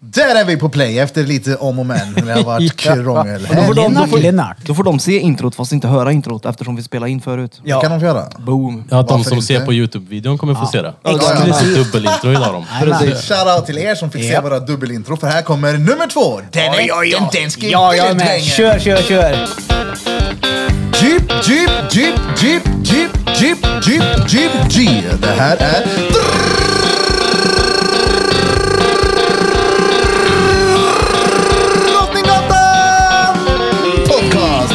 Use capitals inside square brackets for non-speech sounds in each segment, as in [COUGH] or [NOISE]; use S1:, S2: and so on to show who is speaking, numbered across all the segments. S1: Där är vi på play efter lite om och men. Det har
S2: [LAUGHS]
S1: varit krångel.
S3: Då får, de, då,
S2: Lennart,
S3: får,
S2: Lennart.
S3: då får de se introt fast inte höra introt eftersom vi spelade in förut.
S1: Det kan de få göra.
S3: Boom.
S4: Ja, att de
S1: Varför
S4: som ser
S1: inte?
S4: på Youtube-videon kommer få se det.
S3: Ja,
S4: Det
S3: exklusivt.
S4: är dubbelintro idag de.
S3: Precis.
S1: Shoutout till er som fick se
S2: Japp.
S1: våra dubbelintro, för här kommer nummer två. Den är inte ens
S2: Ja, jag är med. Kör, kör, kör.
S1: Jeep, jeep, jeep, jeep, jeep, jeep, jeep, jeep, jeep. Det här är... Drottninggatan Podcast!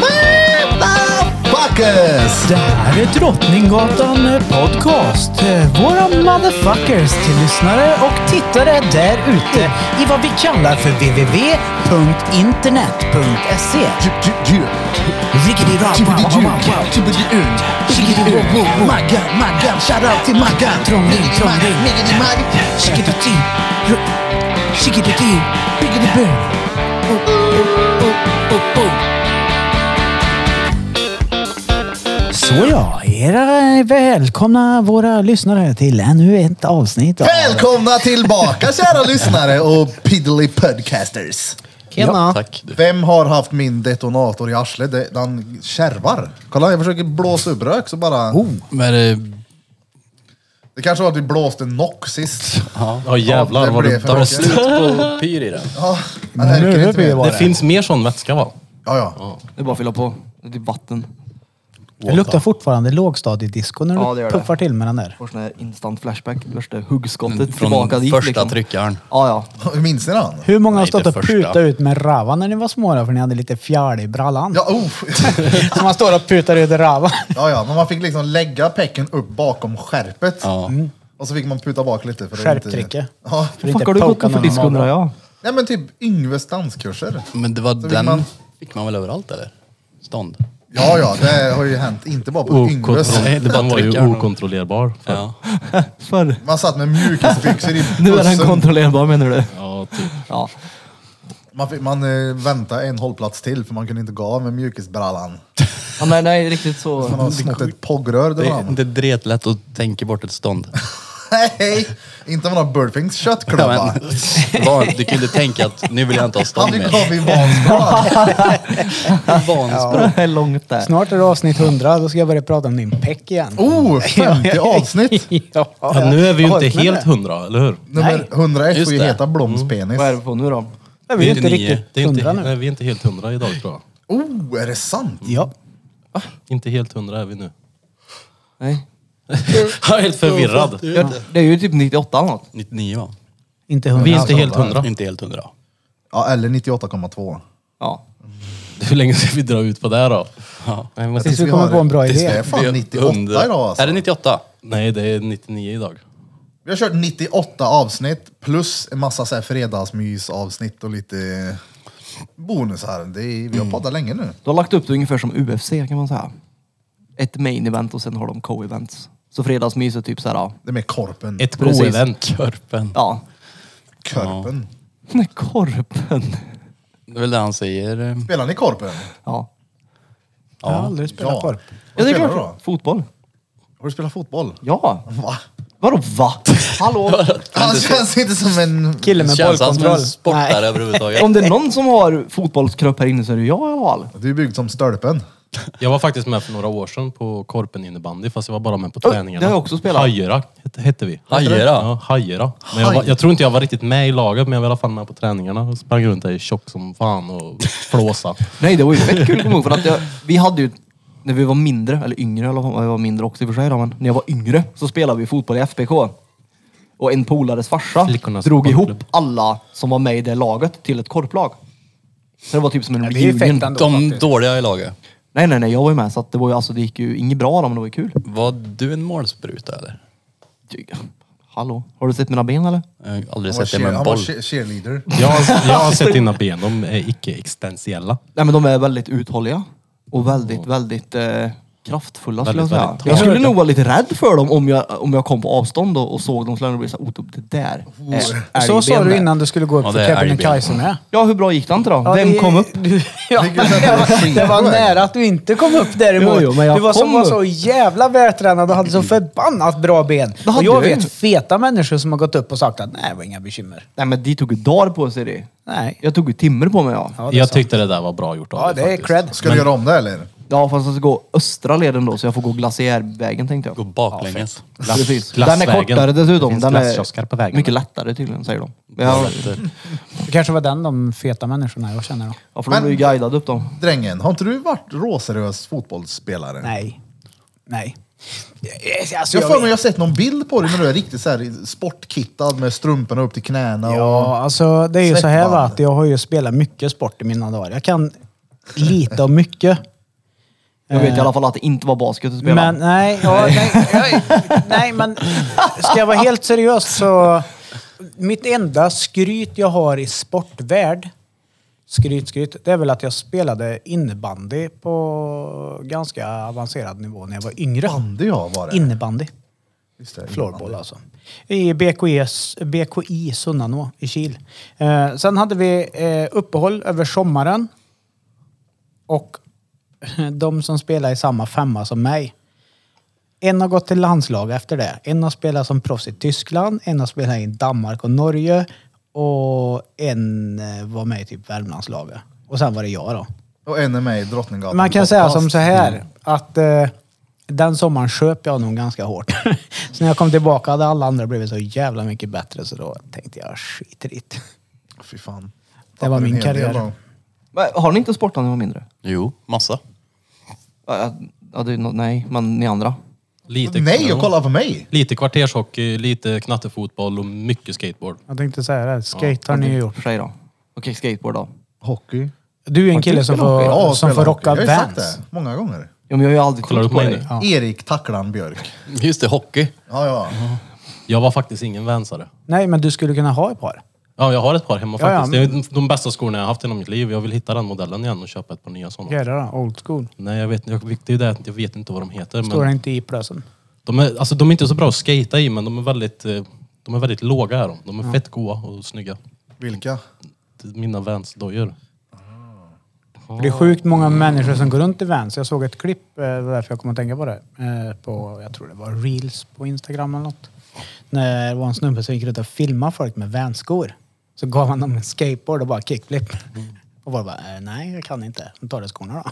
S1: Motherfuckers!
S2: Det här är Drottninggatan eh, Podcast. Eh, Våra motherfuckers till lyssnare och tittare där ute i vad vi kallar för www.internet.se.
S1: Jeep, jeep, jeep. Maggan, Maggan, shoutout till Maggan!
S2: Trondheim, Trondheim.
S1: Miggity Magg!
S2: Såja, era välkomna våra lyssnare till ännu ett avsnitt av...
S1: Välkomna tillbaka kära lyssnare och piddly podcasters!
S4: Ja, tack. Du.
S1: Vem har haft min detonator i arslet? Det- Den kärvar. Kolla, jag försöker blåsa upp rök så bara...
S4: Men, eh,
S1: Det kanske var att vi blåste nock sist.
S4: ja jävlar
S1: det
S4: vad
S1: blev
S4: det
S1: för
S4: tar
S1: mycket.
S4: slut på pyr i den.
S1: Ja, men det räcker
S2: Nu
S1: inte
S2: blir det
S1: mer.
S2: bara-
S4: Det finns mer sån vätska va?
S1: Ja, ja.
S3: Det är bara att fylla på. Det är typ vatten.
S2: Det luktar fortfarande lågstadiedisco när du
S3: Ja, det gör det.
S2: puffar till med den där.
S3: Får sån här instant flashback. Värsta huggskottet
S5: Mm, Från
S3: tillbaka liksom. dit.
S5: första tryckaren.
S3: Ja, ja.
S1: Minns ni den?
S2: Hur många har
S5: Nej,
S2: stått
S5: det
S2: och
S5: första.
S2: putat ut med ravan när ni var små då, för ni hade lite fjäll i brallan?
S1: Ja, uff.
S2: Så [LAUGHS] man står och putar ut ravan.
S1: [LAUGHS] ja, ja, men man fick liksom lägga pecken upp bakom skärpet. Mm.
S5: Ja.
S1: Och så fick man puta bak lite. för att
S2: Skärptrycket.
S1: Inte... Ja.
S3: Vad fuck har du gått på för disco undrar jag?
S1: Nej, men typ Yngves danskurser.
S5: Men det var
S1: vill
S5: den
S1: man-
S5: fick man väl överallt eller? Stånd?
S1: Ja, ja, det har ju hänt. Inte bara på Yngves.
S5: Nej, det
S4: Okontroll-
S5: bara
S4: Den var ju
S5: tryckaren.
S4: okontrollerbar. för-
S5: Ja.
S3: Förr.
S1: Man satt med mjukisbyxor
S5: [LAUGHS]
S1: i
S3: Nu är den
S1: bussen.
S3: kontrollerbar menar du?
S4: Ja, typ.
S3: Ja.
S1: Man, fick, man eh, väntade en hållplats till för man kunde inte gå av med mjukisbrallan.
S3: ja nej, nej, riktigt så.
S1: Man har snott ett poggrör där
S5: Det,
S1: [LAUGHS] fram.
S5: det är dret lätt att tänka bort ett stånd.
S1: Nej, inte om man har Burfings
S5: [LAUGHS] Ja,
S1: köttklubba.
S5: men, [LAUGHS] var, du kunde tänka att nu vill jag inte ha
S1: Han
S5: stånd
S1: fick
S5: mer.
S1: komma i
S5: [LAUGHS]
S1: Vansbro.
S5: Vanspråk.
S3: Det är långt där.
S2: Snart är det avsnitt 100, då ska jag börja prata om din peck igen.
S5: [LAUGHS]
S1: Oh, 50 avsnitt!
S2: ja,
S4: Ja, nu är vi
S2: jag
S4: ju inte
S2: håller med
S4: helt hundra, eller hur?
S1: Nummer 101
S5: Just
S1: får ju
S5: det. Mm.
S1: heta Blomspenis.
S3: Vad är vi på nu då?
S2: där. Vi är ju inte
S5: 99.
S2: riktigt
S4: Det är inte,
S2: hundra nu.
S4: nej, vi är inte helt hundra idag tror jag.
S1: Oh, är det sant?
S2: Ja.
S4: Inte helt hundra är vi nu.
S3: Nej.
S4: [LAUGHS] Jag är helt förvirrad.
S3: Ja, det är ju typ 98 eller något.
S5: 99 va?
S2: Inte
S4: Vi är
S2: hundra.
S4: inte helt hundra.
S5: Inte helt hundra.
S1: Ja, eller 98,2.
S3: Ja.
S4: Hur länge ska vi dra ut på det här då?
S5: Ja.
S4: Nej, vi måste-
S2: Tills vi
S1: vi
S2: kommer
S1: har-
S2: på en bra
S1: tills vi
S2: idé.
S1: är fan 98 idag alltså.
S5: Är det 98?
S4: Nej, det är 99 idag.
S1: Vi har kört 98 avsnitt plus en massa så här fredagsmysavsnitt och lite bonusar. Det är,
S5: Mm.
S1: vi har poddat länge nu.
S3: Du har lagt upp det ungefär som UFC kan man säga. Ett main event och sen har de co-events. Så fredagsmys är typ såhär, ja.
S1: Det är med korpen.
S4: Ett
S3: Precis.
S4: go-event.
S5: Körpen.
S3: ja.
S1: Korpen.
S3: Nej, korpen.
S5: Det är väl det han säger. eh,
S1: Spelar ni korpen?
S3: Ja.
S2: Jag har aldrig spelat korp.
S3: Ja,
S1: Vad
S3: det är
S1: spelar
S3: klart.
S1: du då?
S3: Fotboll.
S1: Har du spelat fotboll?
S3: Ja.
S1: Va?
S3: Vadå va? Hallå?
S1: Han känns inte som en...
S2: Kille med
S5: Känns han som
S2: bollkontroll.
S5: en sportare överhuvudtaget?
S3: Om det är någon som har fotbollskropp här inne så är det jag i alla fall.
S1: Du är byggd som stölpen.
S4: Jag var faktiskt med för några år sedan på Korpen innebandy fast jag var bara med på
S3: Oj,
S4: träningarna.
S3: det har jag också spelat.
S4: Hajera hette, hette vi.
S5: Hajera?
S4: Ja, Hajera. Men jag, var,
S1: Haj-
S4: jag tror inte jag var riktigt med i laget men jag var i alla fall med på träningarna och sprang runt där tjock som fan
S2: [LAUGHS]
S4: och flåsa.
S3: Nej, det var ju fett kul kommer jag ihåg, för att jag, vi hade ju, när vi var mindre, eller yngre, eller vad jag var mindre också i och för sig då, men när jag var yngre så spelade vi fotboll i FBK. Och en polares farsa
S4: Flickornas
S3: drog ihop
S4: sportklubb.
S3: alla som var med i det laget till ett korplag. Så det var typ som en
S2: Ja, det är ju
S3: reunion.
S2: fett ändå.
S5: De dåliga i laget.
S3: Nej, nej, nej, jag var ju med så att det, var ju, alltså, det gick ju inget bra då, men det var ju kul.
S5: Var du en målspruta eller?
S3: Ty- Hallå, har du sett mina ben eller?
S5: Jag har aldrig
S1: Han var,
S5: sett dig
S1: cheer,
S5: med en
S1: han var
S5: boll.
S1: che- cheerleader.
S4: Jag, har- jag har sett dina ben, de är icke existentiella.
S3: Nej men de är väldigt uthålliga. Och väldigt, väldigt eh, kraftfulla skulle jag
S4: Väldigt,
S3: säga.
S4: väldigt
S3: Jag skulle
S4: tåliga.
S3: nog vara lite rädd för dem om jag, om jag kom på avstånd och, och såg dem. Skulle jag nog bli såhär, oh, det där är
S2: Så
S3: älgben
S2: sa du
S3: där."
S2: innan du skulle gå upp
S5: Ja, det
S2: för
S5: är
S2: Kebnekaise med.
S3: Ja, hur bra gick det inte då?
S2: [LAUGHS] Ja,
S3: Vem
S2: det-
S3: kom upp?
S2: Du, ja,
S1: Ligger så här på
S2: [LAUGHS] det,
S1: skidor.
S2: var nära att du inte kom upp däremot.
S3: Jo, jo, men jag
S2: du var, så,
S3: kom
S2: var
S3: upp. Mm.
S2: så jävla vältränad och hade så förbannat bra ben.
S3: Vad
S2: Och
S3: hade
S2: jag
S3: du?
S2: vet feta människor som har gått upp och sagt att nej, det var inga bekymmer.
S3: Nej men de tog ju dagar på sig det.
S2: Nej.
S3: Jag tog ju timmar på mig ja.
S2: Ja, det är
S4: Jag
S2: sant.
S4: tyckte det där var bra gjort av
S2: Ja,
S4: dig
S2: det är
S4: faktiskt.
S2: cred.
S1: Ska du göra om det eller?
S3: Ja fast jag ska gå östra leden då så jag får gå glaciärvägen tänkte jag.
S5: Gå baklänges.
S4: Glass-
S3: Precis. Den är
S4: glassvägen.
S3: kortare
S4: Det
S3: dessutom.
S4: finns
S3: Den
S4: glasskiosker på
S3: är
S4: vägen.
S3: mycket lättare tydligen säger de. Men jag,
S2: Det kanske var den de feta människorna jag känner då.
S3: ja, för de blir ju guidade upp dem.
S1: Drängen, har inte du varit råseriös fotbollsspelare?
S2: Nej. Nej. Alltså,
S1: Jag har för mig jag
S2: vet-
S1: har sett någon bild på dig när du är riktigt så här sportkittad med strumporna upp till knäna. Och...
S2: Ja, alltså det är ju så här va,
S1: Svettband.
S2: att jag har ju spelat mycket sport i mina dagar. Jag kan lite om mycket.
S3: Jag vet i alla fall att det inte var basket att spela.
S2: Men nej, ja, nej, nej, nej, men ska jag vara helt seriös så... Mitt enda skryt jag har i sportvärld, skryt, skryt, det är väl att jag spelade innebandy på ganska avancerad nivå när jag var yngre.
S1: Bandy ja, var det.
S2: Innebandy.
S1: Just det,
S2: Floorball
S1: innebandy.
S2: alltså. I BKIS, BKI Sunnanå i Kil. Eh, sen hade vi eh, uppehåll över sommaren. Och [LAUGHS] de som spelar i samma femma som mig. En har gått till landslag efter det. En har spelat som proffs i Tyskland, en har spelat i Danmark och Norge och en eh, var med i typ Värmlandslaget. Och sen var det jag då.
S1: Och en är med i Drottninggatan.
S2: Man kan säga
S1: Podcast.
S2: som så
S1: Mm.
S2: här att eh, den sommaren söp jag nog ganska hårt. [LAUGHS] så när jag kom tillbaka hade alla andra blivit så jävla mycket bättre så då tänkte jag skiter i det.
S1: Fy fan.
S2: Det var
S1: Tappade
S2: min
S1: en hel del
S2: karriär.
S1: då.
S3: Men har ni inte sportat när ni var mindre?
S5: Jo, massa.
S3: Ja, ja, det, är nå- nej, men ni andra?
S4: Lite,
S1: Nej, och kolla på mig!
S4: Lite kvartershockey, lite knattefotboll och mycket skateboard.
S2: Jag tänkte säga det, skate har ni gjort.
S3: För sig då. Okej, skateboard då.
S1: Hockey.
S2: Du är en kille som får,
S1: Ja, och
S2: som
S1: spela
S2: får
S1: hockey.
S2: rocka
S1: Jag har ju sagt
S2: Vans.
S1: det många gånger.
S3: Ja, men jag har ju aldrig
S4: Kollar du
S3: trott på
S4: på mig
S3: dig.
S4: nu?
S2: Ja.
S1: Erik Tacklan Björk.
S5: Just det, hockey.
S1: Ja, ja.
S4: Jag var faktiskt ingen vänsare.
S2: Nej, men du skulle kunna ha ett par.
S4: Ja, jag har ett par hemma
S2: Ja, ja,
S4: faktiskt. Det är de bästa skorna jag har haft i hela mitt liv. Jag vill hitta den modellen igen och köpa ett par nya sådana.
S2: Jädrar då, old school.
S4: Nej, jag vet, jag, det är ju det att jag vet inte vad de heter.
S2: Står
S4: Men
S2: det inte i plösen.
S4: de, är, alltså, de är inte så bra att skata i, men de är väldigt, eh, de är väldigt låga. Är de. de är fett goa och snygga.
S1: Vilka?
S4: Det är Mina Vans-dojor.
S2: För det är sjukt många människor som går runt i Vans. Jag såg ett klipp, eh, det var därför jag kom att tänka på det, eh, på, jag tror det var Reels på Instagram eller något. När det var en snubbe som gick runt och filmade folk med Vans-skor. Så gav han dem en skateboard och bara kickflip. Och bara, bara, eh, nej jag kan inte. Då tar du skorna då.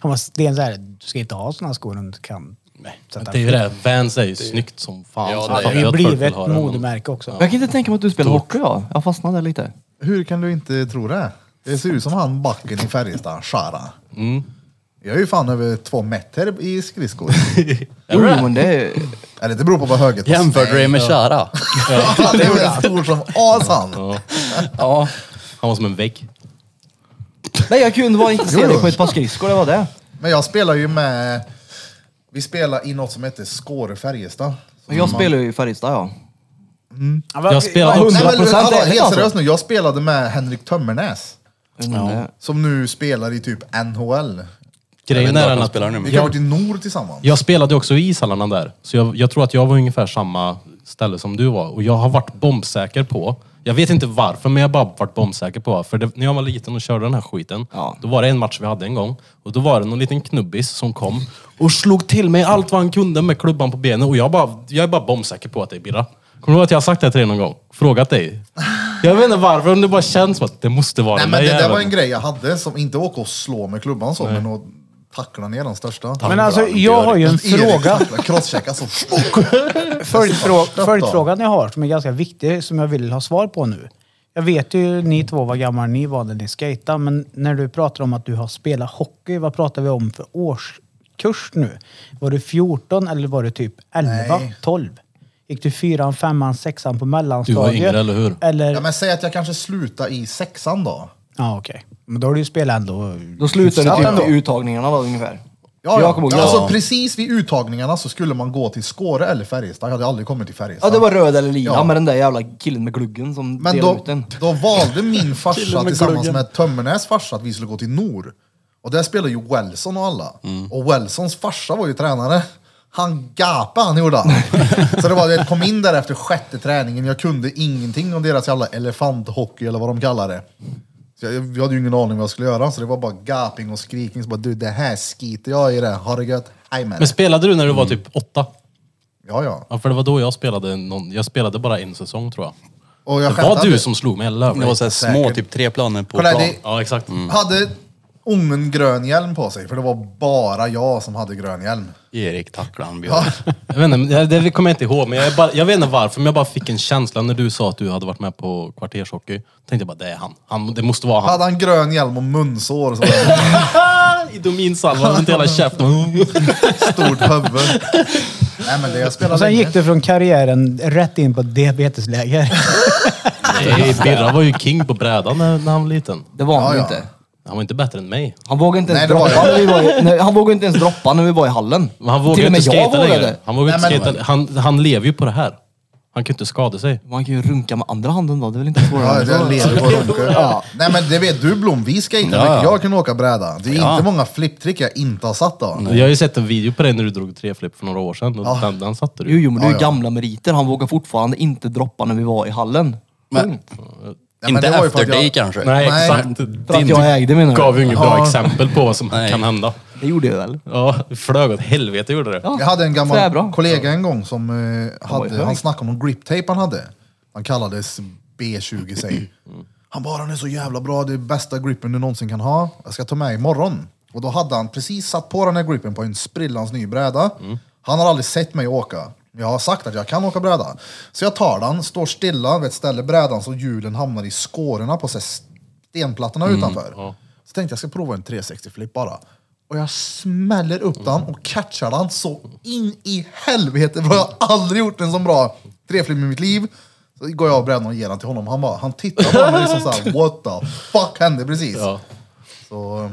S2: Han var sten såhär, du ska inte ha såna skor om du kan
S4: Men
S2: sätta
S4: Det är ju det, Vans är ju snyggt som fan.
S5: Ja,
S4: Så
S5: det
S4: jag
S5: är-
S4: fattar
S2: Det har ju
S4: att folk
S2: blivit
S4: vill
S2: ett
S4: ha det, men-
S2: modemärke också.
S3: Men Jag kan inte tänka mig att du spelar hockey ja. Jag fastnade där lite.
S1: Hur kan du inte tro det? Det ser ut som han backen i Färjestad, Shara. Jag är ju fan över två meter i skridskor.
S3: Jo, jo, men det är...
S1: Eller det beror på vad höget [LAUGHS]
S5: Jämförde du dig med Shara?
S1: Han är väl stor som as han.
S4: Ja,
S5: Ja.
S4: han var som en vägg.
S3: Nej, jag kunde bara inte se
S1: [LAUGHS] Jo,
S3: dig
S1: jo.
S3: på ett par skridskor, det var det.
S1: Men jag spelar ju med... Vi spelar i något som heter Skåre Färjestad.
S3: Men
S1: Mm.
S3: jag spelar ju i Färjestad ja.
S4: Jag spelade
S1: Nej,
S4: också...
S1: men,
S3: 100%
S1: hallå,
S3: är det
S1: helt
S3: alltså?
S1: seriöst nu, jag spelade med Henrik Tömmernäs.
S3: Men, eh,
S1: Som nu spelar i typ NHL.
S5: Jag vet
S4: Grejen
S5: inte
S4: är
S5: vart
S4: den
S5: de
S4: att
S5: spelar nu, men-
S1: Vi kan vara till Nor tillsammans.
S4: Jag spelade ju också i ishallarna där, så jag, jag tror att jag var ungefär samma ställe som du var. Och jag har varit bombsäker på, jag vet inte varför, men jag har bara varit bombsäker på. För det, när jag var liten och körde den här skiten,
S3: Ja.
S4: då var det en match vi hade en gång. Och då var det någon liten knubbis som kom och slog till mig allt vad han kunde med klubban på benen. Och jag, bara, jag är bara bombsäker på att det är Birra. Kommer du ihåg att jag har sagt det till dig någon gång?
S1: [LAUGHS]
S4: Frågat dig? Jag vet inte varför, men det bara känns som att det måste vara
S1: Nej
S4: den
S1: men det
S4: där
S1: där var en
S4: jäveln.
S1: grej jag hade som inte åka och slå med klubban så, men att tackla ner den största.
S2: Men alltså jag har ju
S1: [LAUGHS]
S2: en fråga.
S1: Crosschecka så.
S2: Följdfrå-
S1: Förstått då.
S2: Följdfrågan jag har som är ganska viktig, som jag vill ha svar på nu. Jag vet ju ni två vad gamla ni var när ni skejtade, men när du pratar om att du har spelat hockey, vad pratar vi om för årskurs nu? Var du 14 eller var du typ 11,
S1: Nej.
S2: 12? Gick du fyran, femman, sexan på mellanstadiet?
S4: yngre, eller hur?
S2: Eller...
S1: Ja,
S2: Ja,
S1: men säg att jag kanske slutar i sexan då.
S2: okej. Men då har du ju spelat ändå...
S3: Då slutade
S1: Hyfsat
S3: det typ
S1: ändå.
S3: i uttagningarna då ungefär.
S1: Ja,
S3: Jag kommer
S1: ja.
S3: ihåg-
S1: Alltså
S3: Ja.
S1: precis vid uttagningarna så skulle man gå till Skåre eller Färjestad. Jag hade aldrig kommit till Färjestad.
S3: Ja, det var röd eller lila
S1: Ja.
S3: med den där jävla killen med gluggen som
S1: Men
S3: delade
S1: då,
S3: ut den.
S1: då valde min farsa
S5: med
S1: tillsammans
S5: gluggen.
S1: med Tömmernes farsa att vi skulle gå till Nor. Och där spelade ju Welson och alla. Och Welsons farsa var ju tränare. Han gapade han gjorde han. Så det var, jag kom in där efter sjätte träningen, jag kunde ingenting om deras jävla elefanthockey eller vad de kallar det. Så jag, jag hade ju ingen aning vad jag skulle göra, så det var bara gaping och skriking. Så bara, du det här skiter jag i det, ha det gött, hej med
S4: Men
S1: det.
S4: spelade du när du var
S1: Mm.
S4: typ åtta?
S1: Ja, ja.
S4: Ja, för det var då jag spelade någon, jag spelade bara en säsong tror jag.
S1: Och jag
S4: det var
S1: skämtade.
S4: du som slog mig, eller
S5: Det var så här små,
S1: Säkert.
S5: typ tre planer på
S1: Kolla,
S5: plan.
S1: det-
S4: Ja, exakt.
S5: Mm.
S1: Hade ungen grön hjälm på sig, för det var bara jag som hade grön hjälm.
S5: Erik tacklar han
S1: Ja,
S5: Björn.
S4: Jag vet inte, det- det kommer jag inte ihåg, men jag, är bara, jag vet inte varför, men jag bara fick en känsla när du sa att du hade varit med på kvartershockey. Tänkte jag bara, det är han. han det måste vara han. Ah,
S1: hade han grön hjälm och munsår och sådär,
S4: Idominsalva runt hela käften.
S1: stort huvud. Nej men det jag spelade
S2: Och sen
S1: länge.
S2: gick du från karriären rätt in på diabetesläger.
S4: Nej, Birra var ju king på brädan när, när han var liten.
S3: Det var han
S1: Ja,
S3: ju
S1: ja.
S3: inte.
S4: Han var inte bättre än mig.
S3: Han vågade inte ens
S1: Nej, det var
S3: droppa
S1: jag.
S3: när vi var i, nej, Han vågade inte ens droppa när vi var i hallen.
S4: Men han vågade
S3: Till och med
S4: inte
S3: jag
S4: skejta längre.
S3: vågade.
S4: Han, vågade
S1: Nej,
S4: inte
S1: men-
S4: skata, han, han lever ju på det här. Han kan ju inte skada sig.
S3: Man kan ju runka med andra handen då, det är väl inte svårare
S1: Ja,
S3: än
S1: jag
S3: så.
S1: lever på runkor. Nej men det vet du Blom, vi skejtade
S5: Ja, ja.
S1: mycket. Jag kunde åka bräda. Det är
S5: Ja.
S1: inte många flipptrick jag inte har satt då.
S4: Jag har ju sett en video på dig när du drog treflipp för några år sedan. Och den, den satte
S3: Jo,
S4: du.
S3: jo, men det är ju
S1: Ja, ja.
S3: gamla meriter. Han vågar fortfarande inte droppa när vi var i hallen.
S5: Men,
S1: men
S5: inte
S1: det var ju för
S5: efter
S1: att jag-
S5: dig kanske?
S4: Nej,
S1: Nej.
S4: exakt.
S3: För att
S4: Din-
S3: jag ägde menar du?
S4: gav ju inget bra
S1: Ja.
S4: exempel på vad som
S5: Nej.
S4: kan hända.
S3: Det gjorde jag väl?
S4: Ja, det flög åt helvete gjorde det.
S3: Ja.
S1: Jag hade en gammal
S3: Tvärbra.
S1: kollega en gång som eh,
S3: var ju
S1: hade, han
S3: hög.
S1: snackade om någon griptape han hade. Han kallades B20 sig.
S3: Mm.
S1: Han bara, den är så jävla bra, det är bästa gripen du någonsin kan ha. Jag ska ta med imorgon. Och då hade han precis satt på den här gripen på en sprillans ny bräda.
S3: Mm.
S1: Han har aldrig sett mig åka. Jag har sagt att jag kan åka bräda. Så jag tar den, står stilla vid ett ställe, brädan så hjulen hamnar i skårorna på så här stenplattorna utanför. Så tänkte jag ska prova en 360-flip bara. Och jag smäller upp den och catchar den så in i helvete. För jag har aldrig gjort en så bra treflip i mitt liv. Så går jag av brädan och ger den till honom. Han bara, han tittar på mig liksom såhär, what the fuck hände precis?
S4: Ja.
S1: Så,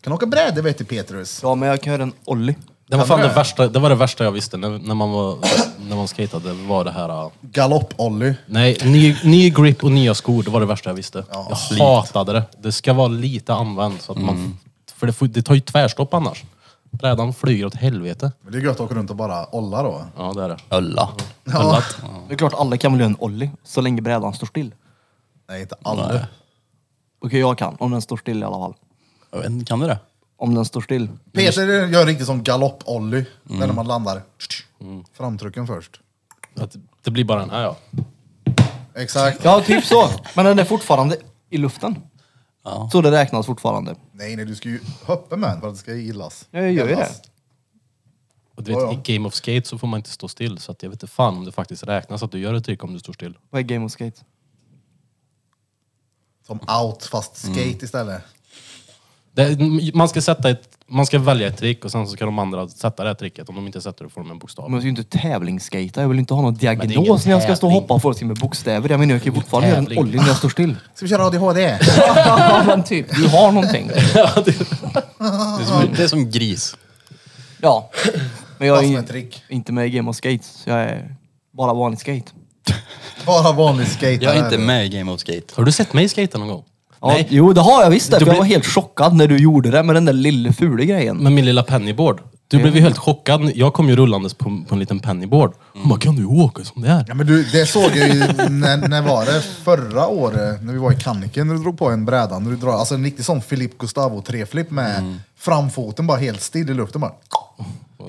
S1: kan åka brädor vet du Petrus.
S3: Ja, men jag kan göra en ollie.
S4: Det var fan det värsta, det var det värsta jag visste när, när man var, när man skatade, var det här... uh,
S1: Galopp-Olly.
S4: Nej, ny, ny grip och nya skor, det var det värsta jag visste. jag hatade det. Det ska vara lite använt, så att
S3: Mm.
S4: man, för det, får, det tar ju tvärstopp annars. Brädan flyger åt helvete.
S1: Men det är gött att åka runt och bara olla då.
S4: Ja, det är det.
S5: Ölla.
S1: Ja.
S3: Det är klart, alla kan väl göra en ollie, så länge brädan står still.
S1: Nej, inte aldrig.
S3: Okej, jag kan. Om den står still i alla fall.
S5: Jag vet inte, kan du det?
S3: Om den står still.
S1: Peter gör riktigt som galopp-Olly. När man landar. Framtrycken först.
S4: Att, det blir bara den här ja.
S1: Exakt.
S3: Ja, typ så. Men den är fortfarande i luften. Så det räknas fortfarande.
S1: Nej, nej, du ska ju hoppa med den för att det ska gillas.
S3: Ja, jag gör ju det.
S1: Gillas.
S4: Och du vet,
S1: Ja,
S4: i Game of Skate så får man inte stå still, så att jag vet inte fan om det faktiskt räknas att du gör ett trick om du står still.
S3: Vad är Game of Skate?
S1: Som out, fast
S5: Mm.
S1: skate istället.
S4: Det, man, ska sätta ett, man ska välja ett trick och sen så ska de andra sätta det här tricket. Om de inte sätter det får de en bokstav.
S3: Men jag ska ju inte tävlingsskata. Jag vill inte ha någon
S4: det är ingen
S3: diagnos när jag ska stå och hoppa och få det med bokstäver. Jag menar, jag kan ju fortfarande göra en
S4: tävling.
S3: ollie när jag står
S4: [LAUGHS]
S3: still.
S1: Ska vi köra ADHD?
S3: Ja, men typ. Du har någonting.
S5: Det är som, det är som gris.
S3: Ja. Men jag
S1: Fast
S3: är
S1: med
S3: ju
S1: trick.
S3: inte med i Game of Skate. Så jag är bara vanlig skate.
S1: Bara vanlig skate.
S5: Jag är inte med i Game of Skate.
S4: Har du sett mig skata någon gång?
S3: Ja,
S4: Nej.
S3: Jo, det har jag visst. Det,
S4: Du
S3: för jag
S4: blir- Mm.
S3: var helt chockad när du gjorde det med den där lilla fula grejen.
S4: Med min lilla pennyboard. Du blev ju helt chockad. Jag kom ju rullandes på, på en liten pennyboard. Hon bara, kan du åka som det är?
S1: Ja, men du, det såg jag ju, när, när var det? Förra året, när vi var i Kanniken, när du drog på en bräda. När du drar, alltså en riktig sån Filip Gustavo treflipp med
S5: Mm.
S1: framfoten bara helt still i luften bara.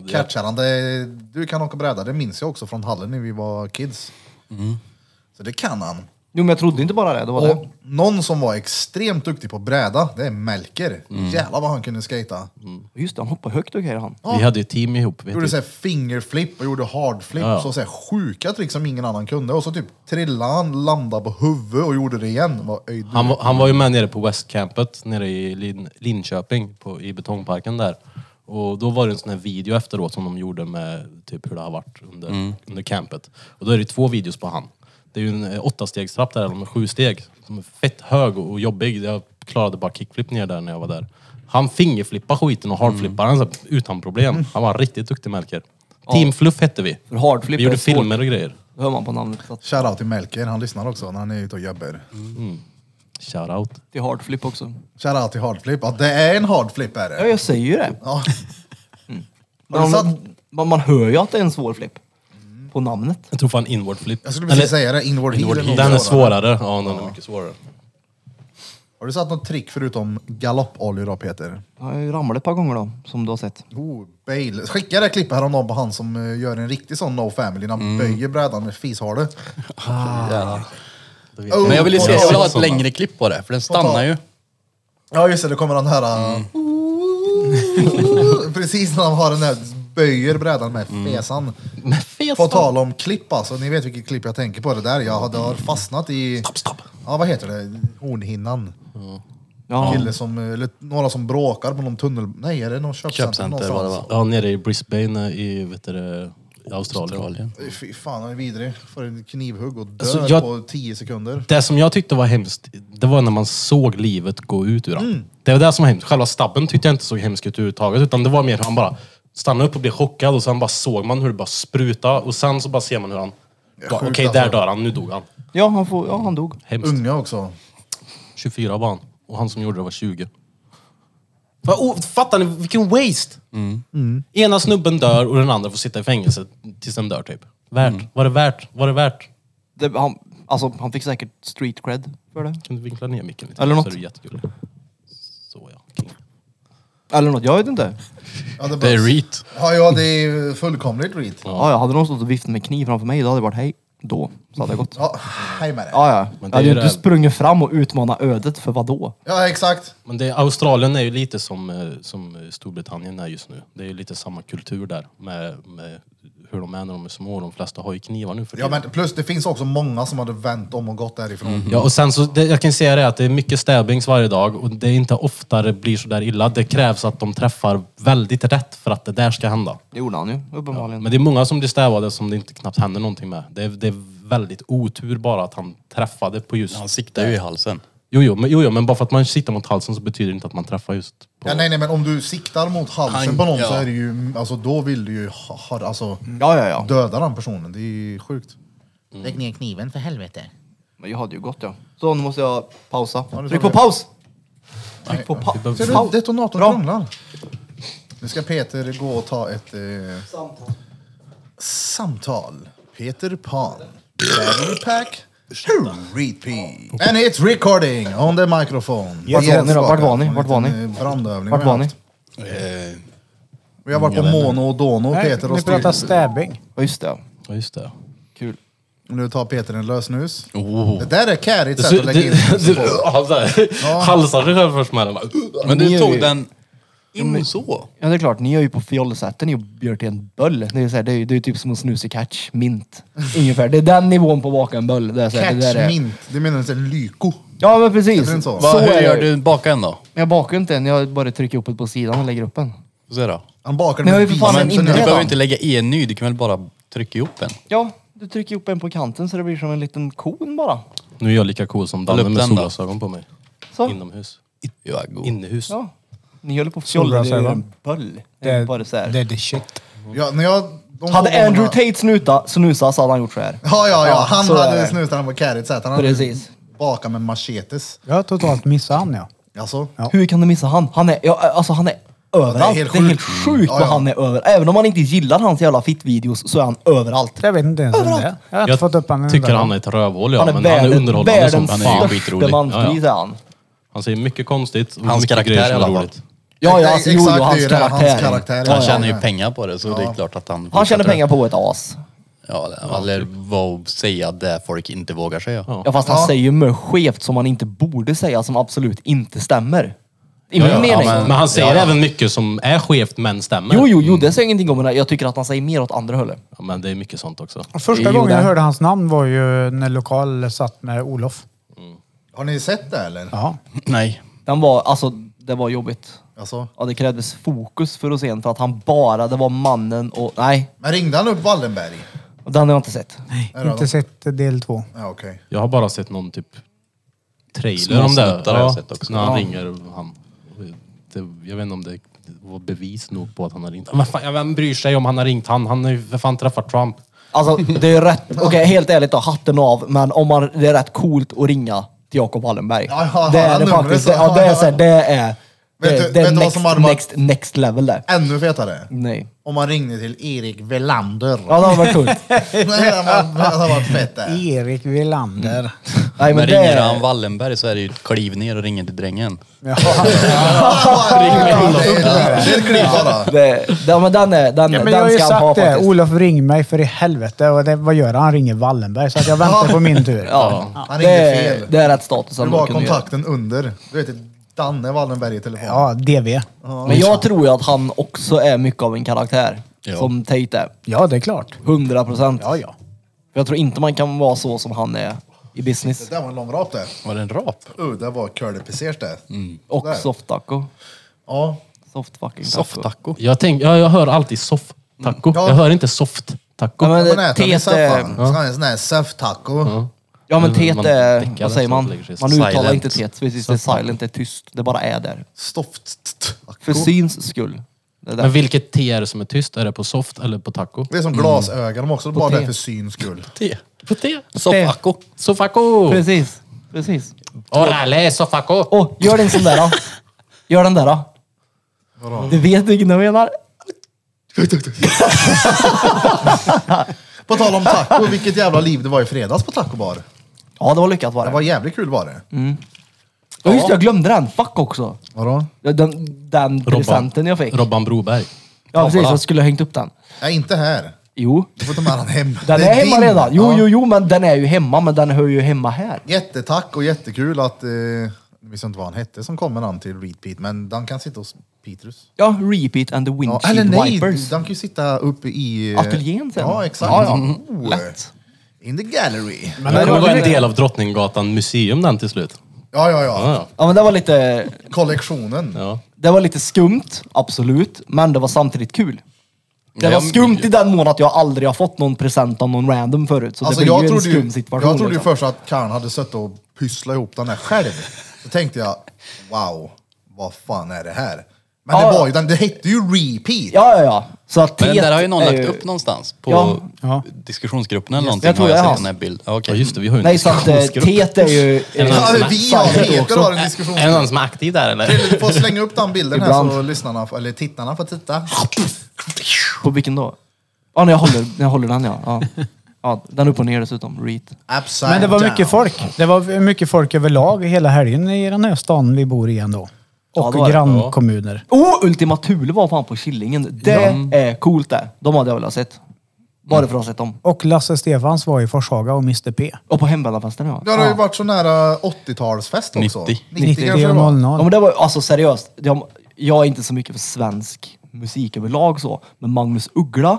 S1: Catchar han det, du kan åka bräda, det minns jag också från hallen när vi var kids.
S5: Mm.
S1: Så det kan han.
S3: Jo, men jag trodde inte bara det. Det var
S1: Och
S3: det.
S1: någon som var extremt duktig på bräda, det är Melker. Jävlar vad han kunde skata.
S3: Just det, han hoppar högt och grejer han.
S4: Vi hade ju ett team ihop. Vet
S1: Gjorde
S4: du.
S1: såhär fingerflip och gjorde hardflip.
S4: Ja.
S1: Så såhär sjuka trick som ingen annan kunde. Och så typ trillade han, landade på huvudet och gjorde det igen. Var öjd.
S4: Han, var- han var ju med nere på Westcampet, nere i Lin, Linköping, på, i betongparken där. Och då var det en sån här video efteråt som de gjorde med typ hur det har varit under, under campet. Och då är det två videos på han. Det är ju en eh, åttastegstrapp där, eller med sju steg. Som är fett hög och och jobbig. Jag klarade bara kickflip ner där när jag var där. Han fingerflippar skiten och hardflippar den så här, utan problem. Han var riktigt duktig Melker. Team Fluff hette vi.
S3: För hardflip
S4: Vi
S3: är
S4: gjorde
S3: svårt.
S4: filmer och grejer.
S3: Då hör man på namnet. Så att,
S1: Shoutout till Melker, han lyssnar också när han är ute och jobbar.
S4: Shoutout.
S3: Till hardflip också.
S1: Shoutout till hardflip. Ja, det är en hardflip är
S3: Ja,
S1: det.
S3: jag säger ju det.
S1: Ja. Har du
S3: Man,
S1: satt-
S3: man, man hör ju att det är en svår flip. På namnet.
S4: Jag tror fan inward flip.
S1: Jag skulle precis
S4: Eller,
S1: säga det, inward,
S5: Inward
S1: heel.
S5: heel.
S1: något
S4: Den är
S1: sådant.
S4: svårare. Ja, den är mycket svårare.
S1: Har du satt något trick förutom galoppoljor då Peter?
S3: Jag har ju ramlat ett par gånger då, som du har sett.
S1: Oh, Bale. Skicka det här klippet häromdagen på han som eh, gör en riktig sån no family när han
S5: Mm.
S1: böjer brädan med fisharde.
S5: Jävlar.
S1: Oh,
S5: Ah. Men jag vill ju
S1: på
S5: se, jag vill ha ett
S4: Sådana.
S5: längre klipp på det, för den stannar ju.
S1: Ja just det, det kommer den här...
S5: Mm.
S1: eh, [LAUGHS] Precis när han har den här böjer brädan med
S5: Mm.
S1: fesan. På tal om klipp alltså, ni vet vilket klipp jag tänker på. Det där, jag har, det har fastnat i... Ja vad heter det? Hornhinnan.
S3: Ja.
S1: Kille som, eh, eller några som bråkar på någon tunnel... Nej är det någon köpcenter,
S5: Köpcenter
S1: någonstans?
S5: vad det var.
S4: Ja, nere i Brisbane i vet du, det, Australien.
S5: Australien.
S1: Fy fan, han är vidrig. Får en knivhugg och dör
S4: Alltså, jag-
S1: på 10 sekunder.
S4: Det som jag tyckte var hemskt, det var när man såg livet gå ut ur han. Det var det som var hemskt. Själva stabben tyckte jag inte såg hemskt ut överhuvudtaget. Utan det var mer hur han bara stannade upp och blev chockad och sen bara såg man hur det bara sprutade. Och sen så bara ser man hur han... bara, Okej,
S1: sjukt
S4: där
S1: alltså.
S4: dör han. Nu dog han.
S3: Ja, han får, ja, han dog.
S4: Hemskt.
S1: Unga också.
S4: 24 var han. Och han som gjorde det var 20. Va, oh, fattar ni vilken waste? Ena snubben dör och den andra får sitta i fängelse tills den dör typ. Värt. Var det värt? Var det värt?
S3: Det, han, alltså, han fick säkert street cred för det.
S4: Kan du vinkla ner micken lite?
S3: Eller något.
S4: Så är det jättekul. Så ja.
S3: Eller något, jag vet inte.
S1: Ja,
S5: Det är
S1: behövs.
S5: reet.
S1: Ja, ja, det är fullkomligt reet.
S3: Ja, ja, hade någon stått och viftat med kniv framför mig, då hade det varit hej. Då. Så hade det [LAUGHS] gått.
S1: Ja, hej med det.
S3: Ja, ja. Jag
S4: Men det är
S3: hade
S4: ju
S3: ju inte
S4: det-
S3: sprungit fram och utmanat ödet för vad då?
S1: Ja, exakt.
S4: Men det, Australien är ju lite som, eh, som eh, Storbritannien är just nu. Det är ju lite samma kultur där med, med hur de är när de är små. De flesta har ju knivar nu för
S1: Ja,
S4: tiden.
S1: men plus det finns också många som hade vänt om och gått därifrån.
S5: Mhm.
S4: Ja, och sen så, det, jag kan säga det att det är mycket stabbings varje dag och det är inte ofta det blir så där illa. Det krävs att de träffar väldigt rätt för att det där ska hända.
S3: Det gjorde han ju, uppenbarligen.
S4: Men det är många som blir stabbade som det inte knappt händer någonting med. Det är, det är väldigt otur bara att han träffade på just...
S5: Han siktar ju i halsen.
S4: Jo, jo, men, jo, jo, men bara för att man siktar mot halsen så betyder det inte att man träffar just på...
S1: Ja, nej, nej, men om du siktar mot halsen
S5: Han-
S1: på någon så
S5: ja. Mm.
S1: är det ju, alltså då vill du ju ha, ha, alltså,
S3: Ja, ja, ja.
S1: döda den personen. Det är ju sjukt.
S6: Lägg ner kniven för helvete.
S3: Men jag hade ju gått ja. Så nu måste jag pausa.
S1: det
S3: Tryck
S1: tar
S3: på
S1: vi.
S3: paus! Tryck på paus.
S1: Ser du, detonatorn
S3: Bra.
S1: krånglar. Nu ska Peter gå och ta ett eh, samtal. Peter Pan. Battery pack. Repeat. And it's recording on the microphone.
S3: Vart
S1: Ge
S3: var ni då?
S1: tillbaka.
S3: Vart var ni?
S1: En
S3: Vart var
S1: liten,
S3: ni?
S1: eh, Brandövning.
S3: Vart
S1: vi har
S3: var ni?
S1: haft.
S3: Eh,
S1: Vi har varit på Mono och Dono,
S2: Nej,
S1: Peter och
S2: ni pratar
S1: styrt.
S2: stabbing.
S3: Ja, just det.
S4: Ja, just det.
S3: Kul.
S1: Nu tar Peter en lösnus.
S5: Oh.
S1: Det där är Carrits
S4: Så-
S1: sätt att lägga in
S4: du, [LAUGHS] han så här, halsar sig själv först med den. bara.
S5: Men
S3: Ni
S5: du
S3: är
S5: tog
S3: ju-
S5: den in så.
S3: Ja, det är klart. Ni är ju på fjollesätten ni gör till en böll. Det är, så här, det är, ju- det är ju typ som en snusig catch. [LAUGHS] Mint. Ungefär. Det är den nivån på baka en böll. Det är så här, det där
S1: Catch
S3: är...
S1: mint. Det menar inte lyko.
S3: Ja, men
S1: Heter den
S3: precis.
S1: så?
S3: Så
S5: Va, hur
S3: är
S5: gör
S3: det.
S5: du? Baka en då?
S3: Jag bakar inte den. Jag bara trycker upp den på sidan och lägger upp den.
S5: Får se då.
S1: Han bakar
S3: Men jag har
S1: med
S3: ju för fan
S1: biceps.
S3: en
S1: så
S5: Du
S1: nu-
S3: inre-
S5: behöver inte lägga i en ny, du kan väl bara trycka ihop en?
S3: Ja, du trycker upp en på kanten så det blir som en liten kon bara.
S4: Nu är jag lika cool som
S5: Håll
S4: Danne
S5: upp
S4: med
S5: den då.
S4: solglasögon på mig.
S3: Så.
S4: Inomhus.
S5: Jag är god.
S4: Innehus.
S3: Ja. Ni håller på och fjollar. Det är ju en böll. Det är bara så här.
S2: Det är the shit.
S1: Ja, när jag, de
S3: Hade
S1: två gångerna-
S3: Andrew Tate snuta, snusat så hade han gjort så här.
S1: Ja, ja, ja.
S3: Ja,
S1: Han
S3: så är
S1: hade
S3: det.
S1: snutarna på Carrits sätt. Han hade
S3: Precis.
S1: bakat med machetes.
S2: Jag har totalt missat han ja.
S1: Alltså.
S2: Ja.
S3: Hur kan du missa han? Han är, ja, alltså han är överallt. Det är helt, sjukt vad
S1: Ja, ja.
S3: han är överallt. Även om man inte gillar hans jävla fittvideos så är han överallt.
S2: Jag vet inte ens vem det är. Jag har inte fått upp han en
S4: tycker
S2: enda
S4: han
S2: gång.
S4: är ett rövhål, ja,
S3: Han är,
S4: men han är
S3: världen,
S4: underhållande som
S3: världens
S4: fan.
S5: ju
S3: största
S5: skitrolig.
S3: manspris är han.
S4: Han säger mycket konstigt och
S5: Hans
S4: mycket
S5: karaktär
S4: grejer som
S5: i alla
S4: är
S5: fall.
S4: roligt.
S3: Ja, ja,
S1: Exakt,
S3: alltså, jo,
S1: det är
S3: jo, hans
S1: ju det, hans
S3: karaktär.
S1: karaktär.
S3: Ja,
S5: Han
S3: ja.
S5: tjänar ju pengar på det, så det
S1: Ja.
S5: är klart att han...
S3: Han tjänar
S5: fortsätter.
S3: pengar på ett as.
S5: Ja, det- eller vad säga det folk inte vågar säga.
S4: Ja.
S3: Ja, fast
S1: Ja.
S3: han säger ju mycket skevt som han inte borde säga, som absolut inte stämmer. I min
S4: Ja, ja,
S3: mening.
S5: ja,
S4: Men han säger
S5: Ja, ja.
S4: även mycket som är skevt men stämmer.
S3: Jo, jo, jo, det säger ingenting om det. Jag tycker att han säger mer åt andra hållet.
S4: Ja, men det är mycket sånt också.
S2: Första
S3: Jo,
S2: gången jag
S3: där.
S2: hörde hans namn var ju när lokal satt med Olof.
S1: Har ni sett det eller?
S2: Ja.
S5: Nej.
S3: Den var, alltså, det var jobbigt.
S1: Alltså.
S3: Ja, det krävdes fokus för att se en för att han bara, det var mannen och nej,
S1: Men ringde han upp Wallenberg?
S3: den har jag inte sett.
S1: Är det
S2: Inte
S1: då?
S2: sett del två.
S1: Ja, okej.
S4: Jag har bara sett någon typ trailer
S5: Små
S4: om det.
S5: snuttar har jag sett också.
S4: När han
S5: Ja.
S4: ringer han. Det, jag vet inte om det var bevis nog på att han har ringt. Men fan, vem bryr sig om han har ringt han? Han har ju för fan träffat Trump.
S1: [LAUGHS]
S3: Alltså det är rätt, okej helt ärligt då, hatten av, men om man, det är rätt coolt att ringa till Jakob Wallenberg.
S1: Ja, ja,
S3: det
S1: han
S3: är det
S1: numret
S3: faktiskt.
S1: så-
S3: Det, ja, det är så här, det är, det,
S1: Vet du-
S3: det är
S1: vet du vad
S3: next,
S1: som hade varit-
S3: next, next level där.
S1: Ännu fetare.
S3: Nej.
S1: Om man ringde till Erik Velander.
S3: Ja, det hade varit
S4: [LAUGHS]
S3: coolt.
S1: [LAUGHS] Nej, det hade varit- det hade varit fett
S3: [LAUGHS]
S1: det.
S2: Erik Wilander.
S3: Nej,
S5: Men
S3: men
S5: ringer han
S3: det,
S5: Wallenberg så är det ju ett kliv ner och ringer till drängen.
S1: Ring mig honom. Det är ett klipp bara.
S3: det, ja, men den, är, den,
S2: Ja, men jag har
S3: den
S2: ju
S3: ska han ha
S2: sagt det.
S3: faktiskt.
S2: Olof ring mig för i helvete. Och det, vad gör han? Han ringer Wallenberg. Så att jag väntar på min tur.
S3: [LAUGHS] Ja,
S1: Han
S3: det,
S1: ringde
S3: är-
S1: fel.
S3: det är rätt status.
S1: Det
S3: han
S1: var
S3: kunde göra.
S1: kontakten under. Du vet, Danne Wallenberg i telefon.
S2: Ja, DV.
S3: Men jag tror ju att han också är mycket av en karaktär.
S5: Ja.
S3: Som Tate är.
S2: Ja, det är klart.
S3: 100 procent.
S2: Ja, ja.
S3: Jag tror inte man kan vara så som han är i
S1: Det
S3: business.
S1: där var en lång rap det.
S5: Var det en rap?
S1: Uh, det var curly pesers det.
S3: Mm. Och
S1: Där.
S3: soft taco.
S1: Ja.
S3: Soft fucking taco.
S5: Soft taco.
S4: Jag, tänk, jag, jag hör alltid soft taco.
S1: Ja.
S4: Jag hör inte soft taco.
S3: Ja, men
S1: Man äter
S3: Tete-
S1: med saffran. Så han är en sån här saff-taco.
S3: Ja men
S4: Det är
S3: tet
S4: väl man
S3: är,
S4: däckar
S3: vad säger
S4: efter att
S3: man?
S4: lägger sig.
S3: Man uttalar
S5: Silent.
S3: inte tet, precis. Det är silent, det är tyst. Det bara är där. För
S1: Soft-taco.
S3: syns skull. Det är
S4: Men
S3: där.
S4: vilket T är det som är tyst? Är det på soft eller på taco?
S1: Det är som glasögon, de har också bara
S3: Mm. te.
S1: det för syns skull.
S4: T. På T.
S5: Sofaco.
S4: Sofaco!
S3: Precis. Precis.
S4: Orale sofaco!
S3: Åh, gör den sån där då. Gör den där då. Du vet vilken jag menar?
S1: [LAUGHS] På tal om taco, vilket jävla liv det var i fredags på tacobar.
S3: Ja, det var lyckat var
S1: Det
S3: det.
S1: var jävligt kul var det.
S3: Mm. Ja just det, jag glömde den. Fuck också.
S1: Vadå?
S3: Den, den- den presenten jag fick.
S4: Robban Broberg.
S3: Ja precis, jag skulle ha hängt upp den.
S1: Nej, inte här.
S3: Jo.
S1: Du får ta med den hem.
S3: Den
S1: Det
S3: är hemma
S1: din.
S3: redan. Jo,
S1: Ja.
S3: jo, jo, men den är ju hemma, men den hör ju hemma här.
S1: Jättetack och jättekul att, eh, jag visste inte vad han hette som kommer an till Repeat, men den kan sitta hos Petrus.
S3: Ja, Repeat and the
S1: Ja,
S3: Windshield
S1: eller nej,
S3: Wipers.
S1: den kan ju sitta uppe i... eh,
S3: Ateljén sen.
S1: Ja, exakt.
S3: Ja, eh. ja.
S1: Oh,
S3: Lätt.
S1: In the gallery.
S4: Men det kommer vara en del av Drottninggatan museum den till slut.
S1: Ja, ja, ja.
S4: Ja,
S3: Ja, men det var lite,
S1: Kollektionen.
S4: ja.
S3: det var lite skumt, absolut, men det var samtidigt kul. Det
S5: Ja,
S3: var
S5: men-
S3: skumt i den mån att jag aldrig har fått någon present av någon random förut. Så
S1: Alltså,
S3: det blir
S1: jag,
S3: ju en
S1: trodde
S3: skum
S1: ju,
S3: situation.
S1: jag trodde ju
S3: liksom.
S1: först att Karn hade suttit och pysslat ihop den här själv. Då tänkte jag, wow, vad fan är det här? Men
S3: Ja.
S1: det var ju den, det hette ju repeat.
S3: Ja, ja, ja. Så att
S5: Men den
S3: teet
S5: där har ju någon
S3: är
S5: lagt upp någonstans på
S3: Ja.
S2: Ja.
S5: diskussionsgruppen eller någonting.
S3: Jag tror
S5: har
S3: det är
S5: jag
S3: hans.
S5: sett den här bilden. Ja,
S4: ja
S5: Okej.
S4: just det, vi har ju en
S3: Nej, så att eh,
S4: diskussionsgrupp.
S3: teet är [LAUGHS] ju...
S1: Ja,
S3: eh,
S1: vi och
S3: samtidigt
S1: Peter
S3: också.
S1: har en diskussion.
S4: Är det någon som är aktiv där eller?
S1: Du får slänga upp den bilden här
S3: Ibland.
S1: så lyssnarna, får- eller tittarna får titta.
S3: På vilken då? Ja, när jag håller, när jag håller den ja. ja. Ja, den upp och ner dessutom. Reet.
S1: Upside
S2: Men det var
S1: down.
S2: mycket folk. Det var mycket folk överlag hela helgen i den här stan vi bor i ändå.
S3: Ja,
S2: Och
S3: det var det.
S2: grannkommuner.
S3: Oh, Ultima Thule var fan på Killingen. Det är coolt det. De hade jag velat sett. Bara för att ha sett dem.
S2: Och Lasse Stefans var i Forshaga och Mr P.
S3: Och på hemvälarfesten ja.
S1: Det har ju
S3: ja.
S1: varit så nära 80-talsfest också.
S5: 90.
S1: 90 kanske det var.
S2: 90
S3: ja men det var ju- alltså seriöst. Jag, jag är inte så mycket för svensk musik överlag så. Men Magnus Uggla,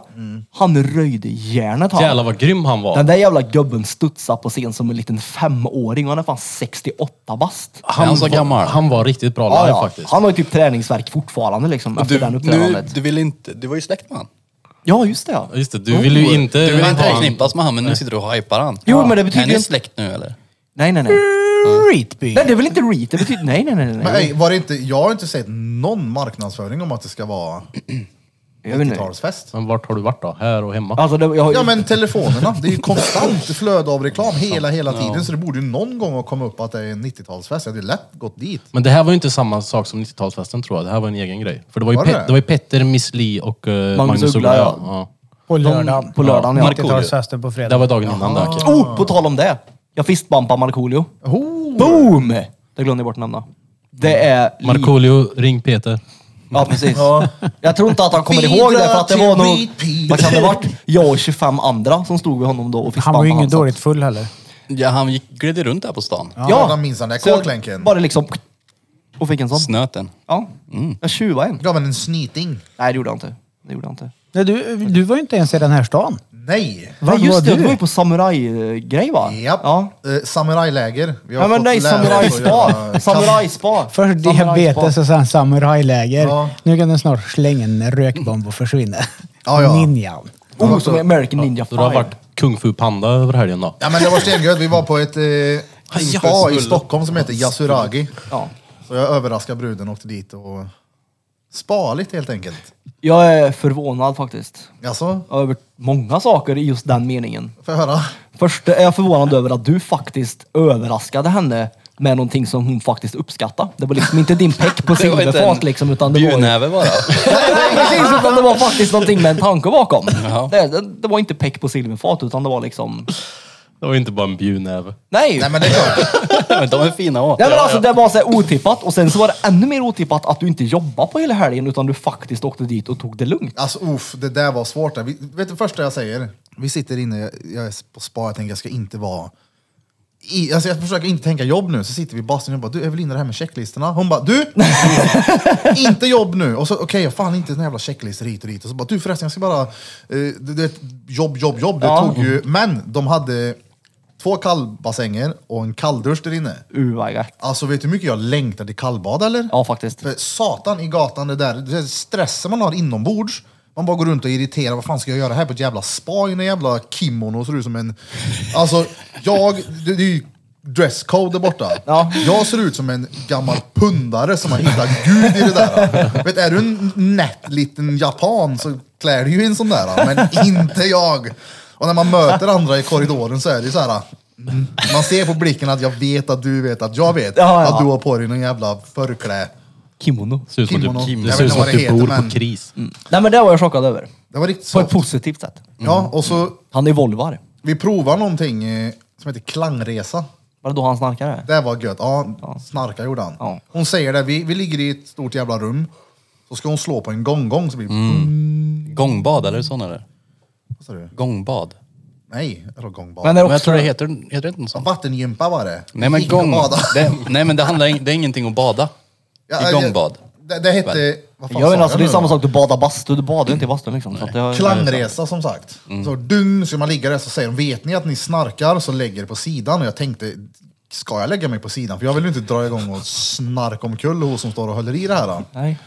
S3: han röjde järnet han.
S4: Jävlar vad grym han var.
S3: Den där jävla gubben studsade på scen som en liten femåring och han är fan 68 bast.
S5: Han så
S4: var-
S5: gammal.
S4: Han var riktigt bra
S3: Ja,
S4: live
S3: ja.
S4: faktiskt.
S3: Han har ju typ träningsvärk fortfarande liksom efter
S5: Du,
S3: den
S5: nu,
S3: uppträdandet.
S5: du vill inte... Du var ju släkt med han.
S3: Ja just det ja.
S4: Just det, du vill ju inte...
S5: Du vill inte
S4: ha en-
S5: förknippas med han, men nu sitter du och hypar han.
S3: Jo, men det betyder
S5: Är ni
S3: inte-
S5: släkt nu eller?
S3: Nej nej nej.
S2: Reetby.
S3: Nej det är väl inte reet? Det betyder nej nej nej. nej.
S1: Men ej, var det inte, jag har inte sett någon marknadsföring om att det ska vara
S3: Jag vet inte.
S1: 80-talsfest.
S4: Men vart har du varit då? Här och hemma?
S3: Alltså, det, jag har ju...
S1: Ja men telefonerna, det är ju konstant flöde av reklam hela, hela tiden. Så det borde ju någon gång ha kommit upp att det är en 90-talsfest. Jag hade lätt gått dit.
S4: Men det här var ju inte samma sak som 90-talsfesten tror jag. Det här var en egen grej. För det var ju,
S1: Var det
S4: Pet-
S1: det?
S4: det var ju Petter, Miss Li och eh, Magnus, Uggla. Ja.
S2: På lördagen.
S3: På lördagen ja.
S2: 90-talsfesten på
S4: Det
S2: fredag.
S4: var dagen innan det. okej.
S3: Oh, på tal om det. Jag fistbumpar Markoolio.
S1: Oh,
S3: Boom! Det glömde jag bort att nämna. Det är... li-
S4: Markoolio, ring Peter.
S3: Ja, precis. Jag tror inte att han kommer ihåg det för att det var nog... Vad kan det ha varit? Jag och 25 andra som stod vid honom då
S2: Han
S3: och
S2: var
S3: fistbumpade
S2: ju ingen
S4: alltså.
S3: så att-
S2: dåligt full heller.
S5: Ja, han gick, gled runt där på stan.
S1: Ja, den minns han, den där
S3: Så jag
S1: kåklänken.
S3: Bara liksom... Och fick en sån.
S5: Snöten.
S3: Ja. Jag tjuvade en.
S1: gav en en snyting.
S3: Nej, det gjorde jag inte. Det gjorde jag inte.
S2: Nej, du, du var ju inte ens i den här stan.
S1: Nej!
S2: Vart
S3: Nej, just
S2: var
S3: det.
S2: du?
S3: Du var ju på samurajgrej va?
S1: Japp.
S3: Ja.
S1: Eh, samurajläger. Vi har
S3: Nej, men
S1: fått
S3: nej,
S1: lära oss att
S3: samurajspa.
S1: göra-
S3: Samurajspa.
S2: Först diabetes och sen samurajläger.
S1: Ja.
S2: Nu kan du snart slänga en rökbomb och försvinna.
S1: Ja, ja.
S2: Ninjan.
S3: Oh, som i American Ninja
S4: Så du har
S3: 5.
S4: varit Kung Fu Panda över helgen då?
S1: Ja men det var stengött. Vi var på ett eh, spa i
S5: Jasbulle.
S1: Stockholm som heter Yasuragi.
S3: Ja.
S1: Så jag överraskade bruden och åkte dit och spa lite helt enkelt.
S3: Jag är förvånad faktiskt.
S1: Alltså,
S3: Över många saker i just den meningen.
S1: får jag höra?
S3: Först är jag förvånad över att du faktiskt överraskade henne med någonting som hon faktiskt uppskattade. Det var liksom inte din peck på
S5: [LAUGHS] Det var inte
S3: silverfat
S5: en
S3: liksom, utan det var...
S5: Bjudnäve
S1: [LAUGHS]
S5: bara.
S3: Nej, precis, utan det var faktiskt någonting med en tanke bakom.
S5: Ja.
S3: Det, det, det var inte peck på silverfat, utan det var liksom...
S4: Det var inte bara en bjudnäve.
S3: Nej!
S1: Nej men det är klart.
S5: Men de är fina också.
S3: Nej men alltså det var så här otippat och sen så var det ännu mer otippat att du inte jobbade på hela helgen utan du faktiskt åkte dit och tog det lugnt.
S1: Alltså uff, det där var svårt. där. Vi, vet du första jag säger? Vi sitter inne, jag, jag är på spa, jag tänker jag ska inte vara... I, alltså jag försöker inte tänka jobb nu, så sitter vi i bastun och jag bara du Evelina det här med checklistorna. Hon bara du! [LAUGHS] inte jobb nu! Och så okej, jag fan inte den jävla checklistor hit och dit. Och så bara du förresten jag ska bara... Eh, det, det, är ett jobb, jobb, jobb. Det
S3: Ja.
S1: tog ju... Men de hade två kallbassänger och en kalldusch där inne.
S3: Uh, my God.
S1: Alltså vet du hur mycket jag längtar till kallbad eller?
S3: Ja faktiskt.
S1: För satan i gatan, det där det stressen man har inombords. Man bara går runt och är irriterad. Vad fan ska jag göra här på ett jävla spa i en jävla kimono och ser ut som en... Alltså, jag... Det, det är ju dresscode där borta.
S3: Ja.
S1: Jag ser ut som en gammal pundare som har hittat gud i det där. Vet, är du en nätt liten japan så klär du ju i en sån där. Men inte jag. Och när man möter andra i korridoren så är det ju så här... mm, Man ser på blicken att jag vet att du vet att jag vet
S3: Ja, ja.
S1: att du har på dig någon jävla förkläd.
S3: Kimono.
S4: Ser ut som
S1: Kimono.
S4: att du,
S1: Jag
S4: det
S1: vet
S4: ser ut
S1: inte
S4: som
S1: vad
S4: att
S1: det
S4: du
S1: heter,
S4: bor
S1: men-
S4: på kris.
S3: Nej men det var jag chockad över.
S1: Det var riktigt
S3: På ett
S1: soft.
S3: positivt sätt.
S1: Ja, och så
S3: Han är volvare.
S1: vi provar någonting eh, som heter klangresa.
S3: Var det då han snarkade?
S1: Det var gött. Ja, snarka gjorde han.
S3: Ja.
S1: Hon säger det, vi, vi ligger i ett stort jävla rum. Så ska hon slå på en gånggång så blir det...
S5: Mm. Gångbad, eller sån eller?
S1: Vad sa du?
S5: Gångbad.
S1: Nej, eller gångbad.
S3: Men det är
S5: Men jag
S3: också...
S5: tror det heter, heter det inte något sånt?
S1: Vattengympa var det.
S5: Nej men
S1: Gick och
S5: gång...
S1: bada.
S5: Det, nej men det handlar in, det är ingenting att bada.
S1: Ja,
S5: I gångbad.
S1: Det, det hette... Vad fan
S3: Jag
S1: sa
S3: menar alltså det är
S1: nu
S3: samma
S1: då?
S3: sak, du badar bastu, du badar ju inte i bastun liksom. Så att jag,
S1: Klangresa som sagt.
S5: Mm.
S1: Så dung, ska man ligga där så säger de, vet ni att ni snarkar så lägger det på sidan. Och jag tänkte, ska jag lägga mig på sidan? För jag vill ju inte dra igång och snarka omkull hos som står och håller i det här. Då.
S3: Nej.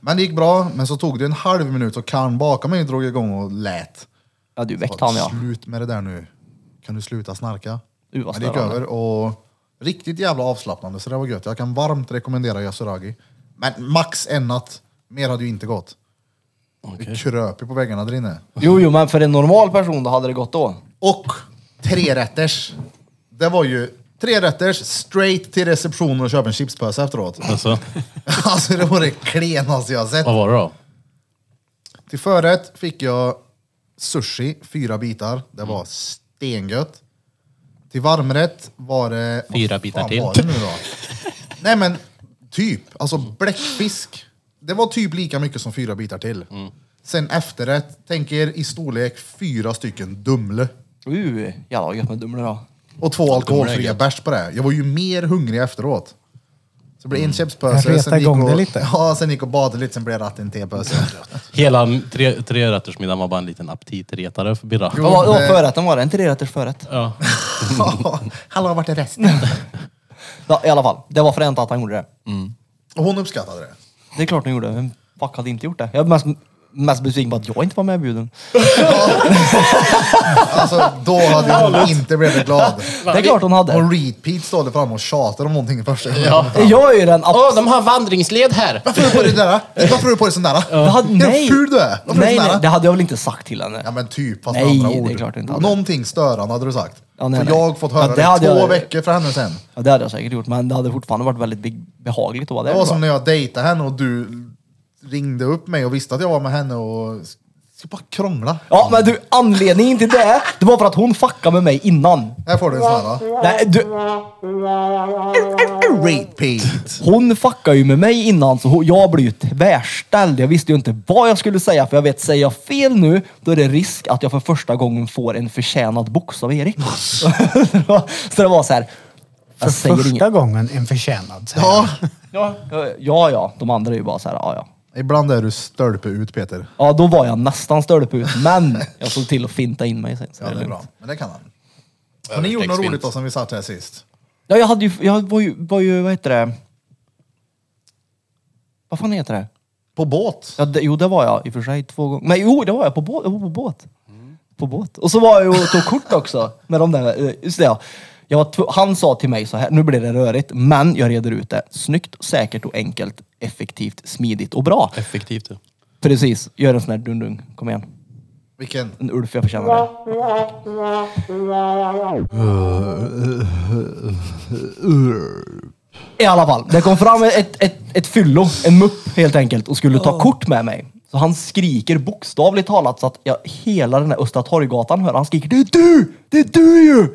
S1: Men det gick bra, men så tog det en halv minut och Karn bakom mig drog igång och lät.
S3: Ja du väckte han ja.
S1: Slut med det där nu. Kan du sluta snarka?
S3: Du, vad
S1: men det gick
S3: störande.
S1: över och riktigt jävla avslappnande så det var gött. Jag kan varmt rekommendera Yasuragi. Men max en natt. Mer hade ju inte gått. Det kröp ju på väggarna där inne.
S3: Jo jo men för en normal person då hade det gått då.
S1: Och trerätters. Det var ju trerätters straight till receptionen och köpa en chipspåse efteråt. [LAUGHS]
S4: Alltså,
S1: Alltså det var det klenaste jag har sett.
S4: vad var det då?
S1: Till förrätt fick jag sushi, fyra bitar. Det
S4: Mm.
S1: var stengött. Till varmrätt var det... vad
S4: Fyra
S1: fan
S4: bitar till.
S1: Var det nu då? [LAUGHS] Nej men typ, alltså bläckfisk. Det var typ lika mycket som fyra bitar till.
S4: Mm.
S1: Sen efterrätt, tänk er i storlek fyra stycken Dumle.
S3: Uh, jävlar vad gött med Dumle då.
S1: Och två alkoholfria bärs på det. Jag var ju mer hungrig efteråt. Så det blev
S4: Mm.
S1: en chipspåse,
S2: Reta
S1: sen gick
S2: igång det
S1: och,
S2: lite.
S1: [LAUGHS] ja, sen gick och badade lite, sen blev det ratten
S4: [LAUGHS]
S1: tepåse.
S4: Hela tre, tre var bara en liten aptitretare för Birra.
S1: Jo,
S3: Vad var, vad
S1: det-
S3: var förrätten var det? En trerätters förrätt?
S4: Ja.
S1: [LAUGHS] Hallå, vart är resten?
S3: Ja, I alla fall, det var fränt att han gjorde det.
S1: Och hon uppskattade det.
S3: Det är klart han gjorde. Vem fuck hade inte gjort det? Jag är mest, mest besviken på att jag inte var medbjuden.
S1: Alltså, då hade hon inte blivit glad.
S3: Det är klart hon hade.
S1: Och repeat står det fram och tjatar om någonting först.
S3: Jag är ju den absolut...
S5: de har vandringsled här!
S1: Varför har du på dig den där? Varför har du på dig sån där?
S3: Det hade, nej.
S1: Hur ful du är! Varför
S3: nej,
S1: är du sån
S3: nej,
S1: där?
S3: det hade jag väl inte sagt till henne.
S1: Ja men typ, fast
S3: Nej,
S1: med
S3: det
S1: andra
S3: är
S1: ord.
S3: klart du inte hade.
S1: Någonting störande hade du sagt.
S3: Ja, nej,
S1: För
S3: nej.
S1: jag har fått
S3: Ja,
S1: höra
S3: det hade
S1: det två
S3: jag-
S1: veckor från henne sen.
S3: Ja, det hade jag säkert gjort, men det hade fortfarande varit väldigt be- behagligt att vara där.
S1: Det var som när jag dejtade henne och du ringde upp mig och visste att jag var med henne och ska bara krångla.
S3: Ja, men du, anledningen till det, det var för att hon fuckade med mig innan.
S1: Här får du en sån här.
S3: Nej, du,
S1: Repeat!
S3: hon fuckade ju med mig innan, så hon- jag blev ju tvärställd. Jag visste ju inte vad jag skulle säga, för jag vet, säger jag fel nu, då är det risk att jag för första gången får en förtjänad box av Erik. [LAUGHS] så det var så här. Jag säger
S2: Första
S3: inget.
S2: gången en förtjänad. säger jag.
S1: Ja.
S3: Ja, ja, ja. De andra är ju bara så här, ja, ja.
S1: Ibland är du stölpe ut Peter.
S3: Ja, då var jag nästan stödeput, men jag såg till att finta in mig sen. Så
S1: Ja, det är
S3: lugnt.
S1: bra. Men det kan han. Har ni gjort något roligt då som vi satt här sist?
S3: Ja, jag hade ju, jag var ju, var ju, vad heter det? Vad fan heter det?
S1: På båt?
S3: Ja, det? Jo, det var jag i och för sig två gånger. Men jo, det var jag på båt. Jag var på båt. På båt. Och så var jag ju och tog kort också med de där, eh, just det ja. Jag var tv- han sa till mig så här, nu blir det rörigt, men jag reder ut det. Snyggt, säkert och enkelt, effektivt, smidigt och bra.
S5: Effektivt.
S3: Precis, gör en sån här dundung. Kom igen.
S1: Vilken?
S3: En Ulf jag förtjänar det. I alla fall, det kom fram ett, ett, ett fyllo, en mupp helt enkelt, och skulle ta kort med mig. Så han skriker bokstavligt talat så att jag, hela den här Östra Torggatan hör. Han skriker Det är du! Det är du ju!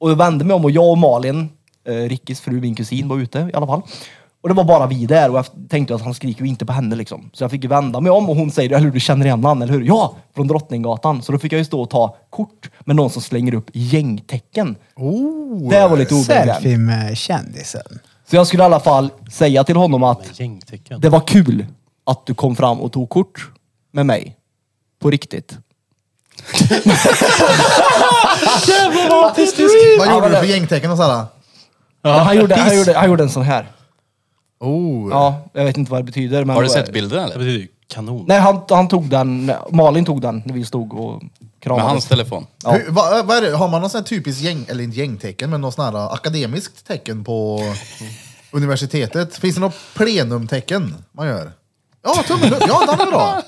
S3: Och jag vände mig om och jag och Malin, eh, Rickis fru, min kusin, var ute i alla fall. Och det var bara vi där och jag tänkte att han skriker ju inte på henne liksom. Så jag fick ju vända mig om och hon säger, eller hur, du känner igen han, eller hur? Ja! Från Drottninggatan. Så då fick jag ju stå och ta kort med någon som slänger upp gängtecken.
S2: Oh,
S3: Det var lite obekvämt.
S2: Selfie med kändisen.
S3: Så jag skulle i alla fall säga till honom att
S4: Gängtecken.
S3: det var kul att du kom fram och tog kort med mig. På riktigt.
S1: Vad gjorde du för gängtecken hos alla?
S3: Ja, han, gjorde, han, gjorde, han gjorde en sån här.
S1: Oh.
S3: Ja, jag vet inte vad det betyder. Men
S5: Har du sett bilden eller?
S4: Det betyder ju kanon.
S3: Nej, han, han tog den. Malin tog den när vi stod och
S5: Med
S3: kramades.
S5: hans telefon?
S3: Ja.
S1: Hur, vad, vad är det? Har man någon sån här typisk gäng, eller inte gängtecken, men något sån här akademiskt tecken på universitetet? Finns det något plenumtecken man gör? Ja, tummen upp. Ja, den är
S3: [LAUGHS]
S1: bra.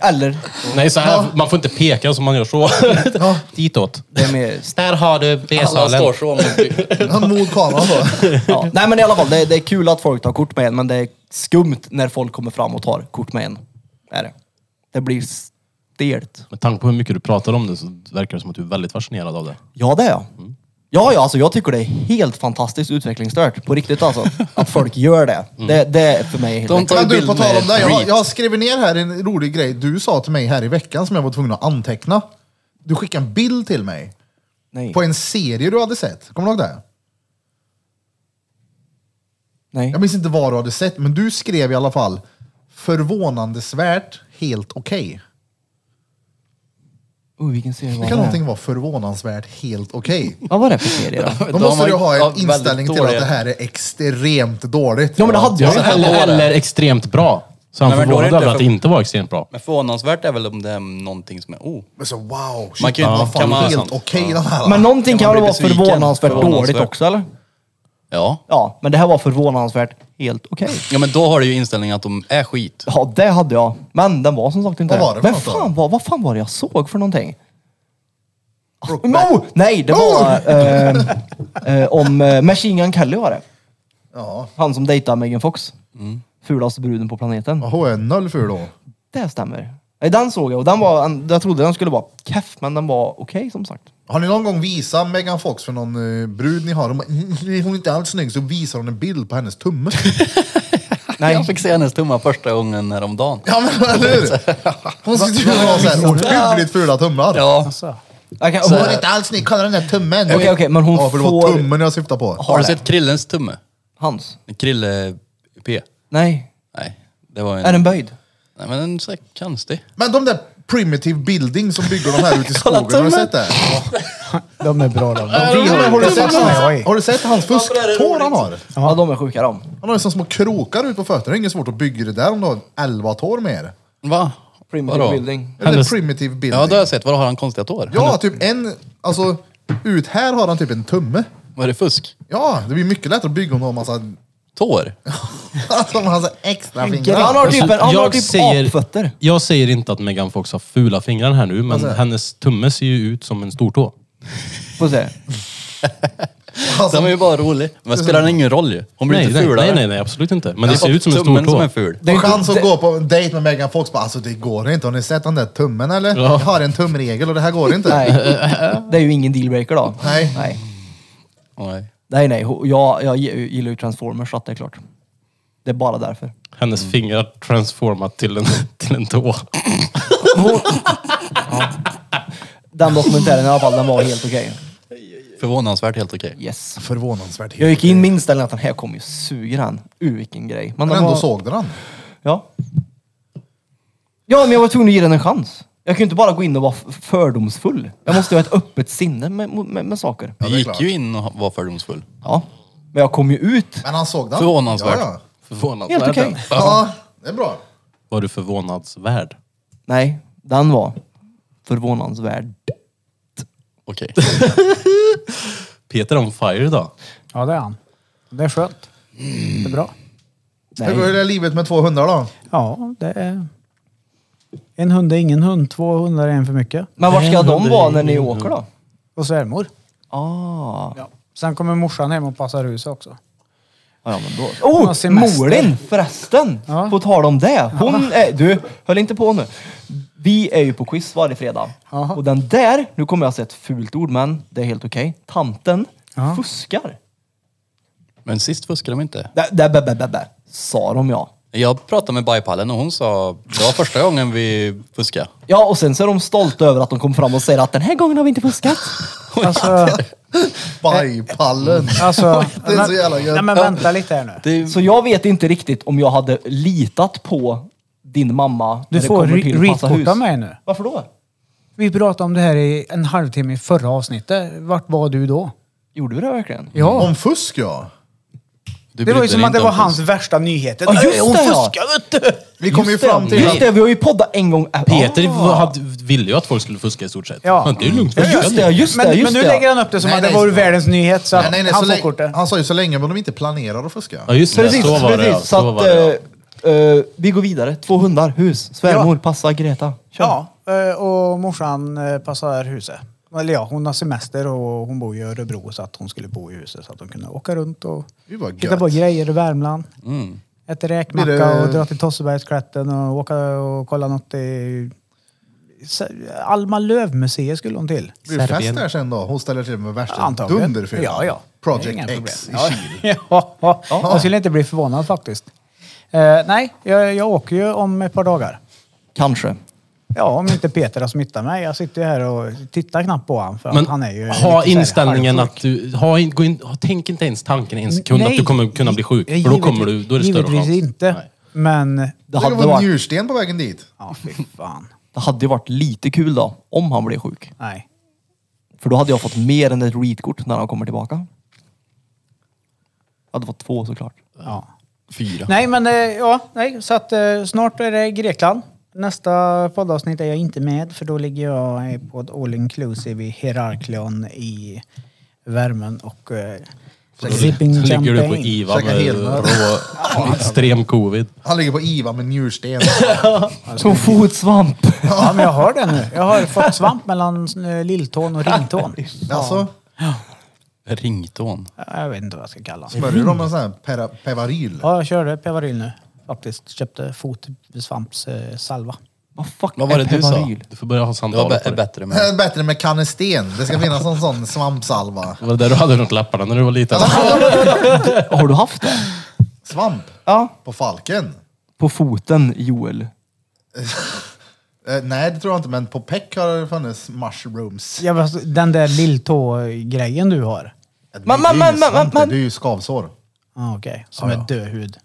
S3: Eller?
S4: Nej, så här, man får inte peka som man gör så.
S1: Ja.
S4: Ditåt.
S3: Det är med
S4: Där har du
S5: Alla står så mot
S1: Ja, Mot kameran då.
S3: Ja. Nej men i alla fall, det, det är kul att folk tar kort med en, men det är skumt när folk kommer fram och tar kort med en. Är det. det blir stelt.
S4: Med tanke på hur mycket du pratar om det så verkar det som att du är väldigt fascinerad av det.
S3: Ja, det är jag. Ja, ja, alltså jag tycker det är helt fantastiskt utvecklingsstört. På riktigt alltså. Att folk gör det. Det, det är för mig helt
S5: [LAUGHS] De
S3: De...
S5: tar ju
S1: Men du,
S5: bild
S1: på tal
S5: med
S1: om det. Jag, har-
S5: Reed.
S1: jag har skrivit ner här en rolig grej du sa till mig här i veckan som jag var tvungen att anteckna. Du skickade en bild till mig
S3: Nej.
S1: på en serie du hade sett. Kommer du ihåg det?
S3: Nej.
S1: Jag minns inte vad du hade sett, men du skrev i alla fall förvånansvärt helt okej.
S3: Oh, vilken serie
S1: Det
S3: var
S1: kan
S3: det?
S1: någonting vara förvånansvärt helt okej.
S3: Vad var det för serie då?
S1: Då
S5: De
S1: måste
S5: har
S1: du
S5: ju-
S1: ha en
S5: ja, väldigt
S1: inställning till att
S5: dåliga-
S1: det här är extremt dåligt.
S3: Ja, men det hade jag ju.
S4: Eller, eller extremt bra. Så han
S5: Nej, men då är det
S4: förvånad
S5: inte
S4: över att
S5: för-
S4: det inte var extremt bra.
S5: Men förvånansvärt är väl om det är någonting som är oh.
S1: Men så wow, shit,
S5: Man kan ju-
S1: vad
S5: ja,
S1: fan,
S5: kan man-
S1: helt
S5: sant.
S1: okej den här.
S3: Men någonting
S5: Kan
S3: kan
S5: man
S3: väl
S5: bli
S3: vara
S5: besviken?
S3: förvånansvärt dåligt
S5: Förvånansvärt.
S3: också eller?
S5: Ja.
S3: Ja, men det här var förvånansvärt helt okej.
S5: Ja men då har du ju inställningen att de
S1: [LAUGHS]
S5: är skit.
S3: Ja, det hade jag. Men den var som sagt inte
S1: Vad var det för
S3: Men
S1: något då?
S3: fan, vad, vad fan var det jag såg för någonting?
S1: Brokeback.
S3: No! Nej, det var
S1: [LAUGHS]
S3: eh, eh, om eh, Machine Gun Kelly var det.
S1: Ja,
S3: Han som dejtar Megan Fox.
S1: Mm.
S3: Fulaste bruden på planeten.
S1: hon är noll ful då.
S3: Det stämmer. Nej, den såg jag och den var, en- jag trodde den skulle vara keff, men den var okej som sagt.
S1: Har ni någon gång visat Megan Fox för någon eh, brud ni har? De bara, "Mm, hon är inte alls snygg, så visar hon en bild på hennes tumme. [LAUGHS]
S3: Nej.
S5: Jag fick se hennes tummar första gången häromdagen.
S1: ja men eller
S5: [LAUGHS]
S1: hur? Hon sitter ju och har såhär ohyggligt fula tummar.
S5: Ja.
S2: Alltså.
S3: Jag kan-
S1: Hon är inte alls snygg, kolla den där tummen.
S3: Okej, okej, men hon
S1: ja, för det var
S3: får-
S1: tummen jag syftade på.
S5: Har du sett Krillens tumme?
S3: Hans?
S5: Krille P?
S3: Nej.
S5: Nej. Det var en...
S3: Är den böjd?
S5: Nej men en sån här konstig.
S1: Men de där primitive building som bygger de här ute i skogen, har du sett det?
S2: De är bra de.
S1: Ja, men Har du sett hans-
S2: Oj.
S1: har du sett hans fusktår han har?
S3: Ja, de är sjuka de.
S1: Han har ju som små krokar ut på fötterna. Det är inget svårt att bygga det där om du har 11 tår mer.
S5: Va?
S3: Primitive
S5: Vadå?
S3: building.
S1: Eller
S4: Hennes-
S1: primitive building.
S5: Ja det har jag sett. Vadå har han konstiga tår?
S1: Ja, typ en... Alltså, ut här har han typ en tumme.
S5: Var det fusk?
S1: Ja, det blir mycket lättare att bygga om du har massa...
S5: Tår?
S1: [LAUGHS] Alltså, massa extra
S3: Han
S1: fingrar.
S3: har typ, en- han har typ apfötter. Alltså-
S4: jag säger inte att Megan Fox har fula fingrar här nu, men hennes tumme ser ju ut som en stortå.
S1: [LAUGHS]
S3: Får se.
S1: Alltså,
S5: Den var ju bara rolig. Men spelar den ingen roll ju? Hon blir
S4: Nej,
S5: inte
S4: nej,
S5: fulare.
S4: nej, nej, nej, absolut inte. Men det
S5: Jag
S4: ser
S5: har
S4: ut som en
S5: fått tummen
S4: stortå.
S5: som är ful.
S3: Det är inte-
S1: chans att
S3: det-
S1: gå på en dejt med Megan Fox bara, alltså det går inte. Har ni sett den där tummen eller?
S4: Ja.
S1: Jag har en tumregel och det här går inte.
S3: Nej. Det är ju ingen dealbreaker då.
S1: Nej.
S3: Nej,
S5: Nej.
S3: nej. nej. Ho- Jag, jag gillar ju Transformers så att det är klart. Det är bara därför.
S4: Hennes
S5: Mm.
S4: fingrar transformat till en, [LAUGHS] till en tå. [LAUGHS]
S3: Den dokumentären i alla fall, den var helt okej.
S5: Förvånansvärt helt okej.
S3: Yes.
S1: Förvånansvärt
S3: Jag
S1: helt.
S3: gick in med inställningen att den här kommer ju suga den. Uh, vilken grej.
S1: Men
S3: Men den
S1: ändå
S3: var-
S1: såg du den.
S3: Ja. Ja, men jag var tvungen att ge den en chans. Jag kan ju inte bara gå in och vara f- fördomsfull. Jag måste ha ett öppet sinne med, med, med saker.
S5: Du
S1: det är klart.
S5: gick ju in och var fördomsfull.
S3: Ja. Men jag kom ju ut.
S1: Men han såg den.
S5: Förvånansvärt.
S1: Ja,
S5: Förvånad.
S3: Helt okej.
S1: ja. ja det är bra.
S4: Var du förvånadsvärd?
S3: Nej, den var förvånansvärd.
S5: Okej.
S4: Peter on fire idag.
S2: Ja, det är han. Det är skönt. Det är bra.
S1: Hur går
S3: Nej.
S1: det livet med två hundar då?
S2: Ja, det är... En hund är ingen hund, två hundar är en för mycket.
S3: Men var ska
S4: Nej,
S3: de
S4: hundra
S3: vara
S4: är
S3: när ni
S4: ingen
S3: åker då?
S2: Och svärmor.
S3: Ah.
S2: Ja. Sen kommer morsan hem och passar huset också.
S3: Ja, ja, men då.
S2: Hon har
S3: Oh,
S2: semester.
S3: Molin förresten!
S2: Ja.
S3: På tal om det. Hon är, du, höll inte på nu. Vi är ju på quiz varje fredag.
S2: Jaha.
S3: Och den där, nu kommer jag säga ett fult ord men det är helt okej. Tanten fuskar.
S5: Men sist fuskade de inte.
S3: Det, det, bä, bä, bä, bä. Sa de ja.
S5: Jag pratade med bajpallen och hon sa det var första gången vi fuskade.
S3: Ja, och sen så är de stolta över att de kom fram och säger att den här gången har vi inte fuskat.
S2: Alltså,
S1: Bajpallen!
S2: [LAUGHS] alltså,
S1: Det är så jävla gött.
S2: Nej men vänta lite här nu.
S5: Det,
S3: Så jag vet inte riktigt om jag hade litat på din mamma
S2: Du
S3: när det
S2: får
S3: kommer till att passa
S2: readkort
S3: hus.
S2: av mig nu.
S3: Varför då?
S2: Vi pratade om det här i en halvtimme i förra avsnittet. Vart var du då?
S3: Gjorde vi det verkligen?
S2: Ja.
S1: Om fusk ja!
S5: du
S2: Det var ju
S5: bryr
S2: som
S5: dig
S2: att det
S5: inte
S2: var
S5: om
S2: hans
S5: fusk.
S2: värsta nyheter.
S3: Ja, just
S2: Nej, hon
S3: det, ja.
S2: fuskar vet du!
S1: Vi kom ju fram till
S3: Just
S1: att
S3: det, vi har ju poddat en gång.
S4: Peter hade, ville ju att folk skulle fuska i stort sett.
S2: Ja.
S4: Men det är lugnt.
S3: Ja, just det, just
S2: Men,
S3: det,
S2: men
S3: just
S2: nu
S3: det.
S2: lägger han upp det som
S1: Nej,
S2: att det
S1: nej,
S2: var
S1: så-
S2: världens nyhet så att
S1: Nej, nej, nej, så
S2: han får
S1: länge-
S2: kortet.
S1: han sa ju så länge men de inte planerar att fuska.
S4: Ja, just det.
S3: Precis,
S4: så var det. ja.
S3: precis.
S4: Så
S3: Så
S4: var
S3: att,
S4: det. ja.
S3: eh, eh, vi går vidare. Två hundar, hus, svärmor, passa, Greta. Kör.
S2: Ja, eh, och morsan eh, passar huset. Eller ja, hon har semester och hon bor i Örebro så att hon skulle bo i huset så att hon kunde åka runt och
S1: Det var
S2: hitta på
S1: gött. Mm.
S2: grejer i Värmland. Äta räkmacka
S1: Blir det-
S2: och dra till Tossebergsklätten och åka och kolla något i... Se- Alma Löv-museet skulle hon till.
S1: Blir det fest
S4: Serbien.
S1: där sen då? Hon ställer till med värsta
S2: Antagligen.
S1: dunderfilmen.
S2: Ja, ja. Det är inga
S1: Project
S2: problem.
S1: X i
S2: Ja.
S1: Kil.
S2: [LAUGHS] ja, ja. Jag skulle inte bli förvånad faktiskt. Eh, nej, jag, jag åker ju om ett par dagar.
S3: Kanske.
S2: Ja, om inte Peter har smittat mig. Jag sitter ju här och tittar knappt på honom. För
S4: Men
S2: att han är ju lite så
S4: ha
S2: här
S4: inställningen
S2: halvsjuk.
S4: att du... Ha in, gå in, ha, tänk inte ens tanken en sekund
S2: Nej,
S4: att du kommer kunna bli sjuk.
S2: gi-
S4: För då, kommer du, då är det större
S2: Givetvis
S4: chans.
S2: inte.
S4: Nej.
S2: Men...
S3: Det
S1: Det
S3: hade,
S1: var en
S3: varit,
S1: njursten på vägen dit.
S2: Ja, fy fan.
S3: det hade ju varit lite kul då, om han blev sjuk.
S2: Nej.
S3: För då hade jag fått mer än ett readkort när han kommer tillbaka. Jag hade fått två såklart.
S2: Ja.
S5: Fyra.
S2: Nej, men eh, ja, nej. Så att eh, snart är det Grekland. Nästa poddavsnitt är jag inte med för då ligger jag eh, på ett all inclusive i Heraklion i värmen och eh, zipping
S4: Så ligger du på
S2: champagne.
S4: IVA
S1: Käka
S4: med
S1: helmör.
S2: [LAUGHS]
S4: rå, [LAUGHS] extrem covid.
S1: Han ligger på IVA med njursten.
S3: Som fotsvamp.
S2: Ja, men jag har det nu. Jag har fått svamp mellan eh, lilltån och ringtån.
S1: alltså,
S5: Ringtån.
S2: Jag vet inte vad jag ska kalla det.
S1: smörjer de med sån här pera- Pevaryl?
S2: Ja, jag körde Pevaryl nu. Faktiskt köpte fotsvampssalva.
S3: Vad fuck
S5: Vad var
S3: är
S5: det du sa?
S3: Peparyl?
S4: Du får börja ha
S5: Det var
S4: samtal.
S5: bä-
S4: Det
S5: bättre
S1: Det
S5: med...
S1: är [LAUGHS] Bättre med kanesten. Det ska finnas en sån
S3: [LAUGHS]
S1: svampsalva.
S4: var det där du hade runt läpparna när du var liten.
S3: Har du haft det?
S1: Svamp
S3: Ja.
S1: på falken.
S3: På foten, Joel.
S1: Eh, nej, det tror jag inte, men på peck har det funnits mushrooms.
S2: Ja, men alltså, den där lilltå-grejen du har.
S3: Men- men- men- men-
S1: Svamp,
S3: men-
S1: Det är ju skavsår.
S2: Ah, Okej, som är död hud.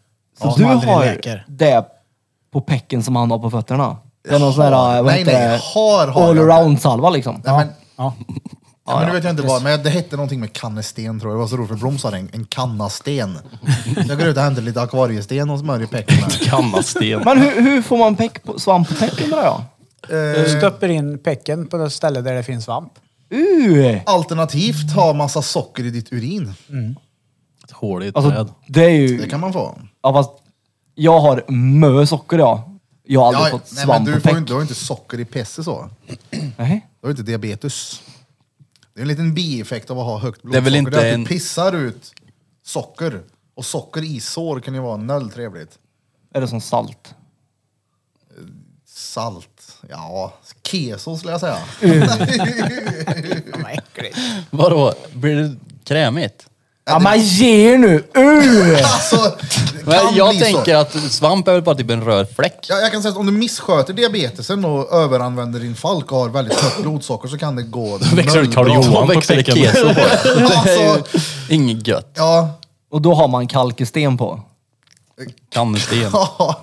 S3: Så
S2: som
S3: du
S2: aldrig
S3: har
S2: läker.
S3: det på pecken som han har på fötterna? Det är någon sån här, vad
S1: Nej,
S3: heter
S1: nej,
S3: det?
S1: har, har jag.
S3: Allround-salva liksom.
S1: Nej, men,
S2: Ja.
S1: ja, men nu vet jag inte vad, men det hette någonting med kannesten tror jag. Det var så roligt för Bloms hade en, en
S3: [LAUGHS]
S1: kannasten. Så Jag går ut och hämtar lite akvariesten och smörjer pecken med.
S3: [LAUGHS]
S4: Kannasten.
S3: Men hur, hur får man peck på, svamp på pecken undrar jag?
S2: Du stöpper in pecken på det ställe där det finns svamp.
S3: Uh.
S1: Alternativt ha massa socker i ditt urin.
S4: Ett hål i ett
S3: Alltså,
S4: träd.
S3: det är ju...
S1: Det kan man få.
S3: Ja, fast jag har mö socker ja. Jag har aldrig
S1: Ja,
S3: fått
S1: nej, men
S3: svamp
S1: du,
S3: på
S1: får
S3: peck.
S1: ju inte, du har ju inte socker i pisse så.
S3: Nej.
S1: Du har ju inte diabetes. Det är en liten bieffekt av att ha högt
S5: är väl
S1: blodsocker. Det är,
S5: inte
S1: att du
S5: en-
S1: pissar ut socker. Och socker i sår kan ju vara noll trevligt.
S3: Är det som salt?
S1: Salt. Ja, keso skulle jag säga.
S2: Vad äckligt.
S5: Vadå? Blir det krämigt?
S3: Ja, men ge er nu!
S1: [LAUGHS]
S3: Uh.
S1: alltså, det kan
S5: Men jag
S1: bli så.
S5: tänker att svamp är väl bara typ en röd fläck.
S1: Ja, jag kan säga att om du missköter diabetesen och överanvänder din falk och har väldigt högt blodsocker så kan det
S5: [LAUGHS]
S1: gå...
S4: Då växer det
S1: noll
S4: Karl
S1: bra.
S4: Johan.
S5: Då
S4: på
S5: växer det
S4: pecken. [LAUGHS]
S5: keso på det. Det är ju [LAUGHS]
S1: Alltså.
S5: inget gött.
S1: Ja.
S3: Och då har man kalkesten på.
S5: Kannesten.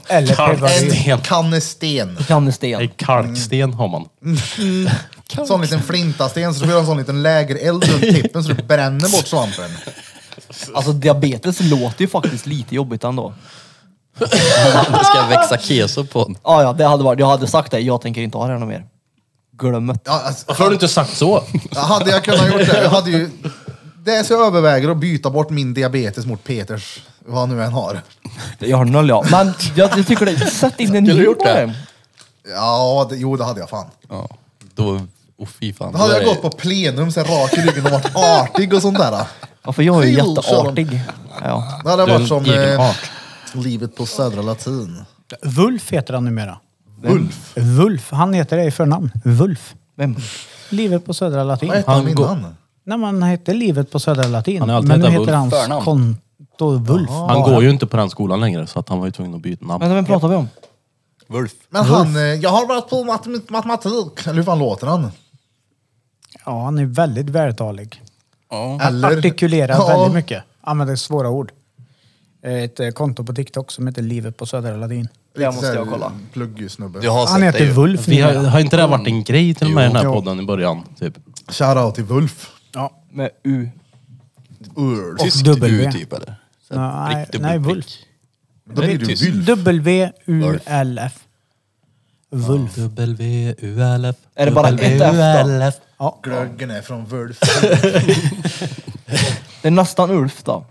S2: Eller pevaryl.
S4: Kalksten.
S1: Kannesten.
S4: Nej,
S3: Kannesten.
S4: kalksten har man.
S1: Sån liten flintasten så du får göra en sån liten lägereld runt tippen så du bränner bort svampen.
S3: Alltså diabetes låter ju faktiskt lite jobbigt ändå.
S5: Det ska växa keso på den.
S3: Ja, ja, det hade varit. Jag hade sagt det. Jag tänker inte ha det här något mer. Glöm det.
S1: Ja, alltså,
S4: Varför har du inte sagt så?
S1: Ja, Hade jag kunnat gjort det, jag hade ju... Det är så jag överväger att byta bort min diabetes mot Peters, vad han nu än har.
S3: Jag har noll ja. Men jag, jag tycker det. Sätt in en
S5: Skulle du
S3: ny
S5: gjort
S3: på
S5: det?
S3: det.
S1: Ja, det, jo det hade jag fan.
S5: Ja. Då, oh, fy fan.
S1: Då hade
S5: Då
S1: jag
S5: är det-
S1: gått på plenum så här rak i ryggen och varit artig och sånt där.
S3: Ja, för jag är ju
S1: Fy, kör de.
S3: jätteartig. Ja.
S1: Det hade
S4: Du är
S1: varit
S4: en
S1: som
S4: egen
S1: eh,
S4: art.
S1: livet på Södra Latin.
S2: Wulf heter han numera.
S1: Ulf.
S2: Wulf. Han heter det i förnamn. Wulf.
S3: Vem?
S2: Livet på Södra Latin.
S1: Vad hette han
S4: Han går-
S1: innan?
S2: Nej, man hette Livet på Södra Latin.
S4: Han har alltid
S2: men nu
S4: hetat
S2: heter
S4: Wulf.
S2: hans
S5: Förnamn.
S2: konto Wulf.
S4: Han går ju inte på den skolan längre så att han var ju tvungen att byta namn.
S3: Vänta, vem pratar vi om?
S5: Wulf.
S1: Men han, eh, jag har varit på mat- matematik. Eller hur fan låter han?
S2: Ja, han är väldigt vältalig.
S5: Ja.
S1: Eller?
S2: Artikulerar
S1: Ja.
S2: väldigt mycket. Använder svåra ord. Ett eh, konto på TikTok som heter Livet på Södra Latin.
S1: Lite
S3: Det måste
S1: så här
S3: jag kolla.
S1: Pluggsnubbe.
S5: Du har
S2: Han
S5: sett det
S2: heter
S5: ju.
S2: Wulf
S4: Vi har,
S2: numera.
S4: har inte det här varit en grej till och med i den här
S2: Jo.
S4: podden i början? Typ.
S1: Shoutout till Wulf.
S2: Ja.
S3: Med U.
S1: Ulf.
S5: Tyskt
S2: W.
S5: U typ eller? Så
S2: Nej,
S5: prick, dubbel
S2: nej,
S5: prick.
S2: Wulf.
S1: Då blir
S5: tyst.
S1: du Wulf.
S2: W-U-L-F. Wulf.
S4: W-U-L-F.
S3: Är det bara ett F då?
S2: Ja.
S1: Glöggen är från Wulf.
S3: Det är nästan Ulf då.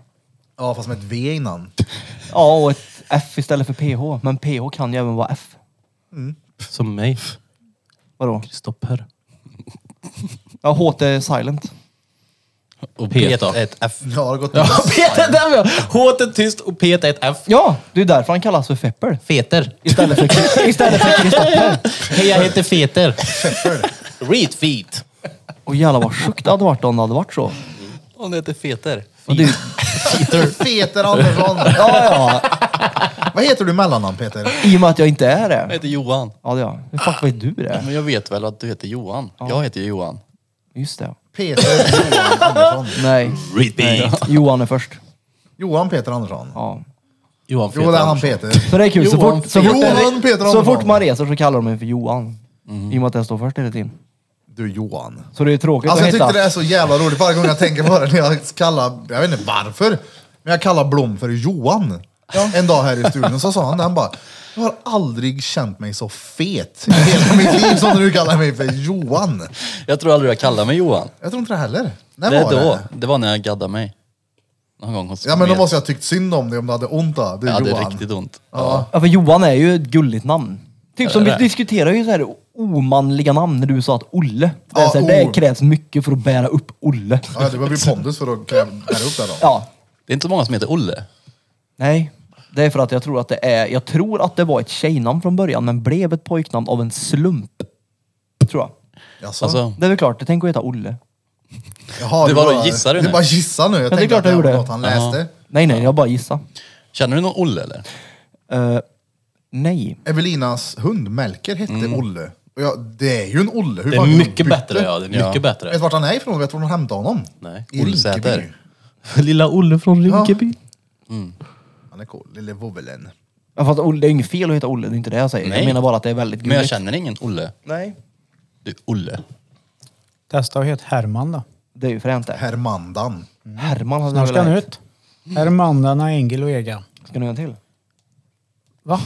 S1: Ja, fast med ett V innan.
S3: Ja, och ett F istället för PH. Men PH kan ju även vara F.
S4: Som mig.
S3: Vadå?
S4: Kristoffer.
S3: Ja, HT är silent.
S5: Och
S4: Pet
S5: Pet
S4: då?
S5: är ett [LAUGHS] F.
S1: Ja, det har gått
S4: Ja, Peter är där med. H är tyst och P är ett F.
S3: Ja, det är därför han kallas för Fepper.
S4: Feter.
S3: Istället för, [LAUGHS] istället för Kristoffer.
S4: Hej, jag heter Feter. Read feet.
S3: Och jävlar vad sjukt det hade varit om det hade varit så.
S5: Hon heter Feter.
S3: Och det,
S1: [LAUGHS] Peter Andersson.
S3: ja, ja.
S1: Vad heter du i mellannamn Peter?
S3: I och med att jag inte är
S5: Jag
S3: det.
S5: heter Johan.
S3: Ja, det är jag. Hur fuck vet du det?
S5: Men jag vet väl att du heter Johan. Jag heter ju Johan.
S3: Just det.
S1: Peter Johan Andersson.
S3: Nej.
S4: Read
S3: Nej.
S4: feet.
S3: Johan är först.
S1: Johan Peter Andersson.
S3: Ja.
S4: Johan
S1: Jo, det är han
S4: Feter.
S1: Peter.
S3: Så det är kul. Så
S5: Johan
S3: fort, så fort,
S1: Johan Peter Mhm.
S3: så
S1: Andersson.
S3: fort man reser så kallar de mig för Johan. I och med att jag står först hela tiden.
S1: Du Johan.
S3: Så det är tråkigt
S1: Alltså jag
S3: att
S1: tyckte
S3: hitta.
S1: det är så jävla roligt varje gång jag tänker på det. När jag kallar, jag vet inte varför, men jag kallar Blom för Johan. En dag här i studion så sa han det, han bara, jag har aldrig känt mig så fet i hela mitt liv som när du kallar mig för Johan.
S5: Jag tror aldrig jag kallar mig Johan.
S1: Jag tror inte det heller. När
S5: Det
S1: var
S5: är
S1: det?
S5: då. Det var när jag gaddade mig. Någon gång hos
S1: Ja men då
S5: Smed.
S1: måste jag ha tyckt synd om dig om du hade ont då. Det
S5: Jag
S1: är
S5: hade
S1: Johan.
S5: riktigt ont.
S3: Ja, för Johan är ju ett gulligt namn. Typ som vi
S5: det?
S3: diskuterar ju så här omanliga namn när du sa att Olle. Det, är
S1: Ja, oh.
S3: så här, det
S1: O.
S3: krävs mycket för att bära upp Olle.
S1: Ja, det behöver ju pondus för att kunna bära upp det här då.
S3: Ja,
S5: Det är inte så många som heter Olle.
S3: nej. Det är för att jag tror att det är, jag tror att det var ett tjejnamn från början men blev ett pojknamn av en slump. Tror jag.
S1: Jaså?
S5: Alltså,
S3: Det är väl klart, tänk att heta Olle.
S1: Jaha,
S5: Det var då, gissar du
S1: Det
S5: nu?
S1: bara gissa nu. Jag
S3: det är
S1: tänkte
S3: klart
S1: att det
S3: jag
S1: var
S3: gjorde.
S1: något han läste.
S3: Nej, nej, jag bara gissar.
S5: känner du någon Olle eller?
S3: Eh, nej.
S1: Evelinas hund Melker hette Olle. Och jag, det är ju en Olle. Hur
S4: Det
S1: fan kan
S4: är
S1: de
S4: mycket
S1: byta?
S4: bättre. Ja, det är
S5: Ja.
S4: mycket
S1: Vet du
S4: bättre.
S1: vart han är ifrån? Vet du var de hämtade honom?
S4: Nej. [LAUGHS]
S1: I
S5: Ollsäter.
S1: Rinkeby.
S4: Lilla Olle från Rinkeby.
S1: Han är cool. Lille vovvelen.
S3: Ja, Fast Olle, det är inget fel att heta Olle, det är inte det jag säger. Jag
S5: Nej.
S3: menar bara att det är väldigt
S5: Men jag
S3: gulligt.
S5: känner ingen Olle.
S3: Nej.
S5: Du, Olle.
S2: Testa att heta Herman då.
S3: Det är ju fränt det.
S1: Hermandan.
S3: Herman hade
S2: Snart
S3: jag
S2: ska han
S3: velat
S2: ut. Hermandana, Engel och Egan.
S3: heta. Ska ni ha en till?
S2: Va?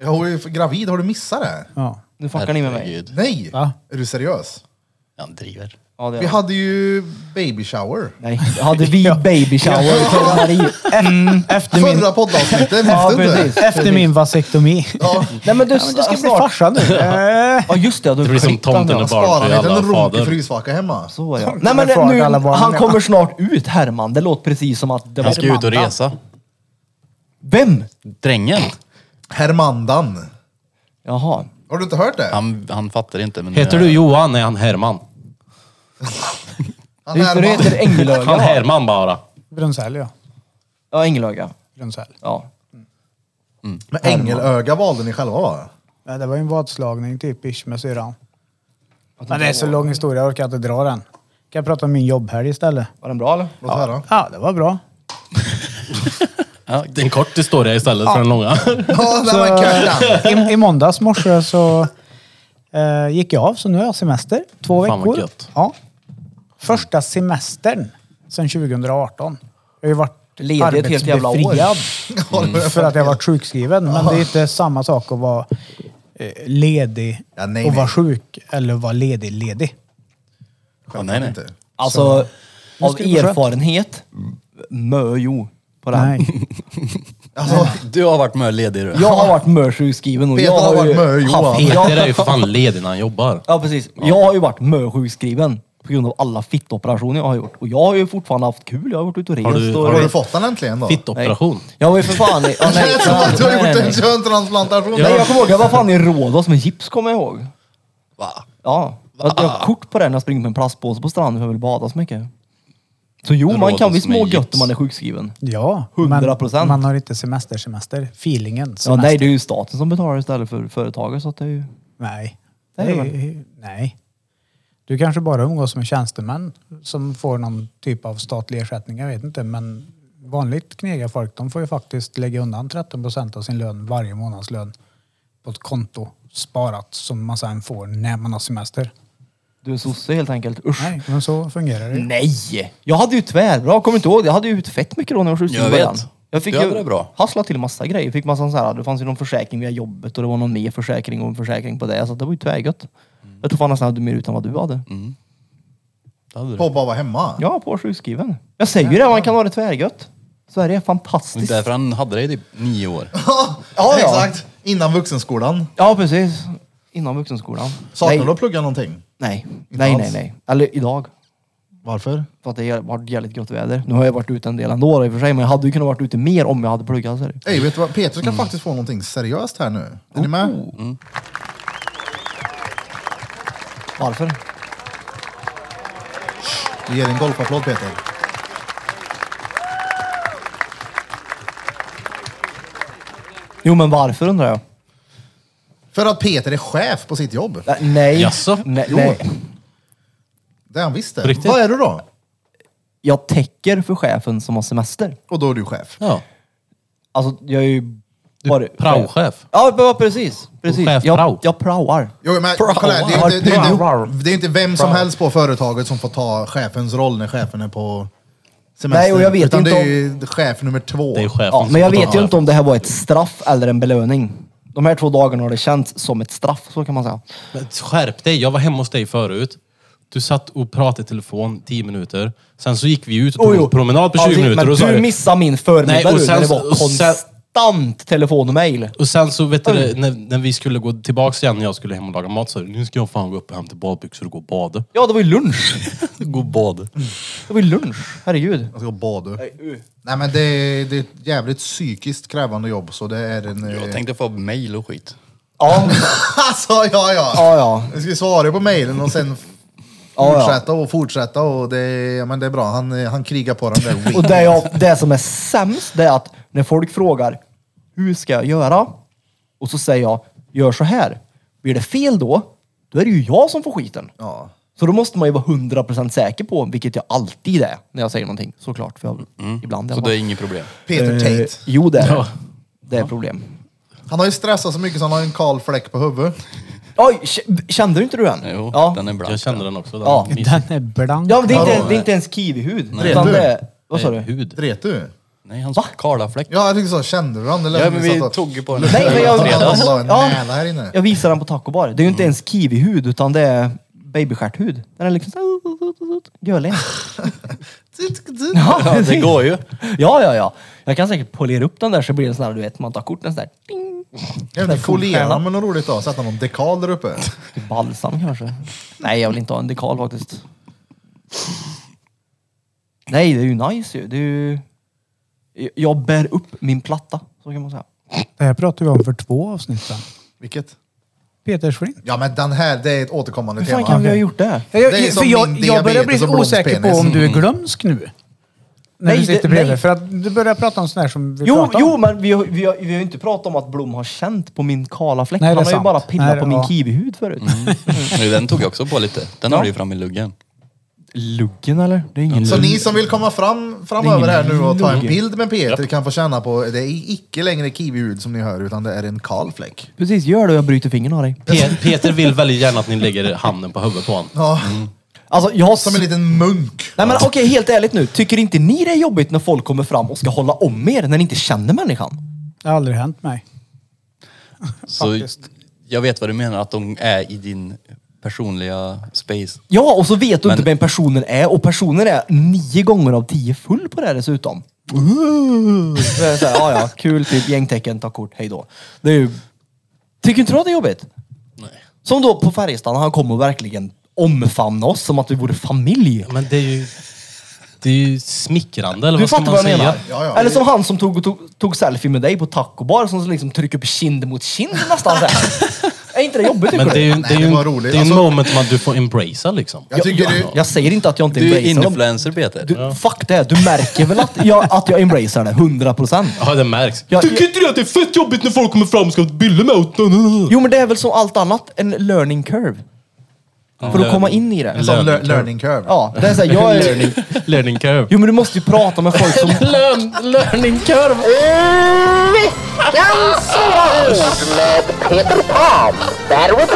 S1: Jag är gravid, har du missat det?
S2: Ja.
S3: Nu fuckar ni med mig.
S5: Herregud.
S1: Nej!
S2: Va?
S1: Är du seriös?
S5: Han driver.
S3: Ja, det är
S1: Vi
S3: jag.
S1: hade ju baby shower.
S3: Nej,
S2: [LAUGHS]
S3: hade vi baby shower för Marie?
S2: Efter min,
S1: Förra poddavsnittet,
S3: Ja,
S1: minns du inte?
S3: precis.
S2: efter min vasektomi.
S1: Ja.
S3: Nej men du,
S2: Du ska bli farsa nu. [LAUGHS] Eh,
S3: Alltså, Ja just det, du
S4: Det blir som
S3: klippte han
S4: tomten
S3: då.
S4: och barn
S1: Spara
S4: till
S1: en liten
S4: alla
S1: runk i
S4: fader.
S1: frysfacka hemma.
S3: Så ja.
S2: Tomten
S3: Nej men
S2: är far till alla
S3: nu,
S2: barn,
S3: han
S2: ja.
S3: kommer snart ut Herman. Det låter precis som att det
S5: Han
S3: var...
S5: ska ju ut och
S2: Hermanda.
S5: resa.
S3: Vem?
S5: Drängen.
S1: Hermandan.
S3: Jaha.
S1: Har du inte hört det?
S5: Han, han fattar inte men... eh,
S4: Heter du Johan är han Herman.
S1: Han
S3: Det är- det heter
S4: Han
S3: Ängelöga.
S4: Herman bara.
S2: Brunzell ja.
S3: Ja, Ängelöga.
S2: Brunzell.
S3: Ja.
S1: Men Ängelöga valde ni själva va?
S2: Nej, det var ju en vadslagning typ, ish, med syrran. Men det är så lång historia, jag orkar inte dra den. Kan jag prata om min jobbhelg istället?
S3: Var den bra eller?
S1: Låt
S3: [LAUGHS]
S1: höra.
S2: Ja, det var bra.
S4: Det är en kort historia istället för den [LAUGHS] långa.
S1: Ja, det var kul
S2: I, i måndags morse så eh, gick jag av, så nu har jag semester. Två
S4: Fan, vad
S2: veckor.
S4: gött.
S2: Ja. Första semestern sedan 2018. Jag har ju varit
S3: Ledig ett helt jävla år.
S2: arbetsbefriad
S3: [LAUGHS]
S1: den.
S2: för att jag varit sjukskriven. Men det är inte samma sak att vara eh, ledig
S1: Ja, nej,
S2: och vara
S1: nej.
S2: sjuk eller vara ledig ledig.
S5: Ja, nej, nej.
S1: Inte.
S3: Alltså, av
S2: ska det gå skönt.
S3: erfarenhet. Mö jo. på den.
S2: Nej.
S1: Alltså,
S3: Mm.
S5: Du har varit med ledig du.
S3: Jag har varit mörsjukskriven och
S1: Peter
S3: jag
S1: har
S3: har ju
S1: varit med
S3: haft
S1: Johan.
S4: Peter är ju för fan ledig när han jobbar.
S3: Ja precis. Jag har ju varit mörsjukskriven på grund av alla fittoperationer jag har gjort. Och jag har ju fortfarande haft kul. Jag har varit ute och rest.
S4: Har du-
S3: och...
S1: Har du fått den äntligen då? [LAUGHS]
S3: Nej.
S4: Fittoperation.
S3: Jag var ju för fan i... Ja,
S1: Det
S3: nej,
S1: lät som att du har
S3: nej, nej,
S1: gjort en
S3: nej.
S1: könstransplantation.
S3: Nej, jag kommer ihåg, jag var fan i Rhodos med gips kommer jag ihåg.
S5: Va?
S3: Ja. Jag jag har kort på det när jag springer med en plastpåse på stranden för jag vill bada så mycket. Så jo, man
S5: Rhodos
S3: kan visst
S5: med
S3: må
S5: gips.
S3: gött om man är sjukskriven.
S2: Ja,
S3: 100%.
S2: men man har inte semester, semester. Feelingen,
S3: Ja,
S2: semester.
S3: nej, det är ju staten som betalar istället för företaget så att det är ju...
S2: Nej.
S3: Det är det väl?
S2: Nej. Nej. Du kanske bara umgås med tjänstemän som får någon typ av statlig ersättning, jag vet inte. Men vanligt knegarfolk, de får ju faktiskt lägga undan 13 procent av sin lön, varje månadslön, på ett konto sparat som man sen får när man har semester.
S3: Du är sosse helt enkelt. Usch.
S2: Nej, men så fungerar
S3: Mm.
S2: det.
S3: Nej! Jag hade ju tvärbra, kommer inte ihåg det. Jag hade ju ut fett mycket då när jag var sjukskriven.
S5: Jag
S3: i
S5: vet.
S3: början. Jag fick
S5: Du hade
S3: ju
S5: det bra.
S3: hassla till massa grejer. Fick massa så här, det fanns ju någon försäkring via jobbet och det var någon mer försäkring och en försäkring på det. Så att det var ju tvärgött. Jag tror fan nästan jag hade mer ut än vad du hade.
S5: Det hade du.
S1: På bara vara hemma.
S3: Ja, på sjukskriven. Jag säger ju det, man kan ha det tvärgött. Sverige är fantastiskt.
S5: Därför han hade dig i typ nio år.
S3: ja.
S1: Exakt. Innan vuxenskolan.
S3: Ja, precis. Innan vuxenskolan.
S1: Saknar
S3: nej.
S1: du att plugga någonting?
S3: Nej. Nej, nej,
S1: alls.
S3: nej. Eller idag.
S1: Varför?
S3: För att det har varit jävligt gott väder. Nu har jag varit ute en del ändå då, i och för sig, men jag hade ju kunnat varit ute mer om jag hade pluggat. Så är det.
S1: Ey, vet du vad? Peter ska faktiskt få någonting seriöst här nu. Är ni med?
S3: Varför?
S1: Vi ger en golfapplåd Peter.
S3: Jo, men varför undrar jag?
S1: För att Peter är chef på sitt jobb.
S3: Ä- Nej.
S4: Jaså?
S3: Nej,
S1: Jo.
S3: nej.
S1: Det är han visst det.
S4: Riktigt?
S1: Vad är du då?
S3: Jag täcker för chefen som har semester.
S1: Och då är du chef.
S4: Ja.
S3: Alltså, jag är ju...
S4: Du, praochef.
S3: Ja, ja, precis. precis.
S4: Chef prao.
S3: Jag, jag praoar.
S1: Jo, men, kolla, här, det, är inte, det, är inte, det är inte vem som helst på företaget som får ta chefens roll när chefen är på semester.
S3: Nej, och jag vet
S1: Utan
S3: inte
S1: det är ju chef nummer två.
S4: Det är ju chefen
S3: Ja,
S4: som
S3: men jag
S4: får
S3: vet
S4: ta
S3: ju
S4: det.
S3: inte om det här var ett straff eller en belöning. De här två dagarna har det känts som ett straff, så kan man säga.
S4: Men skärp dig, jag var hemma hos dig förut. Du satt och pratade i telefon 10 minuter. Sen så gick vi ut och tog en promenad på 20
S3: Alltså,
S4: minuter.
S3: Men
S4: Och, så,
S3: du missade min förmiddag
S4: Nej, och
S3: nu,
S4: sen-
S3: när det var
S4: och sen-
S3: konstant telefon och mejl.
S4: och sen så vet du, det, när, när vi skulle gå tillbaks igen, när jag skulle hem och laga mat, så sa du, nu ska jag fan gå upp och hämta badbyxor och gå och bada.
S3: Ja, det var ju lunch.
S5: Gå och bad.
S3: Det var ju lunch. Herregud.
S1: Jag ska bada.
S5: uh.
S1: Nej, men det, är- det är ett jävligt psykiskt krävande jobb så det är en... eh,
S5: Jag tänkte få mail och skit.
S3: Ja,
S1: [LAUGHS] alltså, ja, ja.
S3: ja, ja.
S1: Jag ska svara på mejlen och sen
S3: Ja, ja.
S1: fortsätta och fortsätta och det, ja, men det är bra. Han, eh, han krigar på den där
S3: [LAUGHS] Och
S1: weekend.
S3: det, jag, det som är sämst det är att när folk frågar hur ska jag göra? Och så säger jag gör så här. Blir det fel då, då är det ju jag som får skiten.
S1: Ja.
S3: Så då måste man ju vara 100% säker på, vilket jag alltid är när jag säger någonting. Såklart, för jag, ibland
S5: Mm. Så det är inget problem.
S1: Peter
S3: Eh,
S1: Tate.
S3: jo, det är det. Det är problem.
S1: Han har ju stressat så mycket så han har en kal fläck på huvudet.
S3: Oj, k- kände inte du den?
S5: Jo,
S3: ja.
S5: den är blank.
S4: Jag kände den också. Den
S3: Ja.
S4: mysig.
S2: Den är blank.
S3: ja men det, är inte, det är inte ens kiwihud. Utan
S1: du?
S3: det är, vad sa
S4: Nej,
S3: du?
S4: Hud.
S1: Dret du?
S5: Nej, hans karlafläck.
S1: Ja, jag tyckte så. Kände du han? Det lät
S5: Ja,
S1: som
S5: men
S1: satt
S5: vi
S1: och-
S5: tog ju på en
S3: [LAUGHS] Nej, men jag,
S1: Han la en
S3: Ja.
S1: näla här inne.
S3: jag visar den på tacobar. Det är ju
S5: Mm.
S3: inte ens kiwihud, utan det är babystjärthud. Den är liksom så-
S5: [LAUGHS]
S3: görlig. Ja,
S5: Ja, det
S3: precis.
S5: går ju.
S3: Ja, ja, ja. Jag kan säkert polera upp den där så blir det sån här, du vet, man tar korten sån där. Ding.
S1: Jag vet inte, Folierar han med något roligt då? Sätta någon dekal där uppe?
S3: Balsam kanske? Nej, jag vill inte ha en dekal faktiskt. Nej, det är ju nice ju. Det är ju... Jag bär upp min platta, så kan man säga.
S2: Det här pratade vi om för två avsnitt sedan.
S1: Vilket?
S2: Peters Flint.
S1: Ja men den här, det är ett återkommande
S3: Hur fan
S1: tema.
S3: kan vi ha gjort det?
S2: Jag,
S1: Det är
S2: för
S1: som
S2: jag,
S1: min
S2: jag börjar bli
S1: diabetes och Mm. Bloms
S2: osäker på
S1: penis.
S2: om du är glömsk nu. När
S3: Nej,
S2: du sitter
S3: det-
S2: bredvid.
S3: nej.
S2: För att du börjar prata om sånt här som vi
S3: Jo,
S2: pratar om.
S3: jo, men vi har, vi, har, vi har ju inte pratat om att Blom har känt på min kala fläck.
S2: Nej, det
S3: Han
S2: är
S3: har ju
S2: sant.
S3: bara pillat
S2: Nej, det
S3: på min
S2: var-
S3: kiwihud förut.
S5: Nej, Den tog jag också på lite. Den har du ju fram i luggen.
S3: Luggen eller? Det är ingen
S1: Så
S3: lugg.
S1: ni som vill komma fram
S3: Det
S1: framöver
S3: är
S1: här
S3: ingen
S1: nu och ta en
S3: lugg.
S1: bild med Peter kan få känna på, det är icke längre kiwihud som ni hör utan det är en kal fläck.
S3: Precis, gör det och jag bryter fingern av dig.
S4: Pe- Peter vill väldigt gärna att ni lägger handen på huvudet på honom.
S1: Ja,
S3: Alltså, jag har...
S1: Mm. som en liten munk.
S3: Nej men okej, helt ärligt nu. Tycker inte ni det är jobbigt när folk kommer fram och ska hålla om er när ni inte känner människan?
S2: Det har aldrig hänt mig.
S5: Så
S2: Faktiskt.
S5: jag vet vad du menar, att de är i din personliga space.
S3: Ja, och så vet du
S5: Men-
S3: inte vem personen är och personen är nio gånger av tio full på det här dessutom.
S4: Uh.
S3: Så är det så här, ja, ja, kul, typ gängtecken, ta kort, hej då. Det är ju... Tycker inte du att det är jobbigt?
S4: Nej.
S3: Som då på Färjestad, han kom och verkligen omfamna oss som att vi vore familj.
S4: Men det är ju... Det är ju smickrande, eller
S3: Du
S4: vad ska
S3: fattar
S4: man
S3: vad jag
S4: säga?
S3: menar?
S1: Ja, ja.
S3: Eller som han som tog, tog, tog selfie med dig på tacobar som liksom trycker upp kind mot kind nästan
S4: [LAUGHS]
S3: så här. Är inte det jobbigt tycker
S4: Men det är
S3: du?
S4: ju det är ju
S1: det
S4: en
S1: var roligt.
S4: det är en
S1: Alltså-
S4: moment man, du får embracea liksom.
S1: Jag tycker det,
S3: Jag säger inte att jag inte
S5: Du är
S3: embracear dem.
S5: influencer Peter.
S3: Du, Fuck det, du märker väl att jag, att jag embracear det? 100 procent.
S4: Ja, det märks.
S3: Jag-
S4: Tycker inte du att det är fett jobbigt när folk kommer fram och ska ha ett bilder med oss?
S3: Jo men det är väl som allt annat, en learning curve. För att komma in i
S1: en
S3: det.
S1: sån lear-
S4: Learning curve.
S1: learning curve.
S3: Ja, det är så här, jag är...
S4: Learning curve.
S3: Jo men du måste ju prata med folk som...
S4: Lön, learning curve!
S7: Veckans Svans med Peter Pan. Där var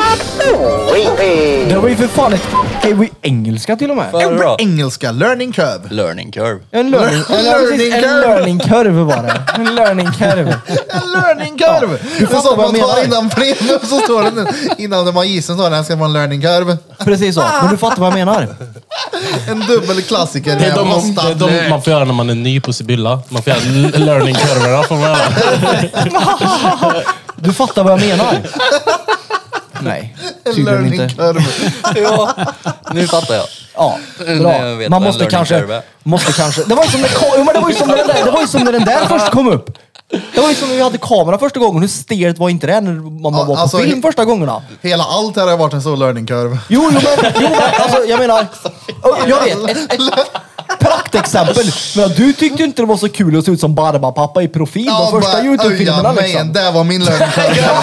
S7: det
S3: Det var ju för fan ett... Det var ju engelska till och med.
S5: Vad är det då?
S1: Engelska, learning curve.
S5: Learning curve.
S3: En learning,
S1: Learning
S3: ja, precis, en
S1: curve.
S3: learning curve var det. En learning curve.
S1: En learning curve! det är
S3: fattar
S1: som
S3: vad
S1: man
S3: jag
S1: tar
S3: menar.
S1: innan premium så står det nu- innan man gissar så står det här ska vara en learning curve.
S3: Precis så. Men du fattar vad jag menar.
S1: En dubbel klassiker.
S4: Det är, de,
S1: Jävla
S4: det är de
S1: standard.
S4: man får göra när man är ny på Sibylla. Man får göra l- learning curverna. får man göra.
S3: Du fattar vad jag
S1: [LAUGHS]
S3: menar. Nej,
S1: En
S3: tydligen
S1: learning
S3: inte.
S1: curve.
S5: Ja, nu fattar jag.
S3: Ja,
S5: Nu vet
S3: bra. Man
S5: jag vad
S3: måste
S5: en learning curve
S3: kanske...
S5: är.
S3: Måste kanske... Det var ju som när, ka- jo, men det var ju som när, den där, det var ju som när den där först kom upp. Det var ju som när vi hade kamera första gången. Hur stelt var inte det när man
S1: Ja,
S3: var på
S1: alltså,
S3: film
S1: he-
S3: första gångerna?
S1: Hela allt här har varit en stor learning curve.
S3: Jo, jo men, jo, men alltså, jag
S1: [LAUGHS]
S3: menar... Jag vet, ett, ett praktexempel. Men du tyckte ju inte det var så kul att se ut som Barbapapa i profil de första
S1: bara,
S3: Youtube-filmerna
S1: "Öja, men,
S3: liksom.
S1: Det var min learning curve.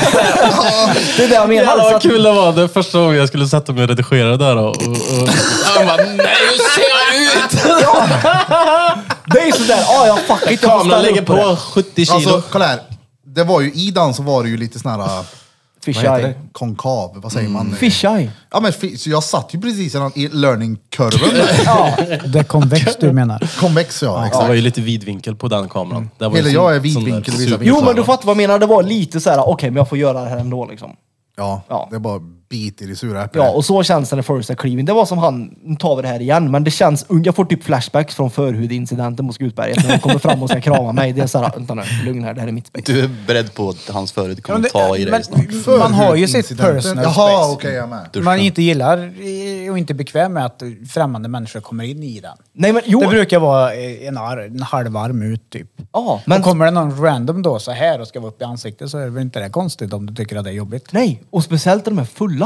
S3: Det är det jag menar.
S4: Jävlar
S3: så
S4: vad
S3: att-
S4: kul det var. Det första gången jag skulle sätta mig och redigera där och... och, och. Jag bara, nej hur ser jag ut?
S3: Det är ju sådär, ah, ja fuck it, jag får
S4: Kameran
S3: ställa
S4: lägger
S3: upp på
S4: på
S3: det.
S4: 70 kilo.
S1: Alltså, kolla här. Det var ju, I dans så var det ju lite sån här, äh, vad heter
S3: Fisheye.
S1: det? Konkav, vad säger man?
S3: Fisheye.
S1: Ja, men fi- så jag satt ju precis i den- i learning-kurven.
S3: Ja.
S2: Det är konvex du menar.
S1: [LAUGHS] Konvex ja,
S4: Det
S1: exakt.
S4: var ju lite vidvinkel på den kameran. Det var ju
S1: Hela
S4: sån-
S1: jag är
S4: sån där
S1: vidvinkel och visar
S4: super-
S3: Jo men du fattar vad jag menar, det var lite såhär, okej men jag får göra det här ändå liksom.
S1: Ja,
S3: Ja.
S1: det är bara bit i det sura äpplet.
S3: Ja, och så känns det när första kliven. Det var som han, nu tar vi det här igen, men det känns, un- jag får typ flashbacks från förhudincidenten på Skutberget när de kommer fram och ska krama mig. Det är såhär, vänta nu, lugn här, det här är mitt space.
S5: Du är beredd på att hans förut
S2: Ja, men
S5: kommer
S2: det-
S5: ta i dig snart.
S2: men man har ju sitt
S1: Incidenten.
S2: personal
S1: Jaha,
S2: space.
S1: okej jag med.
S5: Duschen.
S2: Man inte gillar eh, och inte är bekväm med att främmande människor kommer in i den.
S3: Nej men jo,
S2: Det brukar vara eh, en, ar- en halv arm ut typ.
S3: ja,
S2: Men
S3: men
S2: kommer det någon random då så här och ska vara upp i ansiktet så är det väl inte det konstigt om du tycker att det är jobbigt.
S3: nej, och speciellt när de är fulla.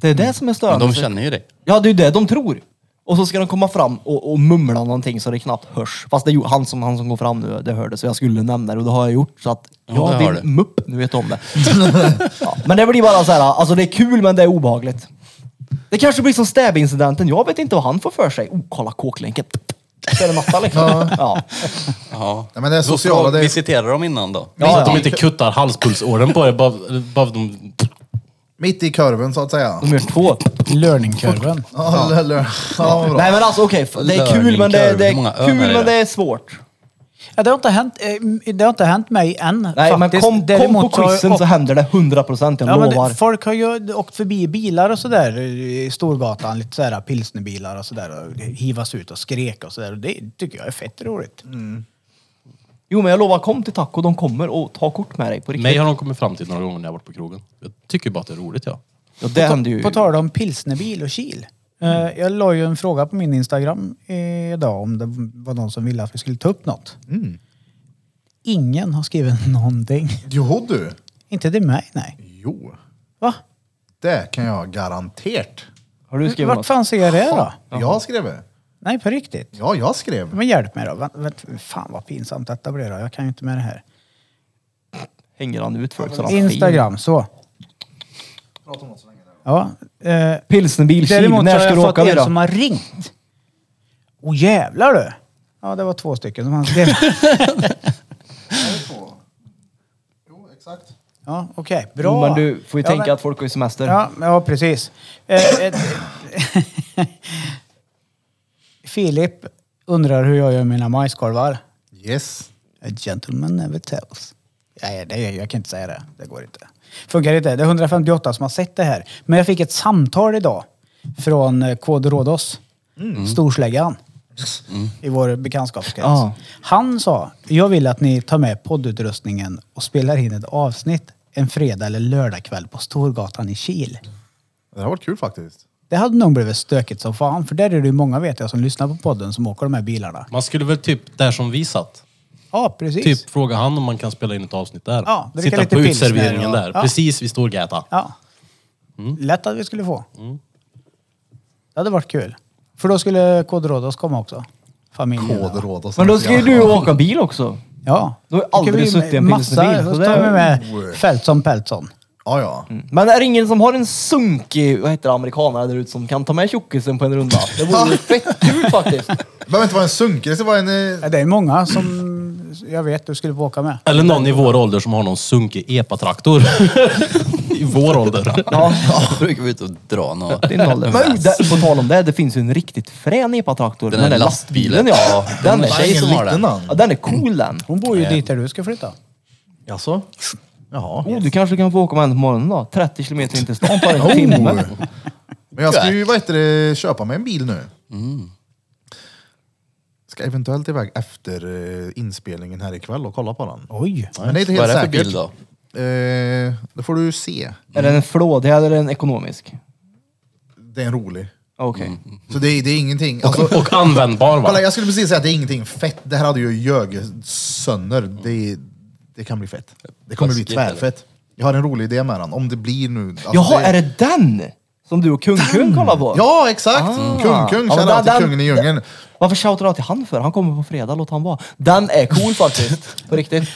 S3: Det är det som är
S5: Men
S3: störande.
S5: de känner ju dig.
S3: Ja, det är ju det de tror. Och så ska de komma fram och, och mumla någonting så det knappt hörs. Fast det är ju han som, han som går fram nu, det hördes. Så jag skulle nämna det och det har jag gjort. Så att
S5: det
S3: jag
S5: har
S3: din
S5: du.
S3: mupp, nu vet du
S5: [LAUGHS]
S3: om det. ja, men det blir bara så här, alltså det är kul men det är obehagligt. Det kanske blir som stäbincidenten. Jag vet inte vad han får för sig. Oh, kolla kåklänken. Så är det matta liksom. ja.
S5: Ja.
S1: Nej, men det är
S5: Då
S1: sociala,
S5: ska
S1: det
S5: vi
S1: är-
S5: visitera dem innan då.
S4: Så
S3: Ja,
S4: att de
S3: ja.
S4: inte kuttar halspulsådern på dig. Bara, bara de...
S1: Mitt i kurven så att säga.
S3: Nummer två.
S2: Learningkurven.
S1: Ja, le- le- ja, vad bra.
S3: Nej men alltså okej, det är kul men det är, det
S5: Hur många
S3: är,
S5: ön är
S3: kul,
S5: det?
S3: men det är svårt.
S2: Ja, det, har inte hänt, eh, det har inte hänt mig än
S3: Nej men
S2: faktiskt.
S3: kom, kom på
S2: Däremot har jag
S3: quizen så händer det 100% jag
S2: Ja, men
S3: lovar.
S2: det, folk har ju åkt förbi i bilar och sådär i Storgatan, lite sådär pilsnerbilar och sådär och hivas ut och skrek och sådär. Och det tycker jag är fett roligt.
S3: Mm, Jo men jag lovar, kom till Taco, de kommer och tar kort med dig på riktigt.
S4: Mig har de kommit fram till några gånger när jag varit på krogen. Jag tycker bara att det är roligt ja.
S3: Ja, det händer ju. Mm.
S2: På tal om pilsnerbil och Kil. Eh, Jag la ju en fråga på min Instagram eh, idag om det var någon som ville att vi skulle ta upp något.
S3: Mm.
S2: Ingen har skrivit [LAUGHS] någonting.
S1: Jo du.
S2: Inte till mig, nej.
S1: Jo.
S2: Va?
S1: Det kan jag garanterat.
S3: Har du skrivit
S2: Vart
S3: något?
S2: fan ser jag det då?
S1: Jag skrev.
S2: Nej, på riktigt.
S1: Ja, jag skrev.
S2: Men hjälp mig då. Vänt- vänt- Fan vad pinsamt detta blir då. Jag kan ju inte med det här.
S3: Hänger han ut folk som
S2: Instagram, så. Ja. Eh,
S3: Pilsnerbil, Kil,
S2: däremot så
S3: när
S2: har
S3: ska
S2: jag
S3: du
S2: fått
S3: åka
S2: en
S3: vi
S2: som
S3: då?
S2: har ringt. Åh jävlar du! Ja, det var två stycken som han skrev.
S1: Jo, exakt.
S2: ja, okej. Bra.
S3: Men du får ju
S2: ja,
S3: tänka
S2: men-
S3: att folk har ju semester.
S2: Ja, ja precis. Eh, [LAUGHS] ett- Filip undrar hur jag gör mina majskorvar.
S1: Yes.
S2: A gentleman never tells. Nej, det, jag kan inte säga det. Det går inte. Funkar inte. Det är 158 som har sett det här. Men jag fick ett samtal idag från eh, Kod Rhodos, storsläggan. i vår bekantskapskrets.
S3: Ja.
S2: Han sa, jag vill att ni tar med poddutrustningen och spelar in ett avsnitt en fredag eller lördagkväll på Storgatan i Kil.
S1: Det har varit kul faktiskt.
S2: Det hade nog blivit stökigt som fan, för där är det ju många vet jag som lyssnar på podden som åker de här bilarna.
S4: Man skulle väl typ, där som vi satt,
S2: Ja, precis.
S4: typ fråga han om man kan spela in ett avsnitt där.
S2: Ja, dricka
S4: Sitta
S2: lite
S4: på
S2: pilsner
S4: utserveringen
S2: och-
S4: där,
S2: ja.
S4: precis vid Storgata.
S2: Ja.
S3: Mm.
S2: Lätt att vi skulle få. Det hade varit kul. För då skulle Kodrodos komma också. Familjen.
S1: Kodråd och sånt.
S3: Men då ska ju du åka bil också.
S2: Ja.
S3: Då har jag
S2: Då
S3: aldrig
S2: kan vi-
S3: suttit i en
S2: Massa,
S3: pilsnerbil,
S2: då
S3: så
S2: tar
S3: det- Oh.
S2: vi med Feltson Peltson.
S1: Ja, ja.
S3: Men är det ingen som har en sunkig, vad heter det, amerikanare där ute som kan ta med tjockisen på en runda? Det
S2: [LAUGHS]
S3: vore ju fett kul faktiskt.
S1: Det behöver inte vara en sunkig, det ska vara en... eh,
S2: Ja, Det är många som jag vet du skulle få åka med.
S4: Eller någon i vår ålder som har någon sunkig
S2: [LAUGHS]
S4: epatraktor. I vår ålder.
S3: Ja,
S5: Ja, [LAUGHS] då brukar vi ut och dra något.
S3: din ålder. Men det, på tal om det, det finns ju en riktigt frän E epatraktor.
S5: Den här lastbilen.
S3: ja. Den är,
S5: Det är
S1: Nej,
S5: tjej
S1: ingen
S5: som har
S1: liten
S5: den.
S1: han.
S3: ja, den är cool den.
S2: Hon bor ju dit där du ska flytta.
S3: Jaså?
S1: Jaha.
S3: Oh, du kanske kan få åka med henne på morgonen då? 30 kilometer in till stan tar
S1: Oh.
S3: en timme.
S1: Men jag ska ju vad heter det, köpa mig en bil nu.
S5: Mm.
S1: Ska eventuellt iväg efter eh, inspelningen här ikväll och kolla på den.
S2: Oj.
S1: Men det är inte helt
S5: Vad är det för
S1: säkert.
S5: bil då?
S1: Eh, det får du ju se.
S3: Är den en flådig eller en ekonomisk?
S1: Det är en rolig.
S3: Okej.
S1: Så det, är- det är
S5: Mm.
S1: ingenting. Alltså,
S4: Och användbar va?
S1: kolla, jag skulle precis säga att det är ingenting fett. Det här hade ju ljög sönder. Det, det kan bli fett. Det kommer bli
S5: Mm. Taskigt, eller?
S1: tvärfett. Jag har en rolig idé med den, om det blir nu. Alltså,
S3: Jaha, är det den? Som du och kung-kung kollar på? Ah.
S1: Ja, exakt!
S5: Ah.
S1: Kung, kung,
S3: Ja, men
S1: shoutout
S3: den-
S1: till kungen i djungeln.
S3: Varför shoutar du till han för? Han kommer på fredag, låt han vara. Den är cool faktiskt. På riktigt.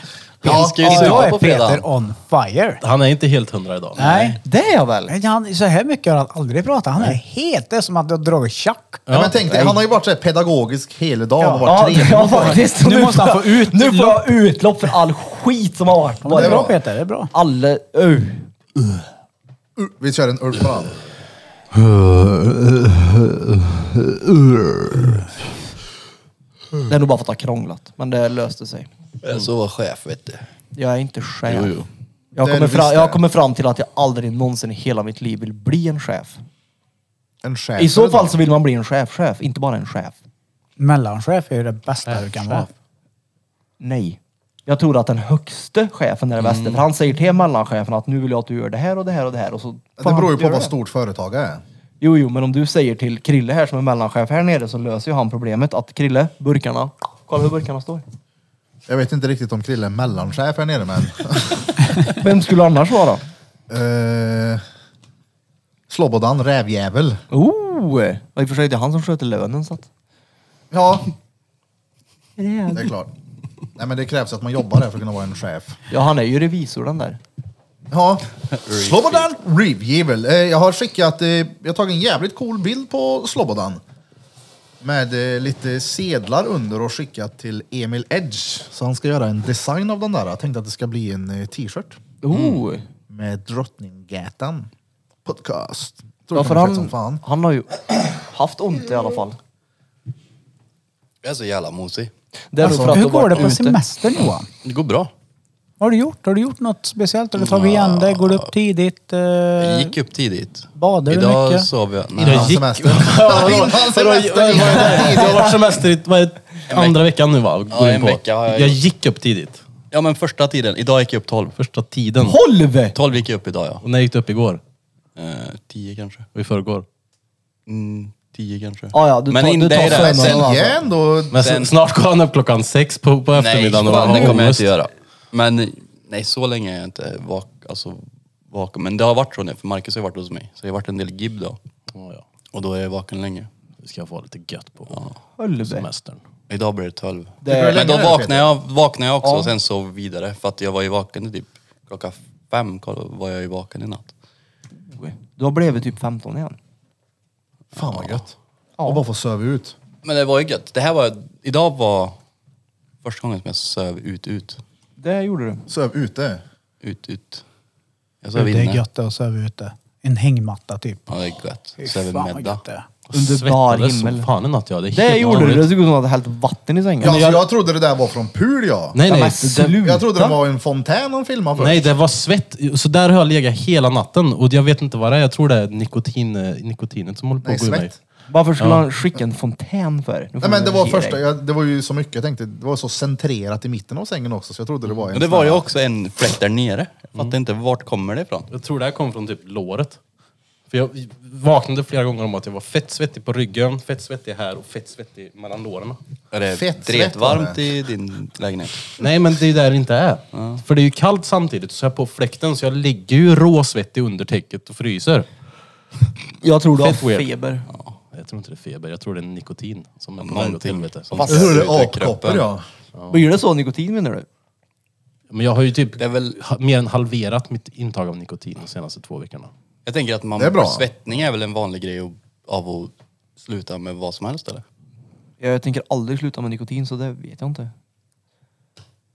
S5: Han ska ju
S2: Idag
S5: suga
S2: är
S5: på fredagen.
S2: Peter on fire.
S4: Han är inte helt hundra idag.
S2: Nej.
S3: Det är jag väl?
S2: Men Han, så här mycket har han aldrig pratat. Han är helt... Det är som att du har dragit tjack.
S1: Nej, men tänk dig, han har ju varit så här pedagogisk hela dagen och varit
S3: Ja,
S1: trevlig.
S3: ja faktiskt.
S2: Nu måste han
S3: får-
S2: få utlopp.
S3: Nu får jag utlopp för all skit som har varit.
S2: Ja, det är bra
S1: bra.
S2: Peter, det är bra.
S3: Alla... Uh.
S1: Uh, Vi kör en url på den.
S3: Det är nog bara för att jag har krånglat. Men det löste sig.
S5: Jag Så var chef vet du.
S3: Jag är inte chef.
S5: Jo, jo.
S3: Jag
S1: Det är
S3: kommer,
S1: det
S3: fram,
S1: visst
S3: jag
S1: det.
S3: kommer fram till att jag aldrig någonsin i hela mitt liv vill bli en chef.
S1: En chef.
S3: I så fall så vill man bli en chef-chef, inte bara en chef.
S2: Mellanchef är ju det bästa du kan vara.
S3: Nej. Jag tror att den högste chefen är det
S1: Mm.
S3: bästa. För han säger till mellanchefen att nu vill jag att du gör det här och det här och det här. Och så får
S1: Det
S3: han
S1: beror ju
S3: göra
S1: på vad
S3: det.
S1: stort företag är.
S3: Jo, jo, men om du säger till Krille här som är mellanchef här nere så löser ju han problemet att Krille, burkarna, kolla hur burkarna står.
S1: Jag vet inte riktigt om Krille är mellanchef här nere men... [LAUGHS]
S3: Vem skulle annars vara?
S1: uh, Slobodan, rävjävel.
S3: Oh! I och för sig, det är han som sköter lönen så att...
S1: Ja, det är klart. Nej men det krävs att man jobbar här för att kunna vara en chef.
S3: Ja, han är ju revisor den där.
S1: Ja. Slobodan, rivjävel. Eh, jag har skickat, eh, jag har tagit en jävligt cool bild på Slobodan. Med eh, lite sedlar under och skickat till Emil Edge. Så han ska göra en design av den där. Jag tänkte att det ska bli en eh, t-shirt.
S3: Oh!
S1: med Drottninggatan podcast. Tror
S3: Ja,
S1: jag
S3: för
S1: kommer fett som
S3: han,
S1: fan.
S3: han har ju haft ont i alla fall.
S5: Jag är så jävla mosig.
S3: Det
S1: Alltså,
S3: är nog
S2: Alltså,
S3: för att
S2: Hur
S3: du
S2: går
S3: varit
S2: det på
S3: ute.
S2: semestern Johan?
S5: Det går bra.
S2: Vad har du gjort? Har du gjort något speciellt? Har du tagit igen dig? Går du upp tidigt? Eh,
S5: Jag gick upp tidigt.
S2: Badar du
S5: Idag
S2: mycket?
S5: sov jag... Nej.
S1: Innan [LAUGHS] semestern. Innan semestern. innan
S4: [LAUGHS] Jag har
S1: tiden.
S4: varit semester i vad är det, andra veckan nu va? Går in
S5: en
S4: på.
S5: vecka har jag
S4: Jag
S5: gjort.
S4: gick upp tidigt.
S5: Ja men första tiden. Idag gick jag upp 12.
S4: Första tiden.
S3: 12!
S5: 12 gick jag upp idag ja.
S4: Och när gick du upp igår?
S5: Eh, 10 kanske.
S4: Och i förrgår?
S5: Mm, 10 kanske.
S3: Ah, Ja, ja, du
S5: men
S3: tar-
S5: in,
S3: du
S5: det
S3: tar
S5: är
S3: sömnen.
S5: det. Sen,
S1: Jag är ändå...
S4: Men s-
S5: Den-
S4: snart går han upp klockan sex på, på
S5: nej,
S4: eftermiddagen och
S5: fan,
S4: har
S5: det kommer jag
S4: ångest.
S5: inte göra. Men nej, så länge är jag inte vak, alltså, vaken. Men det har varit så nu, för Marcus har ju varit hos mig. Så det har varit en del gibb då.
S4: Ja, ja.
S5: Och då är jag vaken länge.
S4: Det ska jag få lite gött på
S3: Helvete.
S4: semestern.
S5: Idag blir det 12.
S3: Det- Hur
S5: Men
S1: länge
S5: då
S1: är det,
S5: vaknade
S1: Peter?
S5: jag, vaknade jag också och sen sov vidare. För att jag var ju vaken i typ klockan fem kolla, var jag ju vaken i natt.
S3: Du har blivit typ 15 igen.
S1: Fan vad gött. Och bara få söva ut.
S5: Men det var ju gött. Det här var, idag var första gången som jag söv ut, ut.
S3: Det gjorde [LAUGHS] du.
S1: Söv ute.
S5: Ut, ut. Jag
S2: Det
S5: söv
S2: är
S5: inne.
S2: gött det att sova ute. En hängmatta typ.
S5: Ja, det är gött.
S2: Fy
S5: Söv
S2: fan vad
S5: middag.
S2: gött det är.
S3: Underbar
S4: Svettades
S3: himmel.
S4: som fan i natt jag. Det, är
S3: Det
S4: helt
S3: gjorde du. Det
S4: vanligt.
S3: såg ut som att du hade hällt vatten i sängen.
S1: Ja, alltså, så jag trodde det där var från PUL ja.
S4: Nej,
S3: Ja,
S4: nej.
S3: men sluta.
S1: Jag trodde det var en fontän de filmade först.
S4: Nej, det var svett. Så där har jag legat hela natten och jag vet inte vad det är. Jag tror det är nikotin, eh, nikotinet som håller på
S1: Nej,
S4: att gå ur mig.
S1: svett.
S3: Varför skulle han skicka en fontän för? Nu får
S1: Nej, men
S3: du
S1: det var
S3: ge
S1: första,
S3: dig.
S1: jag, det var ju så mycket jag tänkte, det var så centrerat i mitten av sängen också så jag trodde det var en
S5: Men det
S1: sån
S5: var
S1: här-
S5: ju också en fläck där nere. Jag fattar
S2: Mm.
S5: inte, vart kommer det ifrån?
S4: Jag tror det här kom från typ låret. För jag vaknade flera gånger om att jag var fett svettig på ryggen, fett svettig här och fett svettig mellan låren.
S5: Är det
S1: Fett svett var
S5: dretvarmt
S1: det.
S5: i din lägenhet?
S4: Nej men det är ju där det inte är. För det är ju kallt samtidigt, så jag är på fläkten så jag ligger ju råsvettig under täcket och fryser.
S3: Jag tror du har
S4: Fett weird.
S3: feber.
S4: Ja, jag tror inte det är feber, jag tror det är nikotin som är på väg åt
S5: Någonting.
S4: helvete.
S5: som
S1: Jag hörde
S5: sitter ute i
S1: apkoppor
S5: kroppen.
S1: ja.
S3: Blir det så nikotin menar du?
S4: Men jag har ju typ
S5: Det är väl-
S4: ha- mer än halverat mitt intag av nikotin de senaste två veckorna.
S5: Jag tänker att man,
S1: Det är bra.
S5: svettning är väl en vanlig grej av- av att sluta med vad som helst eller?
S3: Jag tänker aldrig sluta med nikotin så det vet jag inte.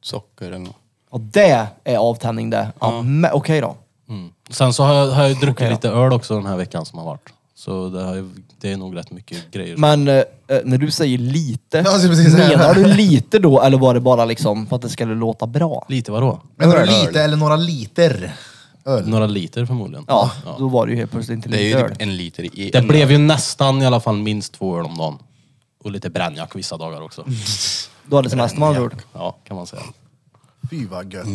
S5: Socker eller något.
S3: Ja, det är avtändning det. Ja. men Okej då.
S4: Mm. Sen så har jag, har jag ju druckit
S3: Okej då.
S4: lite öl också den här veckan som har varit. Så det, har ju, det är nog rätt mycket grejer.
S3: Men eh, eh, när du säger lite,
S1: Ja, så precis.
S3: menar du lite då eller var det bara liksom för att det skulle låta bra?
S4: Lite vadå?
S1: Menar du lite eller några liter? Öl.
S4: Några liter förmodligen.
S3: Ja, då var det ju helt plötsligt inte
S5: Det är
S3: lite
S5: ju
S3: öl.
S5: typ en liter i
S4: Det
S5: en
S4: blev ju nästan i alla fall minst två öl om dagen. Och lite brännjack vissa dagar
S5: [LAUGHS]
S4: också.
S3: Du hade semester med andra ord.
S4: Ja, kan man säga.
S1: Fy vad gött.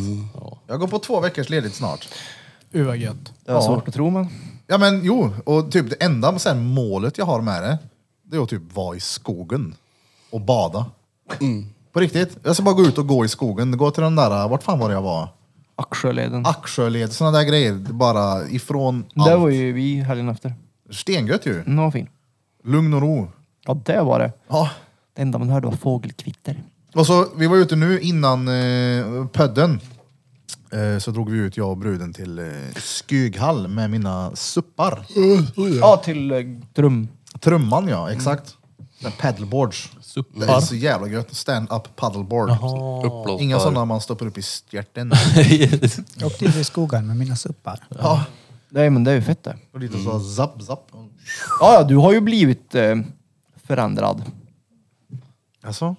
S1: Jag går på två veckors ledigt snart.
S2: Uh, vad gött.
S3: Det var svårt att tro men.
S1: Ja men jo, och typ det enda så här, målet jag har med det, det är att typ vara i skogen och bada. På riktigt. Jag ska bara gå ut och gå i skogen, gå till den där, vart fan var det jag var?
S3: Axeleden.
S1: Axöled, sådana där grejer. Det är Bara ifrån allt.
S3: Det var ju vi helgen efter.
S1: Stengött ju.
S3: Mm, vad fin.
S1: Lugn och ro.
S3: Ja, det var det.
S1: Ja.
S3: Det enda man hörde var fågelkvitter.
S1: Och så, vi var ute nu innan eh, pödden. Eh, så drog vi ut, jag och bruden, till eh, Skughall med mina suppar.
S3: Ja, till eh, Trum.
S1: Trumman ja, exakt. Mm. Paddleboards. Det är
S4: Suppar.
S1: så jävla gött. Stand-up paddleboard.
S5: upplåsbar.
S1: Inga sådana man stoppar upp i stjärten.
S2: Jag åkte ut i skogen med mina suppar.
S1: [LAUGHS] ja.
S3: Nej, men det är ju fett det.
S1: Och lite så zapp, zapp.
S3: Ja, ja, du har ju blivit eh, förändrad.
S1: Alltså?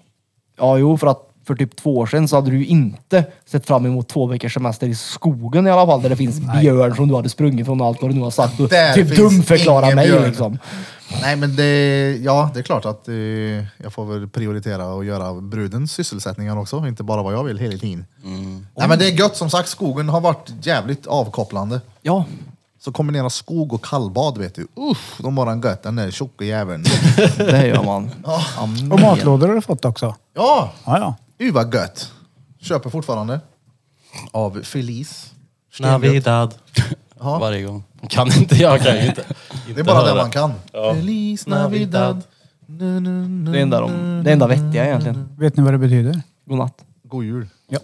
S3: Ja, jo, för att för typ två år sedan så hade du ju inte sett fram emot två veckors semester i skogen i alla fall, där det finns björn som du hade sprungit från och allt vad du nu har sagt. Du,
S1: Där
S3: typ
S1: finns
S3: dumförklara
S1: ingen
S3: mig
S1: björn.
S3: liksom.
S1: Nej men det, ja, det är klart att eh, jag får väl prioritera och göra brudens sysselsättningar också, inte bara vad jag vill hela tiden.
S4: Mm.
S1: Nej men det är gött som sagt, skogen har varit jävligt avkopplande.
S3: Ja,
S1: Så kombinera skog och kallbad vet du, usch, de har en gött den där tjocka
S4: [LAUGHS]
S1: jäveln.
S3: det gör [LAUGHS] man.
S2: Och matlådor har du fått också.
S1: ja,
S2: Ja, ja.
S1: u vad gött. Köper fortfarande. Av Felice.
S4: Navidad.
S5: varje gång.
S4: Kan inte, jag kan ju
S2: [LAUGHS]
S4: inte.
S1: Det är bara
S4: höra.
S1: det man kan.
S4: Ja.
S1: Feliz Navidad. Nu, nu, nu.
S3: Det enda,
S2: Mm.
S3: de, det enda vettiga egentligen.
S2: Vet ni vad det betyder?
S3: Godnatt.
S1: God jul.
S2: Ja.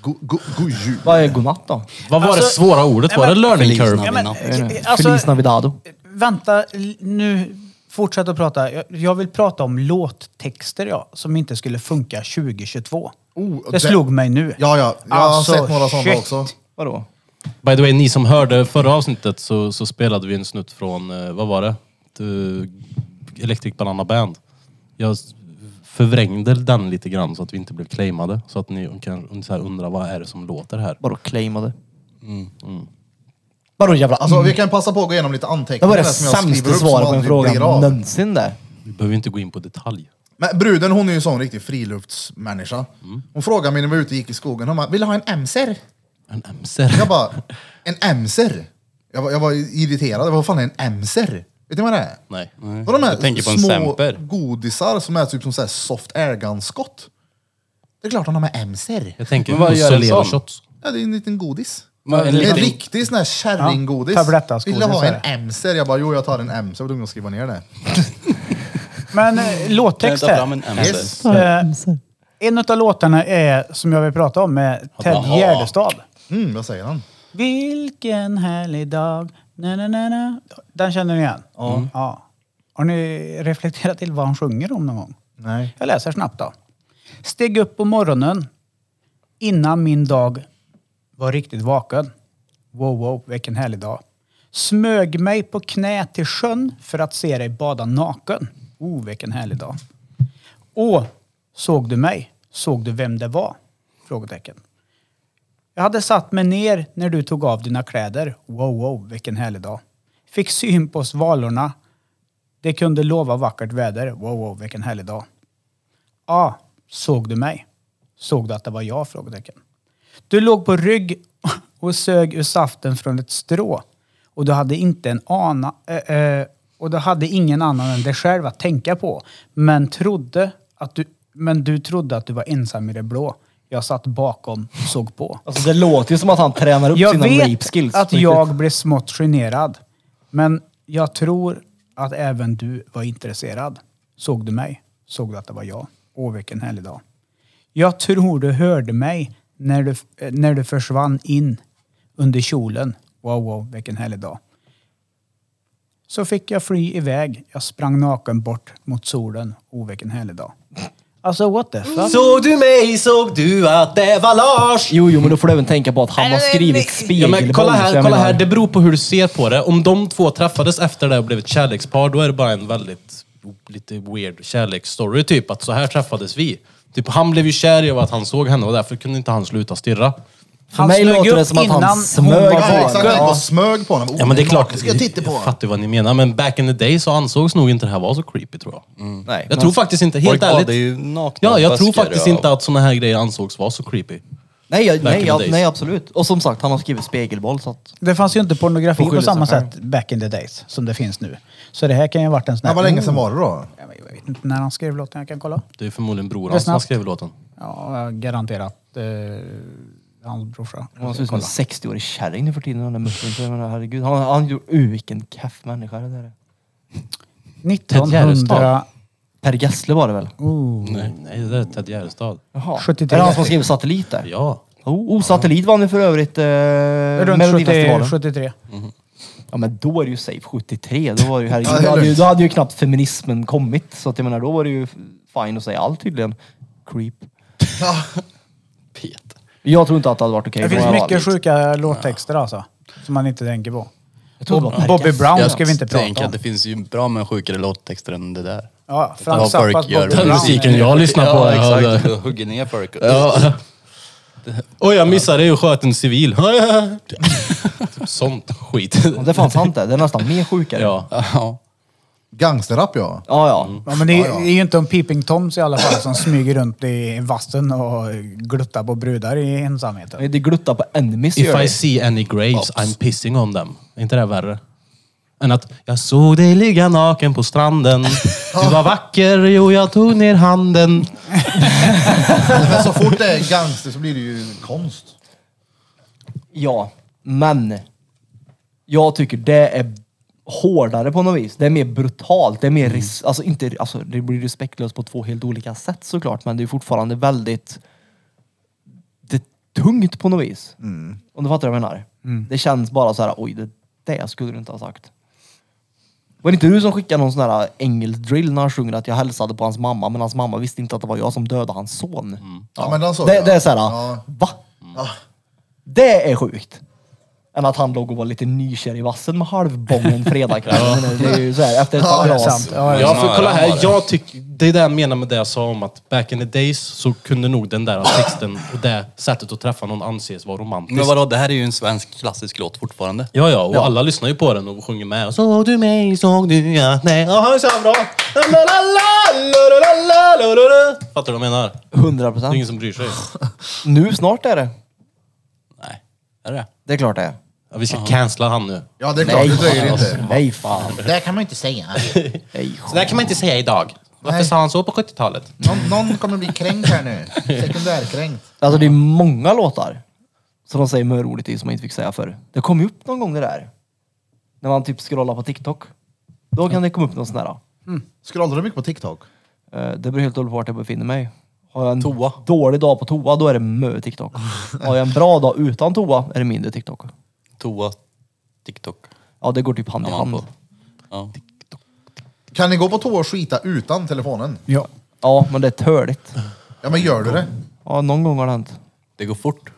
S1: Go, go, god jul.
S3: Vad är godnatt då?
S4: Vad var det
S2: Alltså,
S4: svåra ordet? Var det
S2: men-
S4: learning
S5: Feliz
S4: curve?
S5: Navidad.
S2: men,
S5: Navidad.
S3: Jag vet inte.
S2: alltså-
S3: Feliz Navidado.
S2: Vänta, l- nu fortsätt att prata. Jag, jag vill prata om låttexter ja, som inte skulle funka 2022.
S1: Oh,
S2: det,
S1: det-
S2: slog mig nu.
S1: Ja, ja. Jag
S2: Alltså,
S1: har sett några sådana
S2: shit.
S1: också.
S3: Vadå?
S4: By the way, ni som hörde förra avsnittet så, så spelade vi en snutt från, eh, vad var det? Du, Electric Banana Band. Jag s- förvrängde den lite grann så att vi inte blev claimade. Så att ni kan så här undra vad är det som låter här.
S3: Vadå claimade? Vadå jävla...
S1: Alltså, vi kan passa på att gå igenom lite
S3: det
S1: anteckningar
S3: var det
S1: där som jag
S3: sämsta
S1: skriver upp
S3: svaret
S1: som
S3: på en
S1: aldrig
S3: fråga
S1: blir av.
S3: någonsin där.
S4: Vi behöver inte gå in på detalj.
S1: Men bruden hon är ju en sån riktig friluftsmänniska. Hon frågade mig när vi var ute och gick i skogen, hon bara, vill du ha en emser?
S4: En emser. [LAUGHS]
S1: Jag bara, en emser? Jag var, jag var irriterad, vad fan är en emser? Vet ni vad det är?
S4: Nej.
S1: Vad de här
S5: Jag tänker på en
S1: små
S5: semper.
S1: godisar som är typ som så här soft airgun-skott. Det är klart de har emser.
S4: Jag tänker
S5: Men vad gör en
S4: Solero
S5: sån?
S4: shots.
S1: Ja, det är en liten godis.
S5: Men en
S1: en,
S5: liten-
S1: riktig sån här kärringgodis.
S2: Ja, tablettasgodis
S1: Vill du ha
S2: är
S1: en
S2: det.
S1: emser? Jag bara, jo jag tar en emser. Jag var tvungen att skriva ner det.
S2: Men eh,
S5: Kan jag
S2: låttext
S5: ta fram
S2: här.
S5: en emser?
S1: Yes.
S2: Eh, en av låtarna är, som jag vill prata om är Ted
S5: Jaha.
S2: Gärdestad.
S1: Mm, vad säger han?
S2: Vilken härlig dag. Na, na, na, na. Den känner ni igen? Ja. Har ni reflekterat till vad han sjunger om någon gång?
S1: Nej.
S2: Jag läser snabbt då. Steg upp på morgonen innan min dag var riktigt vaken. Wow, wow, vilken härlig dag. Smög mig på knä till sjön för att se dig bada naken. Oh, vilken härlig dag. Åh, såg du mig? Såg du vem det var? Frågetecken. Jag hade satt mig ner när du tog av dina kläder. Wow, wow, vilken härlig dag. Fick syn på svalorna Det kunde lova vackert väder. Wow, wow, vilken härlig dag. A. Såg du mig? Såg du att det var jag? Frågetecken. Du låg på rygg [LAUGHS] och sög ur saften från ett strå. Och du hade inte en ana... eh, eh, och du hade ingen annan än dig själv att tänka på. Men, trodde att du, men du trodde att du var ensam i det blå. Jag satt bakom och såg på.
S3: Alltså det låter ju som att han tränar upp
S2: Jag
S3: sina rape
S2: vet
S3: skills.
S2: att
S3: på
S2: jag
S3: riktigt.
S2: blev smått generad. Men jag tror att även du var intresserad. Såg du mig? Såg du att det var jag? Åh, vilken härlig dag. Jag tror du hörde mig när du, eh, när du försvann in under kjolen. Wow, wow, vilken härlig dag. Så fick jag fly iväg. Jag sprang naken bort mot solen. Åh, vilken härlig dag. Alltså, what the fuck?
S8: Såg du mig, såg du att det var Lars?
S3: Jo, jo, men då får du även tänka på att han har skrivit
S4: Ja,
S3: spegelband.
S4: men kolla
S3: så
S4: här,
S3: jag
S4: kolla
S3: menar-
S4: här, det beror på hur du ser på det. Om de två träffades efter det och blev ett kärlekspar, då är det bara en väldigt lite weird kärleksstory. Typ att så här träffades vi. Typ han blev ju kär i att han såg henne och därför kunde inte han sluta stirra.
S3: För mig
S2: smög
S3: låter det
S2: upp
S3: som att
S2: innan
S3: han
S2: hon
S3: smög
S2: var
S3: på
S1: Ja,
S2: vaken.
S1: exakt. Jag bara smög på honom. Oh,
S4: Ja men det är klart,
S1: ska jag titta på.
S4: jag fattar ju vad ni menar. Men back in the day så ansågs nog inte det här vara så creepy tror jag.
S3: Nej,
S4: Jag
S3: men-
S4: tror faktiskt inte, helt
S5: Folk
S4: ärligt.
S5: badade ju nakna
S4: Ja, jag tror
S5: buskar
S4: faktiskt
S5: och-
S4: inte att såna här grejer ansågs vara så creepy.
S3: Nej, jag,
S4: Back in
S3: nej,
S4: the
S3: jag,
S4: days.
S3: nej, absolut. Och som sagt, han har skrivit spegelboll så att...
S2: Det fanns ju inte pornografi
S3: Får skylla
S2: på samma
S3: sig.
S2: sätt back in the days som det finns nu. Så det här kan ju ha varit en sån
S1: Ja,
S2: här...
S1: vad länge sedan var det då?
S2: Ja, men Jag vet inte när han skrev låten, jag kan kolla.
S4: Det är förmodligen bror
S2: är
S4: hans som har
S2: snabbt.
S4: skrev låten.
S2: Ja, jag garanterat eh, hans brorsa.
S3: Han ser ut som en 60-årig kärring nu för tiden, den där muffen. Så jag menar, herregud. Han, han gjorde... Uh, vilken keff människa det där är.
S4: Ted Gärdestad.
S2: 1973.
S3: Per Gessle var det väl?
S2: Mm.
S4: Nej, nej, det där är Ted Gärdestad.
S3: Jaha.
S2: 73.
S3: Är det han som har skrivit satellit där?
S4: Ja.
S3: Oh, oh, satellit vann ju för övrigt eh,
S2: Runt 70,
S3: Melodifestivalen.
S2: 73.
S3: Ja men då är det ju safe 73. Då, var det ju, herregud,
S1: Ja, det är
S3: då, hade ju,
S1: lugnt.
S3: då hade ju knappt feminismen kommit. Så att jag menar, då var det ju fine att säga allt tydligen. Creep.
S5: Peter.
S3: Jag tror inte att det hade varit okej.
S2: Det
S3: för
S2: finns
S3: jag-
S2: mycket sjuka låttexter alltså. Som man inte tänker på.
S3: Jag tror det var Per
S2: Bobby
S3: Gessle.
S2: Brown ska vi inte
S5: tänker
S2: prata
S5: att
S2: om.
S5: det finns ju bra med sjukare låttexter än det där.
S2: Ja, Frank
S5: Vad folk
S2: Zappas
S5: gör.
S2: Bobby
S5: Den
S2: Brown.
S4: Den musiken jag lyssnar på.
S5: Ja,
S4: ja,
S5: exakt.
S4: det-
S5: Du Hugger ner folk.
S4: Ja. Oj, jag missade ju och sköt en civil. [LAUGHS] typ sånt skit.
S3: Ja, Det
S4: [LAUGHS]
S3: fanns han inte. Det är nästan mer sjukare.
S4: Ja.
S5: Ja.
S1: Gangsterrap ja.
S3: Ja, ja.
S2: Ja, men det är, det är ju inte en Peeping Toms i alla fall som smyger runt i vassen och gluttar på brudar i ensamheten.
S3: Nej, Det gluttar på enemies gör
S4: If I
S3: det.
S4: see any graves I'm pissing on them. Är inte det värre? Än att jag såg dig ligga naken på [LAUGHS] stranden. Du var vacker, jo jag tog ner handen.
S1: Men så fort det är gangster så blir det ju konst.
S3: Ja, men jag tycker det är hårdare på något vis. Det är mer brutalt. Det är
S1: Mm.
S3: mer res- alltså inte, alltså det blir respektlöst på två helt olika sätt såklart, men det är fortfarande väldigt det är tungt på något vis.
S1: Mm.
S3: Om du fattar vad jag menar. Det känns bara så här, oj, det där skulle du inte ha sagt. Var det inte du som skickade någon sån här ängelsdrill när han sjunger att jag hälsade på hans mamma, men hans mamma visste inte att det var jag som dödade hans son?
S1: Ja, men den såg
S3: Det,
S1: jag.
S3: det är såhär,
S1: Ja.
S3: va? Det är sjukt. Än att han låg och var lite nykär i vassen med halvbången fredagkväll. Men Det är ju såhär, efter ett
S1: Ja,
S3: par
S1: det är
S3: glas.
S2: sant. Ja,
S4: Ja,
S2: ja.
S4: för kolla
S5: det
S4: här.
S5: var det.
S4: Jag tycker, det är det jag menar med det jag sa om att back in the days så kunde nog den där texten och det sättet att träffa någon anses vara romantiskt.
S5: Men vadå, det här är ju en svensk klassisk låt fortfarande.
S4: Ja, ja, och alla lyssnar ju på den och sjunger med. Såg du mig, såg du ja, nej. Jaha, så bra. La, la, la, la, la, la, la, la, la, la. Fattar du vad jag menar? Det
S3: 100
S4: är ingen
S3: procent.
S4: som bryr sig.
S3: Nu snart är det.
S5: Nej, är det
S3: Det är klart det är.
S4: Ja, vi ska cancella han nu.
S1: Ja, det är klart. Det dröjer
S4: alltså.
S1: inte.
S3: Nej fan.
S6: Det kan man ju inte säga.
S3: [LAUGHS] Nej,
S4: Så där kan man inte säga idag. Varför
S1: Nej.
S4: sa han så på 70-talet?
S1: Någon, någon kommer bli kränkt här nu. Sekundärkränkt.
S3: Alltså det är många låtar som de säger mörordet i som man inte fick säga förr. Det kom ju upp någon gång det där. När man typ scrollar på TikTok. Då kan det komma upp någon sån där.
S1: Scrollar du mycket på TikTok?
S3: Eh, Det beror helt och hållet på vart jag befinner mig. Har jag en
S5: Toa.
S3: dålig dag på toa, då är det mö TikTok. Har jag en bra dag utan toa, är det mindre TikTok.
S5: Toa, TikTok.
S3: Ja, det går typ hand i
S5: Ja,
S3: hand.
S5: på. Ja.
S1: Kan ni gå på toa och skita utan telefonen?
S2: Ja.
S3: Ja, men det är törligt.
S1: Ja, men gör du det?
S3: Ja, någon gång har det hänt.
S5: Det går fort.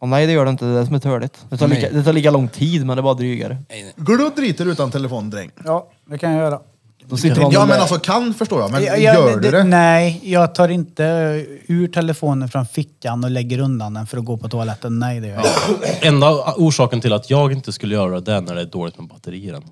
S3: Ja, nej, det gör det inte. Det är det som är törligt. Det tar, lika,
S5: Nej.
S3: det tar lika lång tid, men det är bara drygare.
S1: Går du och driter utan telefon, dräng?
S2: ja, det kan jag göra.
S3: Då sitter man
S1: Ja,
S3: med-
S1: men alltså kan förstår jag, men
S2: Ja, ja,
S1: gör du det?
S2: Nej, jag tar inte ur telefonen från fickan och lägger undan den för att gå på toaletten. Nej, det gör jag inte.
S4: Enda orsaken till att jag inte skulle göra det är när det är dåligt med batteri i den.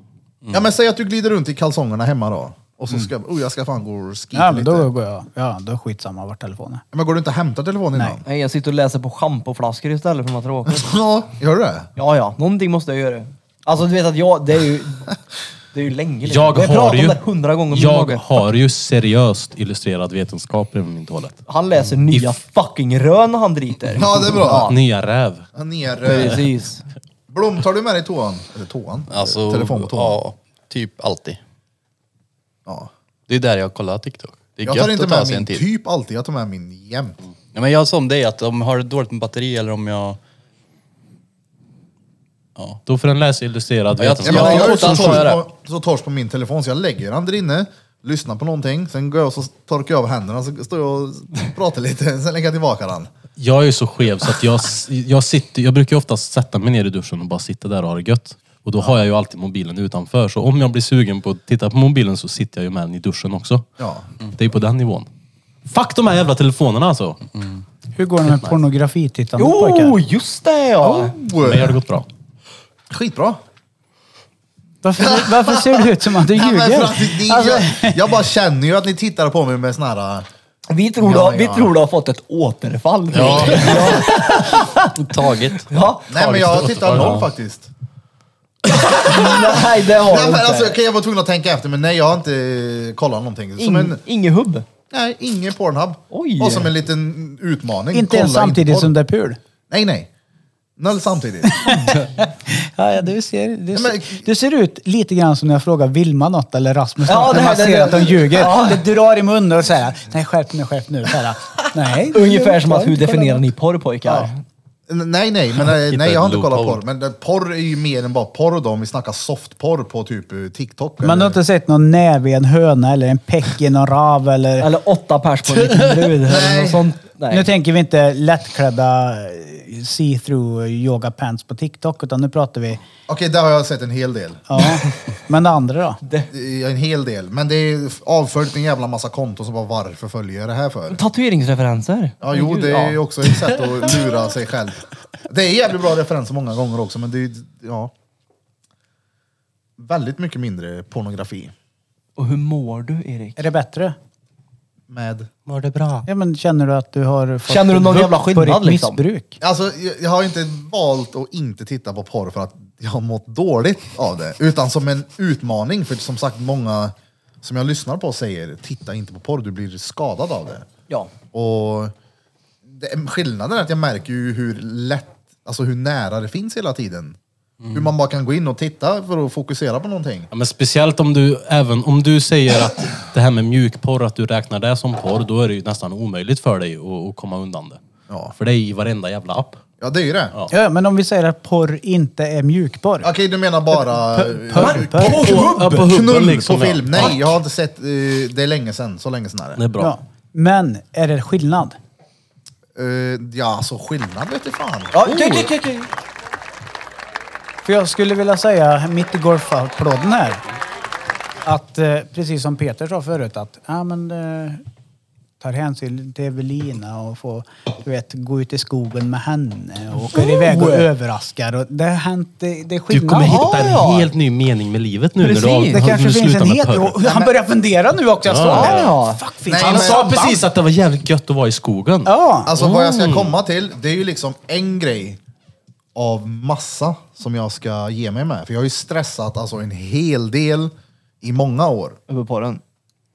S1: Ja men säg att du glider runt i kalsongerna hemma då. Och
S5: Mm.
S1: så ska, oh, jag ska fan gå och skita
S2: Ja, men
S1: lite.
S2: då går jag. Ja, då är skitsamma vart telefonen är.
S1: Ja, Men går du inte och hämtar telefonen innan? [LAUGHS]
S3: Nej, jag sitter och läser på schampoflaskor istället för matroker.
S1: Ja, gör du det?
S3: Ja, ja. Någonting måste jag göra. Alltså du vet att jag, det är ju... Det är ju länge liksom.
S4: Jag
S3: Vi pratat
S4: har
S3: om
S4: ju,
S3: det hundra gånger. om min
S4: jag
S3: mage.
S4: har ju seriöst illustrerad vetenskap bredvid min toalett.
S3: Han läser nya fucking rön när han driter.
S1: Ja, det är bra.
S4: Nya räv.
S1: Ja, Ner. eh,
S3: Precis.
S1: Blom, tar du med dig toan? Eller toan?
S5: Alltså,
S1: Telefon på toan?
S5: ja, typ alltid.
S1: Ja.
S5: Det är där jag kollar TikTok. Det är
S1: Jag
S5: gött
S1: tar inte
S5: att ta
S1: med
S5: sig
S1: min
S5: en tid.
S1: typ alltid, jag tar med min jämt.
S5: Ja, men jag som dig, att om jag har dåligt med batteri eller om jag...
S4: Då får den läsa illustrerad
S5: Ja,
S1: Jag
S5: jag-
S4: vetenskap.
S1: menar, jag är
S5: utan
S1: så
S5: så är
S1: torsk, på, så torsk på min telefon så jag lägger den där inne, lyssnar på någonting, sen går jag och så torkar jag av händerna, så står jag och pratar lite, [LAUGHS] sen lägger jag tillbaka den.
S4: Jag är ju så skev så att jag, s- jag, sitter, jag brukar ju oftast sätta mig ner i duschen och bara sitta där och ha det gött. Och då har jag ju alltid mobilen utanför. Så om jag blir sugen på att titta på mobilen så sitter jag ju med den i duschen också.
S1: Ja.
S4: Det är på den nivån. Fuck de här jävla telefonerna alltså.
S2: Mm. Hur går det med pornografitittande
S3: Jo,
S2: pojkar?
S3: just det ja!
S4: Men jag har det gått
S2: Mm.
S4: bra.
S1: Skitbra!
S2: Varför, varför ser du ut som att du
S1: Ja, men
S2: ljuger?
S1: för att ni,
S2: Alltså,
S1: jag, jag bara känner ju att ni tittar på mig med sån här...
S3: Vi tror,
S1: Ja,
S3: du, vi
S1: ja.
S3: tror du har fått ett återfall. Ja.
S5: Taget.
S3: ja.
S1: Nej men jag tittar noll faktiskt.
S3: Nej, det har
S1: Nej,
S3: du
S1: men
S3: inte.
S1: alltså, okej, jag var tvungen att tänka efter, men nej jag har inte kollat någonting. Som
S3: Ing,
S1: en,
S3: Ingen hubb.
S1: nej, ingen Pornhub.
S3: Oj.
S1: Och som en liten utmaning.
S2: inte ens
S1: kolla
S2: samtidigt
S1: porr.
S2: som det är pul.
S1: Nej, nej. Noll
S2: [LAUGHS]
S1: samtidigt.
S2: Ja, ja, du, ser, du,
S1: men-
S2: ser, du ser ut lite grann som när jag frågar Vilma något eller Rasmus
S3: Ja,
S2: något,
S3: det
S2: när man
S3: här- det-
S2: ser
S3: det-
S2: att de ljuger.
S3: Ja.
S2: Det drar i munnen och säger nej skärp nu, skärp nu. Så här, nej,
S3: Ungefär som
S2: jag
S3: att hur
S2: inte kollat
S3: definierar
S2: något.
S3: ni porr pojkar?
S1: N- Nej, nej, men eh, nej, jag har inte
S4: Hittade
S1: kollat
S4: loophole.
S1: porr. Men det, porr är ju mer än bara porr då, om vi snackar softporr på typ eh, TikTok.
S2: Man
S1: eller-
S2: har inte sett någon näve i en höna eller en peck i någon rav eller...
S3: Eller åtta pers på en [LAUGHS] liten brud eller
S1: Nej.
S3: något sånt. Nej.
S2: Nu tänker vi inte lättklädda eh, see-through yoga pants på TikTok, utan nu pratar vi...
S1: Okej, där har jag sett en hel del.
S3: [LAUGHS]
S2: Ja. Men det andra då?
S1: Eh, En hel del. Men det är f- avföljt en jävla massa konton som bara varför följer jag det här för?
S3: Tatueringsreferenser.
S1: Ja, jo, det är ju också ett sätt att lura sig själv. Det är jävligt bra referenser många gånger också, men det är ju- ja. Väldigt mycket mindre pornografi.
S3: Och hur mår du Erik?
S2: Är det bättre?
S1: Med?
S3: Mår du bra?
S2: Ja, men känner du att du har fått
S3: Känner du någon
S2: bukt
S3: jävla skillnad,
S2: på ditt
S3: liksom?
S2: missbruk?
S1: Alltså, jag, jag har inte valt att inte titta på porr för att jag har mått dåligt av det, utan som en utmaning. För som sagt, många som jag lyssnar på säger titta inte på porr, du blir skadad av det.
S3: Ja.
S1: Och det, skillnaden är att jag märker ju hur lätt, alltså hur nära det finns hela tiden. Hur man bara kan gå in och titta för att fokusera på någonting.
S4: Ja, men speciellt om du, även om du säger att det här med mjukporr, att du räknar det som porr, då är det ju nästan omöjligt för dig att, att komma undan det.
S1: Ja.
S4: För det är i varenda jävla app.
S1: Ja, det är ju det.
S4: Ja.
S2: Ja, men om vi säger att porr inte är mjukporr.
S1: Okej, du menar bara... eh,
S2: Porr, porr.
S4: Ja, på
S1: Knull
S4: hubben
S1: på
S4: liksom. ja.
S1: film? Nej, jag har inte sett... eh, det är länge sedan. Så länge sedan är det.
S4: Det är bra.
S2: Ja. Men är det skillnad?
S1: Eh, ja, alltså skillnad vet du fan.
S3: Ja, okej, okej, okej, okej.
S2: För jag skulle vilja säga, mitt i golfapplåden här, att eh, precis som Peter sa förut, att ja, men, eh, tar hänsyn till Evelina och får du vet, gå ut i skogen med henne och
S3: Oh!
S2: åker iväg och överraskar. Och det, har hänt, det, det är
S4: Du
S2: skillnad.
S4: kommer hitta en
S3: ja.
S4: helt ny mening med livet nu
S3: Precis.
S4: när du har-
S2: det
S4: har
S2: kanske
S4: du
S2: finns
S4: slutat
S2: en
S4: med
S2: het...
S4: porr.
S2: och Han börjar fundera nu också, jag såg
S3: Ja,
S2: det.
S3: ja.
S2: Fuck, finns
S1: Nej,
S2: det
S4: Han
S1: men-
S2: något
S4: sa
S2: Alltså, samband?
S4: precis att det var jävligt gött att vara i skogen.
S2: Ja.
S1: Alltså vad jag
S4: Mm.
S1: ska komma till, det är ju liksom en grej av massa som jag ska ge mig med. För jag har ju stressat alltså en hel del i många år.
S3: Över porren.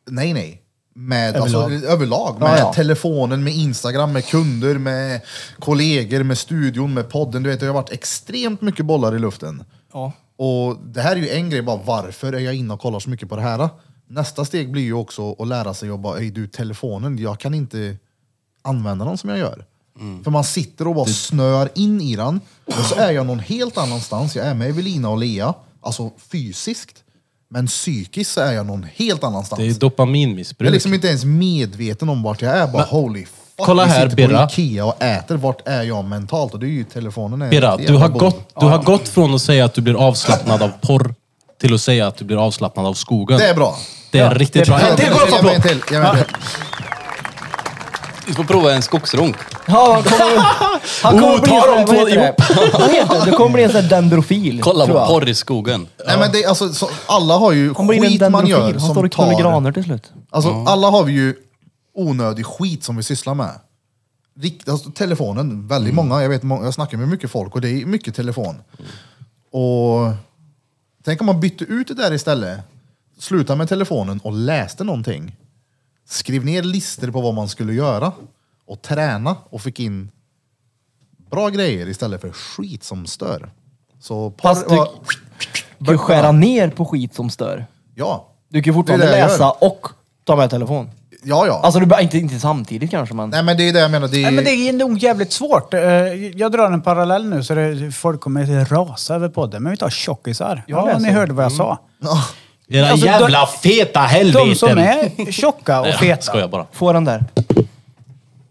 S1: Nej, nej. Med, överlag. Alltså, överlag med
S3: Ja, ja.
S1: telefonen, med Instagram, med kunder, med kollegor, med studion, med podden. Du vet, det har varit extremt mycket bollar i luften.
S3: Ja.
S1: Och det här är ju en grej, bara varför är jag inne och kollar så mycket på det här? Nästa steg blir ju också att lära sig att bara, "Ey, du telefonen, jag kan inte använda den som jag gör.
S4: Mm.
S1: För man sitter och bara snör in i den. Och så är jag någon helt annanstans. Jag är med Evelina och Lea, alltså fysiskt. Men psykiskt så är jag någon helt annanstans.
S4: Det är
S1: Jag är
S4: dopaminmissbruk.
S1: liksom inte ens medveten om vart jag är. Bara holy fuck,
S4: kolla
S1: jag
S4: här,
S1: sitter
S4: Birra.
S1: på Ikea och äter. Vart är jag mentalt? Och det är ju telefonen. Är
S4: Birra,
S1: ett
S4: du
S1: jävla
S4: har,
S1: bom.
S4: gått, du har gått från att säga att du blir avslappnad av porr till att säga att du blir avslappnad av skogen.
S1: Det är bra.
S4: Det är riktigt bra.
S1: Ja,
S4: En till
S1: jag med en
S4: golfapplåd!
S1: till, jag med en till.
S5: Du får prova en skogsrunk.
S3: Ja, han kommer, han kommer
S5: Oh,
S3: bli
S5: ta
S3: en sån-
S5: de
S3: vad
S5: två
S3: heter det? [LAUGHS] Vad heter det? Det kommer bli en sån här dendrofil.
S5: Kolla
S3: tror
S5: på
S3: jag.
S5: porr i skogen.
S1: Nej, men det, är- alltså, så, alla har ju
S3: Han blir en
S1: skit man
S3: dendrofil.
S1: gör
S3: Han står
S1: som
S3: och knullar
S1: tar...
S3: granar till slut.
S1: Alltså, Alla har vi ju onödig skit som vi sysslar med. Rikt, alltså, telefonen, väldigt
S3: Mm.
S1: många. Jag, vet, må- jag snackar med mycket folk och det är mycket telefon. Och Tänk om man bytte ut det där istället. Sluta med telefonen och läste någonting. Skriv ner listor på vad man skulle göra och träna och fick in bra grejer istället för skit som stör. Så
S3: Fast
S1: porr var-
S3: Du kan ju skära ner på skit som stör.
S1: Ja.
S3: Du kan ju fortfarande
S1: Det är det jag
S3: läsa och ta med telefon.
S1: Ja, ja.
S3: Alltså, du behöver inte, inte samtidigt kanske, men...
S1: Nej men det är det jag menar. Det är...
S2: Nej, men det är nog jävligt svårt. Eh, Jag drar en parallell nu så det, folk kommer att rasa över podden. Men vi tar tjockisar.
S3: Jag
S2: Ja,
S3: läser. Mm.
S2: ni hörde vad jag sa.
S1: Ja.
S4: Era
S2: Alltså,
S4: jävla
S2: de-
S4: feta helveten!
S2: De som är tjocka och
S4: Nej,
S2: feta.
S4: skojar bara.
S3: Få den där.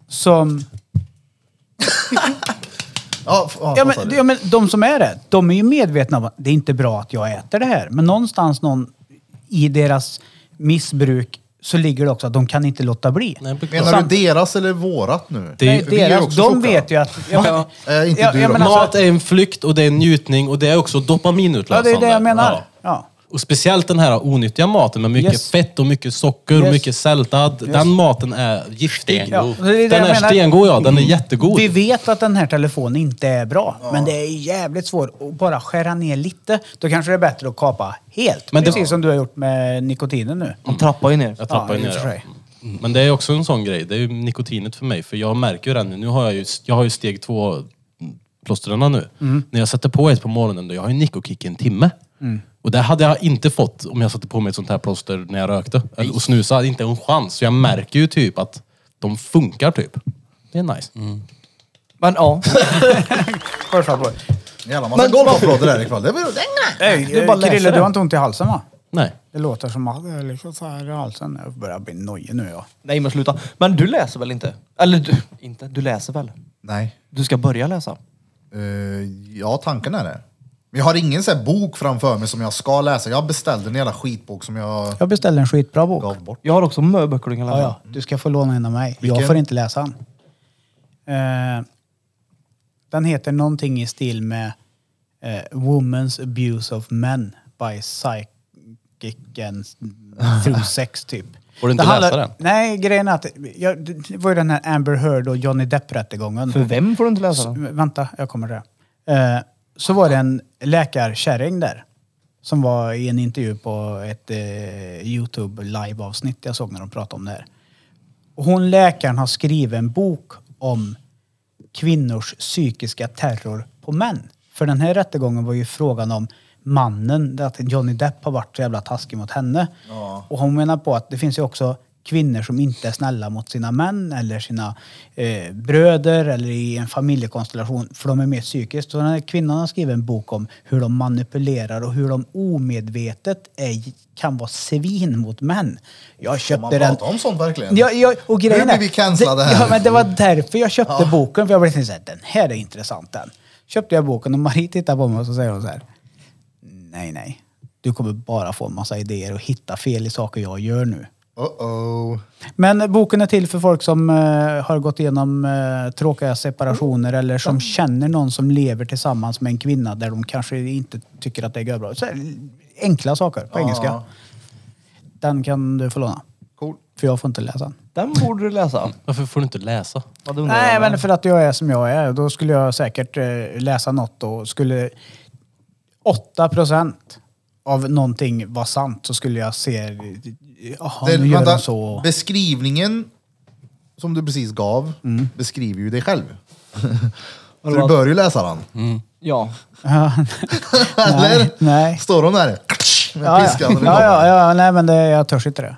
S2: Som,
S1: Ja, f- ja,
S2: ja,
S1: vad sa
S2: men,
S1: du?
S2: ja, men de som är det, de är ju medvetna om att det är inte bra att jag äter det här. Men någonstans någon, i deras missbruk så ligger det också att de kan inte låta bli.
S4: Nej, det är klart.
S1: Menar
S2: Sam-
S1: du deras eller vårat nu?
S2: Nej,
S1: För vi är
S2: deras,
S1: också
S2: de
S1: tjocka.
S2: vet ju
S1: [LAUGHS]
S2: att... Ja, men,
S1: Eh, inte du då.
S2: alltså-
S4: Mat är en flykt och det är en njutning och det är också
S2: ja,
S4: dopaminutlösande.
S2: det är det jag menar.
S4: Ja.
S2: Ja.
S4: Och speciellt den här onyttiga maten med mycket
S2: Yes.
S4: fett och mycket socker och
S2: Yes.
S4: mycket sältad. Den maten är giftig.
S2: Ja, det är det
S4: den
S2: jag
S4: är
S2: menar. Mm.
S4: stengod ja, den är jättegod.
S2: Vi vet att den här telefonen inte är bra, men det är jävligt svårt att bara skära ner lite. Då kanske det är bättre att kapa helt.
S4: Men det-
S2: Precis som du har gjort med nikotinen nu.
S3: Han trappar ju ner.
S4: Jag
S2: Ja,
S4: tappar ju
S2: i och
S4: ner
S2: för sig.
S4: ja. Men det är också en sån grej. Det är ju nikotinet för mig. För jag märker ju det nu. Nu har jag ju, jag har ju steg två plåstren nu. När jag sätter på ett på morgonen, då jag har ju nikokick i en timme. Och det hade jag inte fått om jag satte på mig ett sånt här plåster när jag rökte. Eller- Och snusade, inte en chans. Så jag märker ju typ att de funkar typ. Det är nice.
S3: Men ja.
S2: Först och främst.
S1: Jävla massa golfapplåder här ikväll. Det var...
S2: Hey,
S3: Du bara läser
S2: Krille,
S3: det.
S2: du har inte ont i halsen va?
S4: Nej.
S2: Det låter som att det är liksom så här i halsen. Jag börjar bli nojig nu jag.
S3: Nej, men sluta. Men du läser väl inte? Eller du... Inte? Du läser väl?
S1: Nej.
S3: Du ska börja läsa.
S1: Eh, ja, tanken är det. Men jag har ingen så här bok framför mig som jag ska läsa. Jag beställde en jävla skitbok som jag
S2: Jag beställde en skitbra bok.
S1: gav bort.
S3: Jag har också mö- böcker du kan
S2: Ja,
S3: läsa.
S2: ja. Du ska få låna en av mig.
S1: Vilken?
S2: Jag får inte läsa den. Eh, den heter någonting i stil med eh, Woman's Abuse of Men by Psychicen through
S5: [LAUGHS]
S2: sex typ.
S5: Får du inte
S2: Det handlar-
S5: läsa den?
S2: Nej, grejen är att jag, det var ju den här Amber Heard och Johnny Depp-rättegången.
S3: För vem får du inte läsa
S2: Så,
S3: den?
S2: vänta, jag kommer till det. Eh, så var det en läkarkärring där som var i en intervju på ett eh, Youtube live-avsnitt jag såg när de pratade om det här. Och hon läkaren har skrivit en bok om kvinnors psykiska terror på män. För den här rättegången var ju frågan om mannen, att Johnny Depp har varit så jävla taskig mot henne. Och hon menar på att det finns ju också kvinnor som inte är snälla mot sina män eller sina eh, bröder eller i en familjekonstellation, för de är mer psykiskt. Så den här kvinnan har skrivit en bok om hur de manipulerar och hur de omedvetet är, kan vara svin mot män. Jag
S1: Får man
S2: köpte den...
S1: prata om sånt verkligen?
S2: Ja, ja, och grejen
S1: Nu blir
S2: är-
S1: vi cancellade här.
S2: Ja, men det var därför jag köpte boken. För jag blev så här, den här är intressant den. Köpte jag boken och Marie tittar på mig och så säger hon så här. Nej, nej. Du kommer bara få en massa idéer och hitta fel i saker jag gör nu.
S1: Uh-oh.
S2: Men boken är till för folk som eh, har gått igenom eh, tråkiga separationer
S1: Mm.
S2: eller som känner någon som lever tillsammans med en kvinna där de kanske inte tycker att det är bra. Så här, enkla saker på engelska. Den kan du få låna.
S1: Cool.
S2: För jag får inte läsa den.
S3: Den borde du läsa.
S4: Varför får du inte läsa?
S3: Vad undrar
S2: Nej,
S3: jag med.
S2: men för att jag är som jag är, då skulle jag säkert eh, läsa något och skulle 8% av någonting var sant så skulle jag se, jaha
S1: Det,
S2: nu gör
S1: vänta,
S2: de så.
S1: beskrivningen som du precis gav
S2: Mm.
S1: beskriver ju dig
S2: [LAUGHS]
S1: själv. Så
S3: det
S1: du
S3: var-
S1: bör ju läsa den. [LAUGHS]
S3: Ja.
S1: Eller?
S2: Mm. nej.
S1: Står hon där med
S2: Ja,
S1: piskan?
S2: ja,
S1: när det
S2: ja,
S1: kommer?
S2: ja, nej men det, jag törs inte det.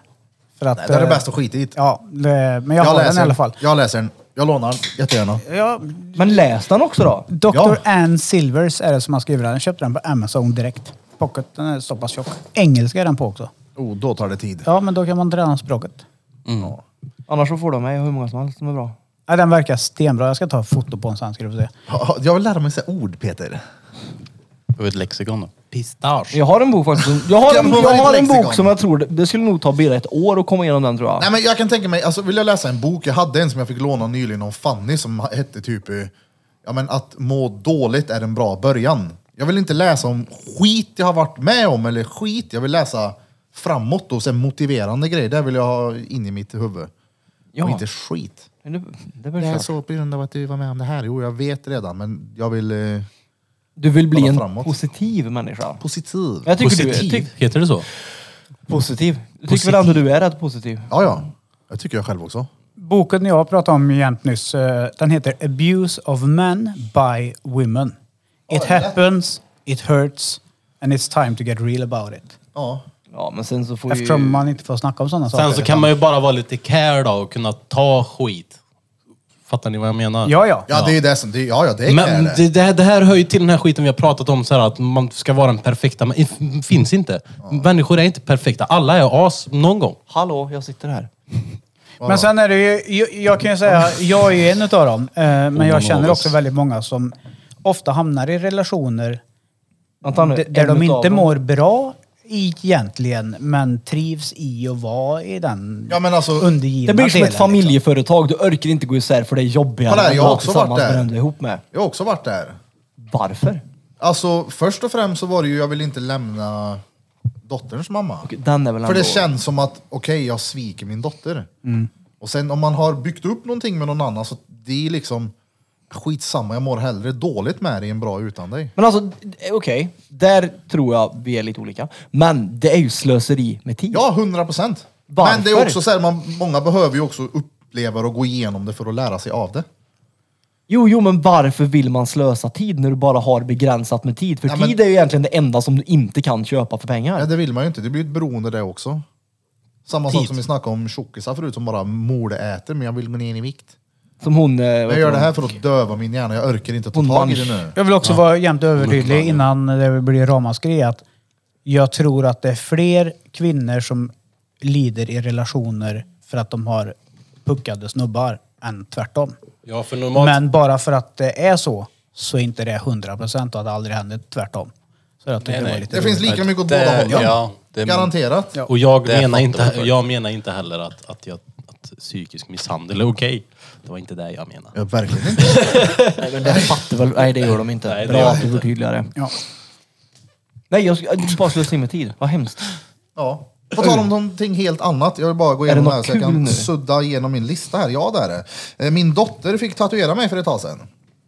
S2: För att,
S1: Nej, Det är det
S2: eh,
S1: bästa att skita i. det.
S2: Ja, det, men jag, har den i alla fall.
S1: Jag läser den. Jag lånar den jättegärna.
S2: Ja,
S3: Men läs den också då.
S2: Dr.
S1: Ja.
S2: Ann Silvers är det som har skrivit den. Jag köpte den på Amazon direkt. Pocket, den är så pass tjock. Engelska är den på också.
S1: Oh, då tar det tid.
S2: Ja, Mm. men då kan man träna språket.
S1: Ja.
S3: Annars så får du mig hur många som helst som är bra.
S2: Ja, den verkar stenbra. Jag ska ta foto på en sån ska du få se.
S1: Ja, Jag vill lära mig säga ord, Peter.
S5: Över ett lexikon då.
S4: pistage.
S3: Jag har en bok faktiskt. Jag har en,
S1: Gammal
S3: jag har en
S1: lexikon.
S3: bok som jag tror, det, det skulle nog ta Birra ett år att komma igenom den tror jag.
S1: Nej men jag kan tänka mig, alltså vill jag läsa en bok, jag hade en som jag fick låna nyligen av Fanny som ha- hette typ eh, ja, men att må dåligt är en bra början. Jag vill inte läsa om skit jag har varit med om eller skit, jag vill läsa framåt och sen motiverande grejer, det vill jag ha in i mitt huvud.
S3: Ja.
S1: Och inte skit.
S3: Det, det är väl
S1: Det är
S3: klart.
S1: så på grund av att du var med om det här. Jo, jag vet redan, men jag vill eh,
S3: Du vill bli
S1: Kolla
S3: en
S1: framåt.
S3: positiv människa.
S1: positiv.
S3: Jag tycker du är, ty,
S4: Positiv, Typ- heter det så?
S3: positiv. Du tycker väl ändå du är rätt positiv?
S1: Ja, ja. Jag tycker jag själv också.
S2: Boken jag pratade om jämt nyss, eh, den heter Abuse of Men by Women. It happens, it hurts, and it's time to get real about it.
S1: Ja.
S3: Ja, men sen så får
S2: Eftersom
S3: ju...
S2: man inte får snacka om sådana saker.
S4: Sen så kan man ju bara vara lite care då och kunna ta skit. Fattar ni vad jag menar?
S2: Ja, ja.
S1: Ja, det är ju det som... Det, ja, ja, det är
S4: Men
S1: det.
S4: det, det, här, det här hör ju till den här skiten vi har pratat om, så här, att man ska vara den perfekta. Men det finns inte. Människor är inte perfekta. Alla är as någon gång.
S3: Hallå, jag sitter här.
S2: Men sen är det ju, jag, jag kan ju säga, jag är ju en utav dem. eh, Men jag känner också väldigt många som ofta hamnar i relationer
S3: Vänta nu,
S2: d- där
S3: en
S2: de
S3: utav
S2: inte
S3: dem.
S2: mår bra egentligen, men trivs i att vara i den
S1: Ja, men alltså-
S2: undergivna
S3: Det blir som
S2: delen,
S3: ett familjeföretag. Du orkar inte gå isär för det är jobbigare
S1: liksom. Kolla här, jag har
S3: vara
S1: också
S3: tillsammans
S1: varit där.
S3: med den du är ihop med.
S1: Jag har också varit där.
S3: Varför?
S1: Alltså först och främst så var det ju, jag vill inte lämna dotterns mamma.
S3: Den är väl
S1: För
S3: ändå...
S1: det känns som att, okej jag sviker min dotter. Och sen om man har byggt upp någonting med någon annan så det är liksom skitsamma, jag mår hellre dåligt med dig än bra utan dig.
S3: Men alltså, d- okej. Där tror jag vi är lite olika. Men det är ju slöseri med tid.
S1: Ja, hundra procent.
S3: Varför?
S1: Men det är också så här, man, många behöver ju också uppleva och gå igenom det för att lära sig av det.
S3: Jo, jo, men varför vill man slösa tid när du bara har begränsat med tid? För
S1: Ja, men-
S3: tid är ju egentligen det enda som du inte kan köpa för pengar.
S1: Nej, det vill man ju inte, det blir ett beroende det också. Samma sak som vi snackade om tjockisar förut som bara moleäter, men jag vill gå ner i vikt.
S3: Som hon... eh,
S1: Jag
S3: vet
S1: gör
S3: du
S1: det
S3: vad-
S1: här för att döva min hjärna, jag orkar inte ta
S3: Hon
S1: tag i det
S3: vann.
S1: nu.
S2: Jag vill också vara jämt övertydlig innan det blir ramaskri att jag tror att det är fler kvinnor som lider i relationer för att de har puckade snubbar än tvärtom.
S4: Ja, för normalt...
S2: Men bara för att det är så, så är inte det 100 procent och att det aldrig händer tvärtom. Så jag tycker
S5: Nej,
S2: det var
S5: nej.
S1: Det
S2: lite
S1: finns lika mycket åt
S5: Det-
S1: båda hållen.
S5: ja, det är-
S1: Garanterat.
S4: Och jag
S5: Det fattar
S4: menar, inte,
S5: jag själv.
S4: jag menar inte heller att, att, jag, att psykisk misshandel är okej. Det var inte det jag menade.
S1: Ja, verkligen inte.
S3: Nej, men det fattar väl... Nej, det gör de inte.
S4: Nej, det
S3: Bra
S4: gör
S3: att
S4: de
S3: du
S4: inte.
S3: förtydligar det.
S2: Ja.
S3: Nej, jag ska- jag- bara slöseri med tid. Vad hemskt.
S1: Ja. På tal om någonting helt annat, jag vill bara gå
S3: Är det
S1: igenom det
S3: något
S1: här så jag
S3: kul
S1: kan
S3: nu?
S1: sudda igenom min lista här. Ja, det är det. Eh, Min dotter fick tatuera mig för ett tag sedan.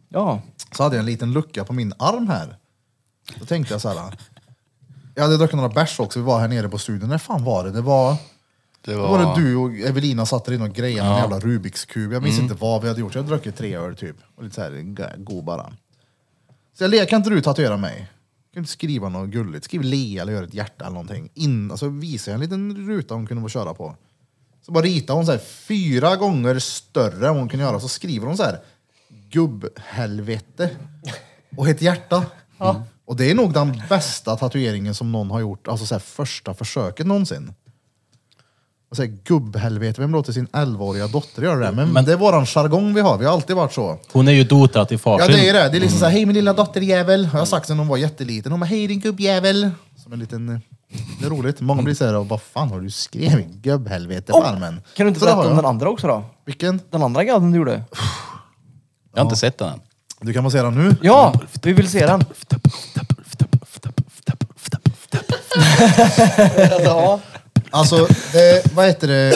S3: Ja.
S1: Så hade jag en liten lucka på min arm här. Då tänkte jag så här. "Ah." Jag hade druckit några bärs också, vi var här nere på studion. När fan var det? Det var...
S5: Det
S1: Då var
S5: var...
S1: det du och Evelina satt där inne och grejade med en jävla Rubiks kub. Jag minns
S5: Mm.
S1: inte vad vi hade gjort. Jag hade druckit tre öl typ. Och lite så här, g- god bara. Så jag le, kan inte du tatuera mig? Kan du inte skriva något gulligt? Skriv le eller gör ett hjärta eller någonting. In, alltså visade jag en liten ruta hon kunde få köra på. Så bara ritar hon så här fyra gånger större än hon kunde göra. Så skriver hon så här gubbhelvete och ett hjärta. Och det är nog den bästa tatueringen som någon har gjort, alltså så här första försöket någonsin. Och så här, gubbhelvete, vem låter sin 11-åriga dotter göra det? här? Men,
S4: Men-
S1: det är våran jargong vi har, vi har alltid varit så.
S4: Hon är ju dota till farsin.
S1: Ja det är det, det är liksom såhär, hej min lilla dotterjävel.
S3: Mm.
S1: Har jag sagt sen hon var jätteliten. Hon bara, hej din gubbjävel. Som en liten, eh, det är roligt. Många blir såhär, vad fan har du skrivit gubbhelvete på armen?
S3: Kan du inte
S1: Så det har
S3: berätta om
S1: jag.
S3: den andra också då?
S1: Vilken?
S3: Den andra gadden du gjorde?
S5: Jag har inte sett den än.
S1: Du kan passera nu.
S3: Ja, vi vill se den. ja.
S1: Alltså, det, vad heter det?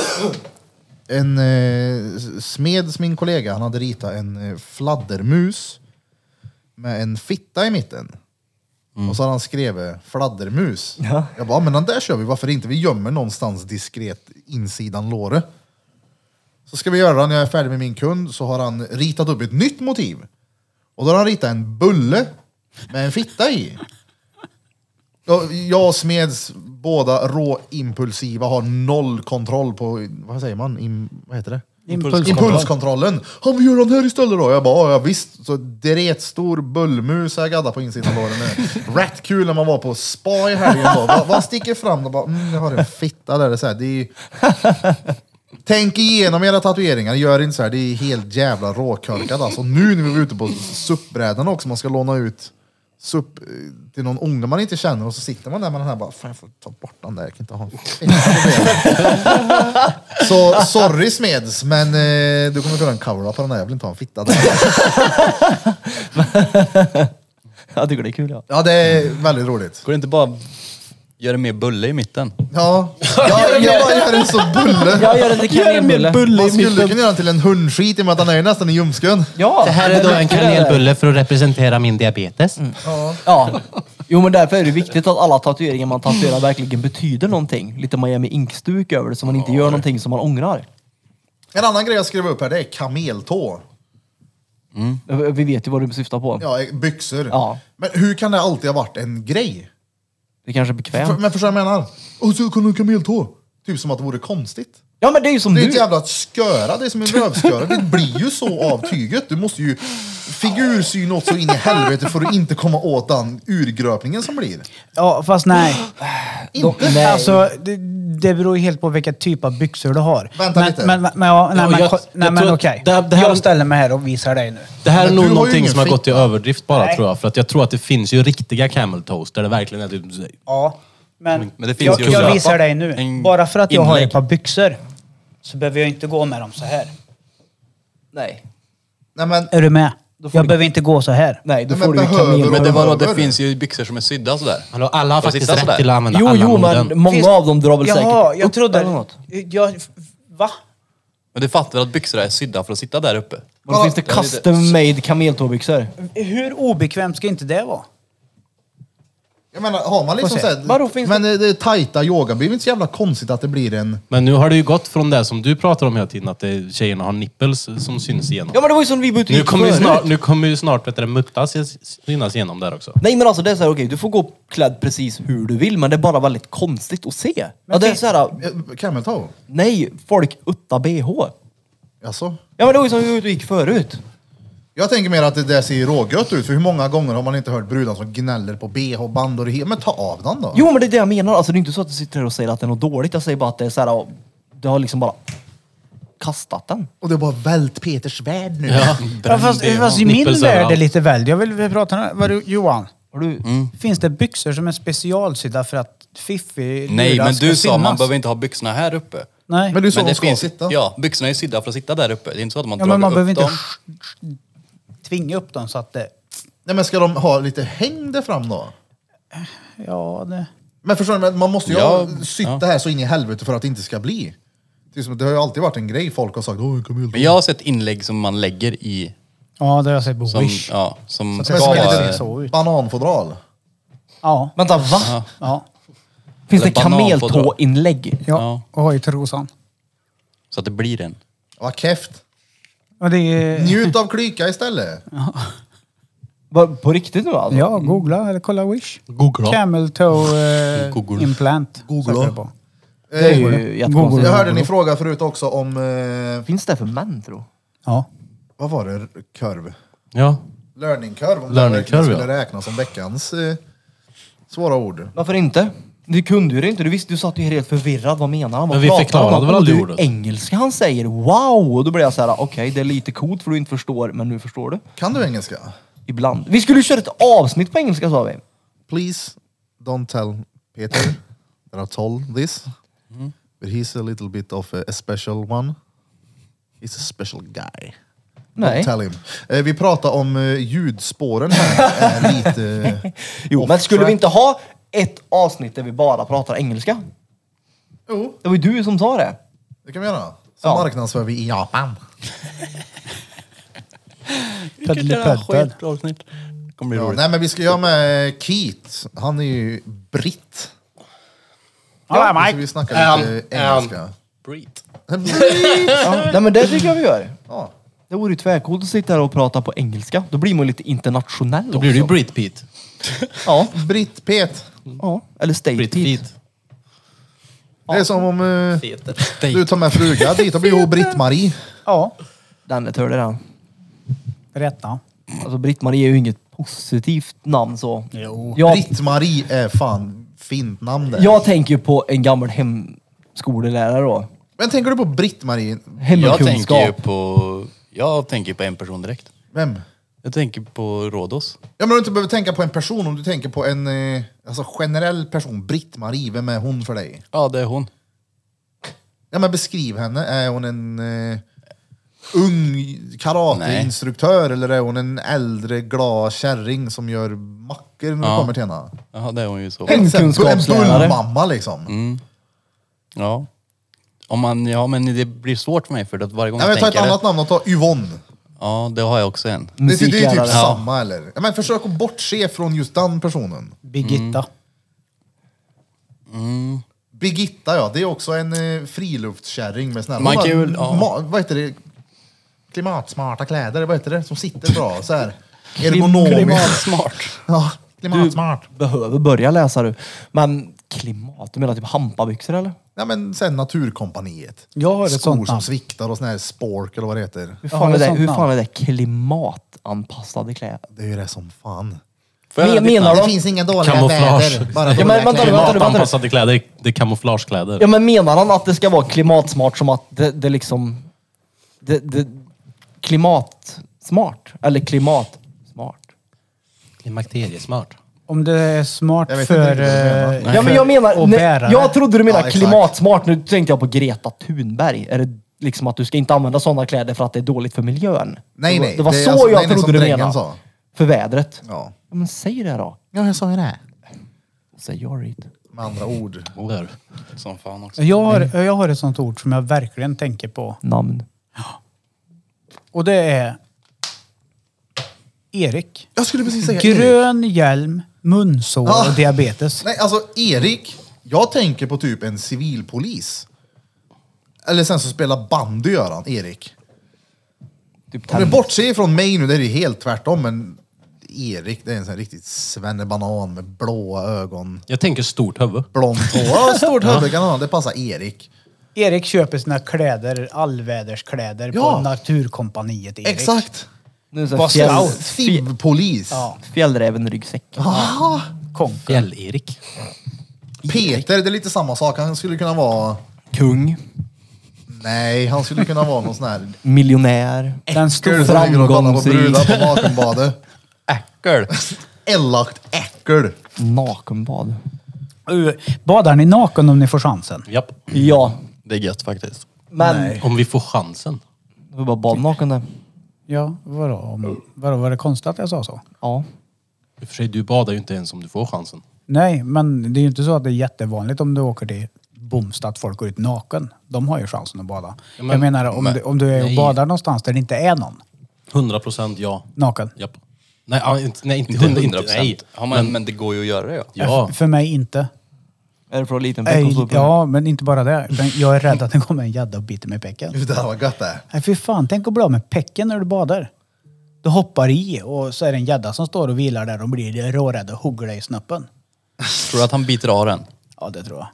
S1: En eh, smed, min kollega, han hade ritat en eh, fladdermus med en fitta i mitten. Och så hade han skrivit fladdermus. Jag bara, "Ja, men den där kör vi, varför inte? Vi gömmer någonstans diskret insidan låret. Så ska vi göra det, när jag är färdig med min kund så har han ritat upp ett nytt motiv. Och då har han ritat en bulle med en fitta i. Ja, Jag och Smeds båda råimpulsiva har noll kontroll på, vad säger man? Im, vad heter det?
S2: Impulskontroll.
S1: Impulskontrollen! Han vill göra den här istället då! Jag bara, "Ja, ja visst. Så det är ett stor bullmus jag gaddar på insidan av låren nu. Rätt kul när man var på spa i helgen då. Vad vad sticker fram? Då bara, mm, jag har en fitta där. Det är så här, det är, Tänk igenom era tatueringar, gör inte så här. Det är helt jävla råkorkat alltså. Nu när vi var ute på SUP-brädan också, man ska låna ut SUP eh, till någon unge man inte känner och så sitter man där med den här bara, fan jag får ta bort den där, jag kan inte ha en." Så sorry Smeds, men eh, du kommer köra en cover på den där, jag vill inte ha en fitta där.
S3: Jag tycker det är kul ja.
S1: Ja, det är väldigt roligt.
S5: Går det inte bara göra mer bulle i mitten?
S1: Ja, jag, jag bara gör en sån bulle.
S3: Jag gör en till kanelbulle.
S1: Man skulle kunna göra den till en hundskit i och med att den är ju nästan i ljumsken.
S3: Ja,
S4: Det här är då en kanelbulle för att representera min diabetes.
S1: Mm.
S3: Ja. Jo men därför är det viktigt att alla tatueringar man tatuerar verkligen betyder någonting. Lite Miami Ink-stuk över det så man inte gör någonting som man ångrar.
S1: En annan grej jag skrev upp här, det är kameltå.
S3: Vi vet ju vad du syftar på.
S1: Ja, byxor.
S3: Ja.
S1: Men hur kan det alltid ha varit en grej?
S3: Det är kanske är
S1: För,
S3: bekvämt.
S1: men förstår du vad jag menar? Och så kan du ha kameltå. Typ som att det vore konstigt.
S3: Ja men det är ju som
S1: Det är ju ett
S3: du.
S1: jävla sköra, det är som en rövsköra. Det blir ju så av tyget. Du måste ju figursy något så in i helvete för att inte komma åt den urgröpningen som blir.
S2: Ja,
S1: [GASPS]
S2: fast nej.
S1: Inte.
S2: nej. Alltså, det, det beror ju helt på vilka typ av byxor du har.
S1: Vänta
S2: men,
S1: lite.
S2: Men, men, ja, nej,
S4: Ja,
S2: men,
S4: jag-
S2: ko- nej,
S4: jag
S2: men
S4: tror att
S2: okej.
S4: det- det här-
S2: Jag ställer mig här och visar dig nu.
S4: Det här är
S1: Men du
S4: nog
S1: har ju
S4: någonting
S1: ingen
S4: som har gått i
S1: fitta.
S4: överdrift bara
S2: Nej.
S4: tror jag. För att jag tror att det finns ju riktiga camel toast där det verkligen är typ
S2: Ja, men,
S5: Men det finns
S2: jag,
S5: ju att
S2: jag
S5: köpa.
S2: visar dig nu.
S5: En
S2: Bara för att jag har
S5: inlägg.
S2: ett par byxor så behöver jag inte gå med dem så här.
S3: Nej.
S1: Nej men,
S2: Är du med?
S3: Då får
S2: Jag
S3: du-
S2: behöver inte gå så här.
S3: Nej, då
S1: Nej,
S3: får
S1: men
S3: du ju
S1: behöver
S3: kanelbulle.
S5: Men det, var,
S1: Behöver
S5: det
S1: du?
S5: finns ju byxor som är sydda sådär.
S4: Hallå, alla har
S5: Och
S4: faktiskt
S5: sitta
S4: rätt
S5: sådär.
S4: till att använda
S3: Jo,
S4: alla
S3: jo
S4: moden.
S3: men många av dem drar väl säkert
S2: Jaha, jag
S3: upp eller
S2: trodde...
S3: något.
S2: Jag, va?
S5: Men du fattar väl att byxor är sydda för att sitta där uppe?
S3: Men då finns det custom made kameltåbyxor.
S2: Hur obekvämt ska inte det vara?
S1: jag menar, har man liksom
S3: Får se.
S1: såhär...
S3: Vadå, finns
S1: Men det, det är tajta yoga, blir det inte så jävla konstigt att det blir en...
S4: Men nu har det ju gått från det som du pratar om hela tiden, att det, tjejerna har nipples som syns igenom.
S3: Ja men det var ju som vi var ute och
S4: nu
S3: gick
S4: kommer ju
S3: förut.
S4: snart, nu kommer ju snart vet du, det, muttas synas igenom där också.
S3: Nej men alltså det är så här, okej du får gå klädd precis hur du vill men det är bara väldigt konstigt att se. ja, det är
S2: fin-
S3: så här,
S1: eh, Cameltoe?
S3: nej folk utta bh.
S1: Alltså.
S3: Ja men det var ju som vi var ute och gick förut.
S1: Jag tänker mer att det där ser rågött ut, för hur många gånger har man inte hört brudar som gnäller på bh-band och det he- Men ta av den då!
S3: Jo men det är det jag menar, alltså det är inte så att du sitter här och säger att det är något dåligt. Jag säger bara att det är så här, och du har liksom bara kastat den.
S1: Och det är bara vält Peters värld nu.
S2: Ja, fast, fast i min
S4: Nipples
S2: värld är
S4: överallt.
S2: lite väl. Jag vill prata med vad du, Johan.
S3: Har du...
S5: Mm.
S2: Finns det byxor som är specialsydda för att fiffig
S5: Nej,
S2: lura
S5: men
S2: alltså, ska
S5: du sa man
S2: synas?
S5: behöver inte ha byxorna här uppe.
S2: Nej.
S1: Men det är så
S5: men
S1: de ska sitta.
S5: Ja, byxorna är sydda för att sitta där uppe. Det är inte så att man
S2: ja,
S5: drar
S2: men man
S5: upp
S2: behöver inte
S5: dem.
S2: sh- sh- tvinga upp dem så att det...
S1: Nej men ska de ha lite häng där fram då?
S2: Ja, det...
S1: Men förstår du, men man måste ju
S5: Ja,
S1: sitta här så in i helvete för att det inte ska bli. Det, är som, det har ju alltid varit en grej folk har sagt. Åh, en kamel.
S5: Men jag har sett inlägg som man lägger i...
S2: Ja, det har jag sett på
S5: Som,
S2: Wish.
S5: ja, som
S1: Men
S5: ska
S1: som
S2: ska
S1: en
S5: vara...
S2: det
S1: liten
S2: se så ut.
S1: bananfodral.
S2: Ja.
S3: Vänta va?
S2: ja.
S3: Finns det
S5: Eller banan får dra.
S3: kameltåinlägg?
S5: Ja.
S2: och har ju trosan.
S5: Så att det
S2: [LAUGHS]
S5: blir en.
S1: Vad keft.
S2: Och det är...
S1: Njut av klyka istället.
S3: Va, På riktigt nu alltså?
S2: Ja, googla eller kolla Wish.
S4: Googla.
S2: Camel toe eh, implant.
S1: Googla.
S2: söker du på.
S3: Det är ju jättekonstigt.
S1: Eh, Jag hörde ni fråga förut också om, eh,
S3: Finns det för män tro?
S2: Ja.
S1: vad var det, kurv?
S4: Ja.
S1: Learning curve. Om
S4: Learning
S1: det verkligen
S4: curve,
S1: skulle räknas som veckans eh, svåra ord.
S3: Varför inte? Du kunde ju det inte. Du visste, du satt ju helt förvirrad. Vad menar han? Vad
S4: Men vi
S3: pratar
S4: förklarade
S3: han om?
S4: väl
S3: Och
S4: aldrig
S3: du,
S4: ordet?
S3: Engelska han säger. Wow! Och då blev jag så här, okej det är lite coolt för du inte förstår, men nu förstår du.
S1: Kan du engelska?
S3: Ibland. Vi skulle ju köra ett avsnitt på engelska sa vi.
S1: Please don't tell Peter that I told this.
S3: Mm.
S1: But he's a little bit of a, a special one. He's a special guy.
S3: Nej.
S1: Tell him. Eh, vi pratar om eh, ljudspåren här.
S3: [LAUGHS]
S1: eh, lite,
S3: Jo,
S1: off
S3: men skulle
S1: track.
S3: vi inte ha ett avsnitt där vi bara pratar engelska?
S1: Jo,
S3: Det var ju du som sa det.
S1: oh, det kan vi göra. Så
S3: Ja.
S1: marknadsför vi i Japan.
S2: Pöddelipöddel.
S5: Det kommer bli
S1: Ja,
S5: roligt.
S1: nej, men vi ska göra med eh, Keith. Han är ju britt.
S2: Ja,
S1: Så vi
S2: Mike.
S1: snackar lite engelska.
S5: Breathe.
S3: Ja. Nej, men det tycker jag vi gör.
S1: [LAUGHS] Ja.
S3: Det vore ju tvärcoolt att sitta här och prata på engelska. Då blir man ju lite internationell
S4: Då blir det ju
S3: också.
S4: Brit Pete.
S3: Ja.
S1: Britt Pet.
S3: ja. Eller state
S4: Brit
S3: heat.
S4: Pete.
S1: Det är som om eh, du
S5: Date.
S1: tar med fruga dit och blir hon Britt-Marie.
S2: Ja.
S3: Den är törlig den.
S2: Rätta.
S3: Alltså Britt-Marie är ju inget positivt namn så. Jo. Jag,
S1: Britt-Marie är fan fint namn det.
S3: jag tänker ju på en gammal hemskolelärare då.
S1: Men tänker du på Britt-Marie?
S5: Jag tänker ju
S3: Hemkunskap.
S5: på... Jag tänker ju på en person direkt.
S1: Vem?
S5: Jag tänker på Rhodos.
S1: Ja, men du inte behöver tänka på en person, om du tänker på en eh, alltså generell person. Britt-Marie, vem är hon för dig?
S5: Ja, det är hon.
S1: Ja, men beskriv henne. Är hon en eh, ung karateinstruktör eller är hon en äldre glad kärring som gör mackor när du
S5: Ja.
S1: kommer till henne?
S5: Ja, det är hon ju så.
S3: En
S1: En
S3: kunskapslärare.
S1: bullmamma liksom.
S5: Ja. Om man, ja, men det blir svårt för mig för att varje gång
S1: Nej, men
S5: jag
S1: ta ett
S5: tänker
S1: annat namn och ta Yvonne.
S5: Ja, det har jag också en.
S1: Det, det är ju typ
S3: Musiklärare.
S1: samma eller? Ja, men försök att bortse från just den personen.
S2: Birgitta.
S3: Mm.
S1: Birgitta ja, det är också en eh, friluftskärring med sån här,
S5: Man
S1: hon
S5: kan
S1: har
S5: ju- ja.
S1: ma- vad heter det? Klimatsmarta kläder, vad heter det? Som sitter bra så här. Ergonomiskt.
S5: Smart.
S1: Ja, klimatsmart.
S3: Behöver börja läsa du. Men klimat, du menar typ hampabyxor eller?
S1: Ja, men sen Naturkompaniet.
S2: Jag har ett
S1: Skor
S2: sånt
S1: som
S2: namn.
S1: sviktar och sån här spork eller vad det heter.
S3: Hur
S2: Ja,
S3: fan,
S2: det
S3: är,
S2: är
S3: det,
S2: sant
S3: hur
S2: namn.
S3: fan är det klimatanpassade kläder?
S1: Det är ju det som fan.
S5: Får jag
S3: Men-
S5: höra ditt
S3: menar
S5: namn?
S3: du-
S6: Det finns inga dåliga
S4: Kamouflage.
S6: väder. Bara
S3: Ja,
S6: dåliga
S3: men vänta,
S6: kläder.
S3: vänta, vänta.
S4: Klimatanpassade kläder, det är kamouflagekläder.
S3: Ja men menar han att det ska vara klimatsmart som att det, det liksom... Det, det, klimatsmart? Eller klimatsmart?
S4: Klimakteriesmart.
S2: Om det är smart
S1: Jag vet inte
S2: för...
S1: riktigt vad du menar.
S2: eh,
S3: Ja men
S2: för
S3: jag menar...
S2: att bära
S3: Nej,
S2: det.
S3: jag trodde du menade
S1: Ja, exakt.
S3: klimatsmart. Nu tänkte jag på Greta Thunberg. Är det liksom att du ska inte använda sådana kläder för att det är dåligt för miljön?
S1: Nej,
S3: det var,
S1: nej.
S3: Det var
S1: Det är
S3: så
S1: alltså-
S3: jag
S1: nej, nej,
S3: trodde
S1: som
S3: du
S1: drängen
S3: menade.
S1: sa.
S3: För vädret. Ja.
S1: Ja,
S3: men säg det då.
S6: Ja, jag sa ju det.
S3: Säg jag it.
S1: med andra ord.
S4: Där.
S5: Som fan också.
S2: Jag har,
S3: Mm.
S2: jag har ett sånt ord som jag verkligen tänker på.
S3: Namn.
S2: Och det är... Erik.
S1: Jag skulle precis säga Erik.
S2: Grön hjälm, munsår
S1: Ja.
S3: Ah.
S2: och diabetes.
S1: Nej, alltså Erik. Jag tänker på typ en civilpolis. Eller sen så spelar bandy gör han, Erik.
S3: Typ
S1: Men
S3: tennis.
S1: bortse ifrån mig nu, det är ju helt tvärtom. Men Erik, det är en sån här riktigt svennebanan med blåa ögon.
S4: Jag tänker stort huvud.
S1: Blont hår. Ja,
S3: [LAUGHS]
S1: stort huvud kan han ha. Det passar Erik.
S2: Erik köper sina kläder, allväderskläder,
S1: Ja.
S2: på Naturkompaniet Erik.
S1: Exakt.
S3: Nu är det
S2: Vad
S3: så här
S2: scout.
S3: fjäll,
S1: Civpolis.
S2: Ja,
S3: fjällräven-ryggsäck.
S2: konka.
S4: Fjäll-Erik.
S1: Peter, det är lite samma sak. Han skulle kunna vara...
S3: Kung.
S1: Nej, han skulle kunna vara någon sån
S3: [LAUGHS]
S1: här...
S3: Miljonär.
S2: Den
S1: Äckel
S2: stora,
S1: som ligger och kollar på
S3: Framgångsrik.
S1: brudar på nakenbadet.
S5: Äckel!
S1: Elakt äckel.
S3: Nakenbad.
S2: Uh, badar ni naken om ni får chansen?
S4: Japp.
S3: Ja,
S5: Det är gött faktiskt.
S3: men...
S4: Om vi får chansen.
S3: Det var bara badnaken där.
S2: Ja, vadå? Om, vadå var det konstigt att jag sa så?
S3: Ja.
S4: I och för sig, du badar ju inte ens om du får chansen.
S2: Nej, men det är ju inte så att det är jättevanligt om du åker till Bomstad att folk går ut naken. De har ju chansen att bada.
S4: Ja, men-
S2: jag menar om,
S5: men-
S2: du, om du är och
S4: nej.
S2: badar någonstans där det inte är någon
S4: 100 procent ja.
S2: naken.
S4: Japp. Nej, ja, inte, nej, inte
S5: Inte
S4: 100
S5: hundra
S4: inte- nej.
S5: procent. Ja, men, men det går ju att göra det ja.
S4: Ja.
S2: F- För mig inte.
S3: Är det från liten
S2: Nej,
S3: pek och slå på den?
S2: ja, men inte bara det. utan Jag är rädd att det kommer en gädda och biter mig i pecken.
S1: Det här var gött det.
S2: Nej, fy fan. Tänk att bli av med pecken när du badar. Du hoppar i och så är det en gädda som står och vilar där och blir rårädd och hugger dig i snoppen.
S5: Tror du att han biter av den?
S2: Ja, det tror jag.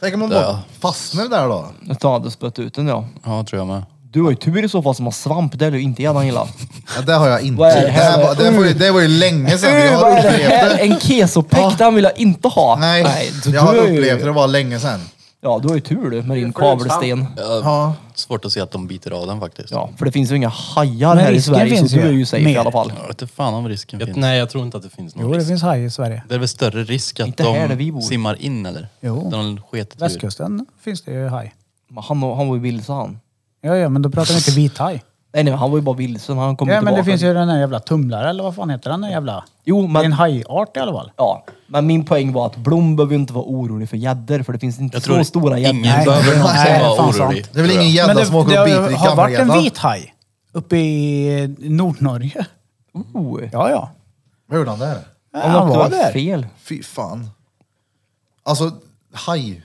S1: Tänk om man bara fastnar där då.
S3: Ja, du spött ut den ja.
S5: Ja, tror jag med.
S3: Du har ju tur i så fall som har svamp. Det är ju inte gärna gilla.
S1: Ja, det har jag inte.
S3: Vad är det
S1: det,
S3: här?
S1: här var, det, här var ju, det var ju länge sedan
S3: Uh,
S1: jag
S3: vad
S1: har
S3: är det
S1: upplevt
S3: här?
S1: det.
S3: En kesopek, den vill jag inte ha.
S1: Nej,
S3: Ah, du,
S1: jag har
S3: du är ju-
S1: upplevt det. Det var länge sedan.
S3: Ja, du har ju tur du med din kavelsten.
S1: Ja.
S5: Svårt att se att de biter av den faktiskt.
S3: Ja, för det finns ju inga hajar
S2: Men
S3: här i
S2: risken
S3: Sverige så
S2: finns
S3: du
S2: ju.
S3: är ju safe i
S2: Mer.
S3: alla fall.
S5: Jag vet inte fan om risken
S4: Jag,
S5: finns.
S4: nej, jag tror inte att det finns någon
S2: Jo, det
S4: risk.
S2: finns haj i
S1: Typ.
S2: Sverige.
S5: Det är väl större risk att
S3: Inte här där vi bor.
S5: de simmar in eller?
S2: Jo.
S5: De sket ett djur.
S2: Västkusten finns det ju haj.
S3: Men Han, han var ju vilse han.
S2: Ja, ja, men då pratar vi
S1: [LAUGHS]
S2: inte vithaj.
S3: Nej, nej, han var ju bara vilsen. Han kom
S2: Ja, men
S3: tillbaka.
S2: det finns ju den där jävla tumlaren eller vad fan heter den där jävla?
S3: Jo,
S2: Det är en
S3: men...
S2: hajart i alla fall.
S3: Ja, men min poäng var att Blom behöver ju inte vara orolig för gäddor för det finns inte
S5: Jag
S3: så
S5: tror
S3: stora
S5: ingen
S3: gäddor.
S5: behöver
S2: Nej,
S5: någonsin vara
S2: fan sant.
S5: orolig.
S1: Det är väl
S5: tror jag.
S1: ingen
S2: Men
S1: jävla
S2: det,
S1: som åker
S2: det
S1: och
S2: har,
S1: biter i
S2: har varit en
S1: gammelgädda.
S2: vit haj uppe i
S1: [LAUGHS]
S2: Nordnorge.
S3: Oh.
S2: Ja, ja.
S1: Vad gjorde han där?
S2: Ja,
S3: Han,
S2: han var
S3: åkte väl
S2: där.
S3: fel.
S1: Fy fan. Alltså, haj.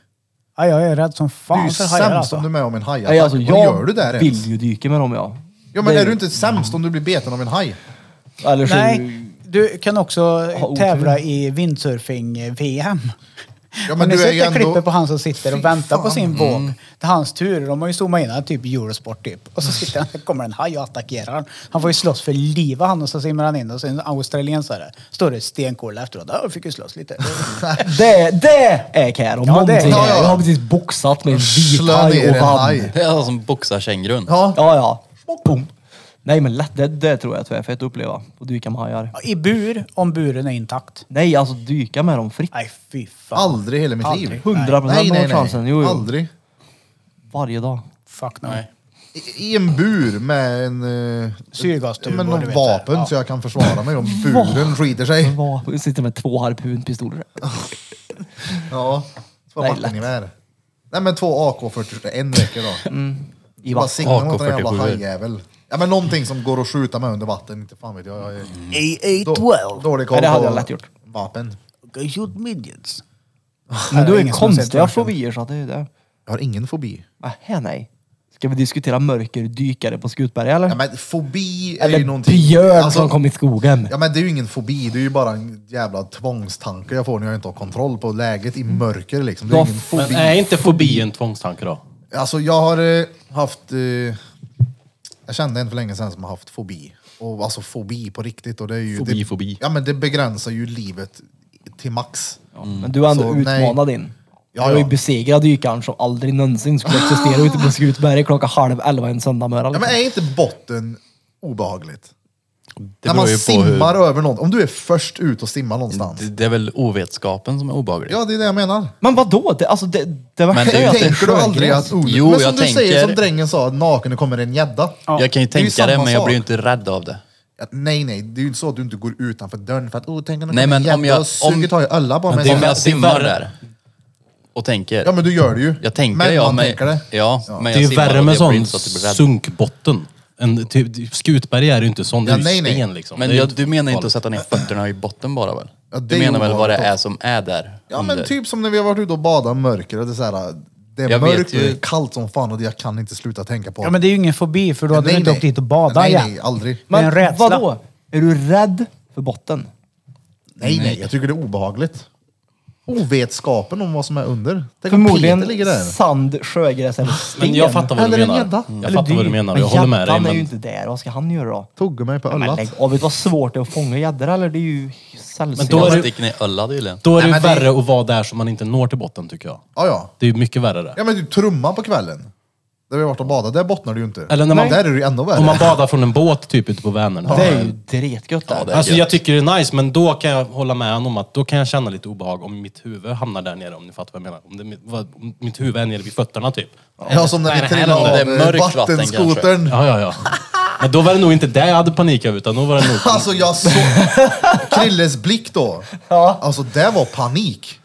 S2: Ja, jag är rädd som
S1: Du är
S2: fan
S1: ju
S2: för hajar
S1: sämst om du
S2: alltså.
S1: är med om en hajattack.
S3: Nej, alltså,
S1: Vad
S3: jag
S1: gör du där
S3: vill
S1: ens?
S3: ju dyka med dem ja.
S1: Ja, men
S3: Det-
S1: är du inte sämst om du blir beten av en haj?
S3: Eller så
S1: Alltså,
S2: Nej, du kan också
S3: otur.
S2: tävla i windsurfing-VM.
S1: Ja,
S2: Men
S1: men
S2: ni
S1: du är ju
S2: sett ändå...
S1: ändå...
S2: klippet på han som sitter
S1: Fy
S2: och väntar på
S1: fan. Mm.
S2: sin våg. Det är hans tur. De har ju zoomat in han typ Eurosport typ. Och så sitter han, kommer en haj och attackerar han. Han får ju slåss för livet han och så simmar han in och så är det en australiensare. Står det stenkola efteråt. Ja, fick ju slåss lite.
S1: [LAUGHS]
S3: Det, det är Karo,
S2: Ja, det är
S3: någonting.
S1: Karo.
S3: Jag har precis boxat med en
S1: Slå
S3: vithaj
S1: ner
S3: och
S1: en
S3: vann.
S1: haj.
S5: Det är alla som boxar kängurun.
S1: Ja,
S3: Ja, ja. Boom. Nej men lätt, det, det tror jag att vi är fett att uppleva. Och dyka med hajar.
S2: I bur, om buren är intakt.
S3: Nej, alltså dyka med dem fritt.
S2: Nej, fy fan.
S1: Aldrig i hela mitt
S2: Aldrig.
S1: liv.
S3: 100
S1: Nej,
S3: procent
S1: nej,
S3: har
S1: nej.
S3: chansen. Jo, jo.
S1: Aldrig.
S3: Varje dag.
S2: Fuck no.
S5: Nej.
S1: I, I en bur med en... Uh,
S2: Syrgastub,
S1: med
S2: vad du
S1: något
S2: vet
S1: vapen
S2: där. Ja.
S1: så jag kan försvara
S3: [LAUGHS]
S1: mig om buren skiter sig.
S3: Var, sitter med två harpunpistoler.
S1: Ja, två
S3: Nej,
S1: vattengevär. Nej men två AK47, en räcker då.
S3: Mm. I
S1: Bara
S3: vatten.
S1: signa mot den jävla
S5: AK47.
S1: hajjävel. Ja men någonting som går att skjuta med under vatten, inte fan vet jag. jag är...
S2: AA-12.
S1: Dålig
S3: Ja,
S1: koll
S3: det hade
S1: på
S3: jag lätt gjort.
S1: vapen.
S2: Kan skjuta midgets. Det
S3: Men du
S2: är
S3: är ju
S2: ingen som har sett
S3: konstiga
S2: varken.
S3: fobier så att det är det.
S1: Jag har ingen fobi.
S3: Nähä, nej. Ska vi diskutera mörkerdykare på Skutberg eller?
S1: Ja, men fobi är ju
S3: eller
S1: någonting...
S3: björn
S1: Alltså,
S3: som kom i skogen.
S1: Ja men det är ju ingen fobi, det är ju bara en jävla tvångstanke jag får när jag inte har kontroll på läget i mörker liksom. Det är
S3: Då
S1: ingen
S3: f-
S1: fobi.
S4: Men är inte fobi en tvångstanke då?
S1: Alltså jag har eh, haft... Eh, jag kände en för länge sedan som har haft fobi. Och alltså fobi på riktigt. Och det är ju,
S4: Fobi,
S1: det,
S4: fobi.
S1: Ja men det begränsar ju livet till max.
S3: Men du har ändå
S1: Mm. Så,
S3: utmanat din.
S1: Ja,
S3: jag har ju
S1: ja.
S3: besegrat dykaren som aldrig någonsin skulle existera ute på Skutberg klockan halv elva en söndagmorgon.
S1: Ja, men
S3: liksom.
S1: är inte botten obehagligt?
S5: Det
S1: när man
S5: beror ju på
S1: simmar
S5: hur...
S1: över någon. Om du är först ut och simmar någonstans.
S5: Det, det är väl ovetskapen som är obehaglig.
S1: Ja det är det jag menar.
S3: Men vadå? Det, alltså, det, det värsta
S5: Men det är
S3: är ju att
S5: ju
S3: det är
S1: tänker du aldrig
S3: sjögräs.
S1: att... Oh,
S5: Jo,
S1: men som
S5: jag
S1: du säger,
S5: tänker-
S1: som drängen sa, naken det kommer en gädda.
S5: Jag kan ju
S1: Det är ju
S5: tänka det,
S1: samma
S5: men jag blir ju
S1: sak.
S5: inte rädd av det.
S1: Att, nej nej, det är ju inte så att du inte går utanför dörren för att oh, tänk om det
S5: Nej,
S1: kommer en
S5: men om
S1: gädda
S5: jag-
S1: och suger
S5: om-
S1: tag i alla bara
S5: Men det är om
S1: med
S5: jag
S1: sig.
S5: simmar
S4: värre.
S5: där och tänker.
S1: Ja men du gör det ju.
S5: jag tänker
S1: men,
S5: ja,
S1: man
S5: men,
S1: tänker det.
S5: Ja, men
S4: Det är
S5: jag
S4: ju
S5: simmar
S4: värre
S5: och typ
S4: med
S5: jag blir
S4: sån
S5: inte så att jag blir rädd.
S4: sunkbotten. En, typ, Skutberg är ju inte sån, det är
S1: Ja,
S4: ju
S1: nej, nej.
S4: sten liksom. Det
S5: Men
S4: är
S5: jag,
S4: ju
S5: du menar inte att sätta ner fötterna i botten bara väl?
S1: Ja, det
S5: du
S1: är
S5: menar väl vad det
S1: obehagligt
S5: är
S1: också.
S5: som är där?
S1: Ja
S5: under?
S1: men typ som när vi har varit ute och badat i mörker och det är så här, det är
S5: Jag vet
S1: mörkt och
S5: ju-
S1: det är kallt som fan och jag kan inte sluta tänka på
S2: Ja, men det är ju ingen fobi för då hade du inte åkt dit och badat
S1: Nej,
S2: igen.
S1: nej, aldrig.
S2: Det är en
S3: Men
S2: rädsla.
S3: vadå? Är du rädd för botten?
S1: Nej, nej, jag tycker det är obehagligt. Ovetskapen om vad som är under. Tänk om
S3: Förmodligen
S1: Peter ligger där.
S3: sand, sjögräs eller sten.
S4: Men jag fattar vad du
S1: Eller en
S4: menar.
S1: gädda.
S4: Jag fattar vad du menar och jag
S3: Men
S4: håller med dig.
S3: gäddan är ju
S4: Men
S3: inte där. Vad ska han göra då?
S1: Tugga mig på
S3: Men
S1: öllat.
S3: lägg av. Vet du vad svårt det är att fånga gäddor eller? Det är ju sällsynt.
S4: då är
S5: Jag
S4: det-
S5: sticker ner ölla tydligen.
S4: då är det
S1: Nej,
S4: ju
S1: men det-
S4: värre att vara där så man inte når till botten tycker jag.
S1: Ja, ja.
S4: Det är ju mycket värre där.
S1: Ja, men du trumma på kvällen. Där vi har varit och badat, där bottnar du ju inte.
S4: Eller när man-
S1: Där är det ju ännu värre.
S4: Om man badar från en båt typ ute på Vänern.
S3: Det är ju dretgött.
S5: Ja,
S3: där.
S5: det är
S4: Alltså
S5: gött.
S4: jag tycker det är nice, men då kan jag hålla med honom om att då kan jag känna lite obehag om mitt huvud hamnar där nere, om ni fattar vad jag menar. Om, det, är mitt- vad- om mitt huvud är nere vid fötterna typ.
S1: Ja, som när vi
S5: Nej, nej,
S1: trillade
S5: nej, det är
S1: av eh,
S5: mörkt vatten
S1: vattenskotern.
S4: Ja, ja, ja. Men då var det nog inte det jag hade panik över, utan då var det nog...
S1: [LAUGHS] Alltså jag såg Krilles blick då. Alltså det var panik.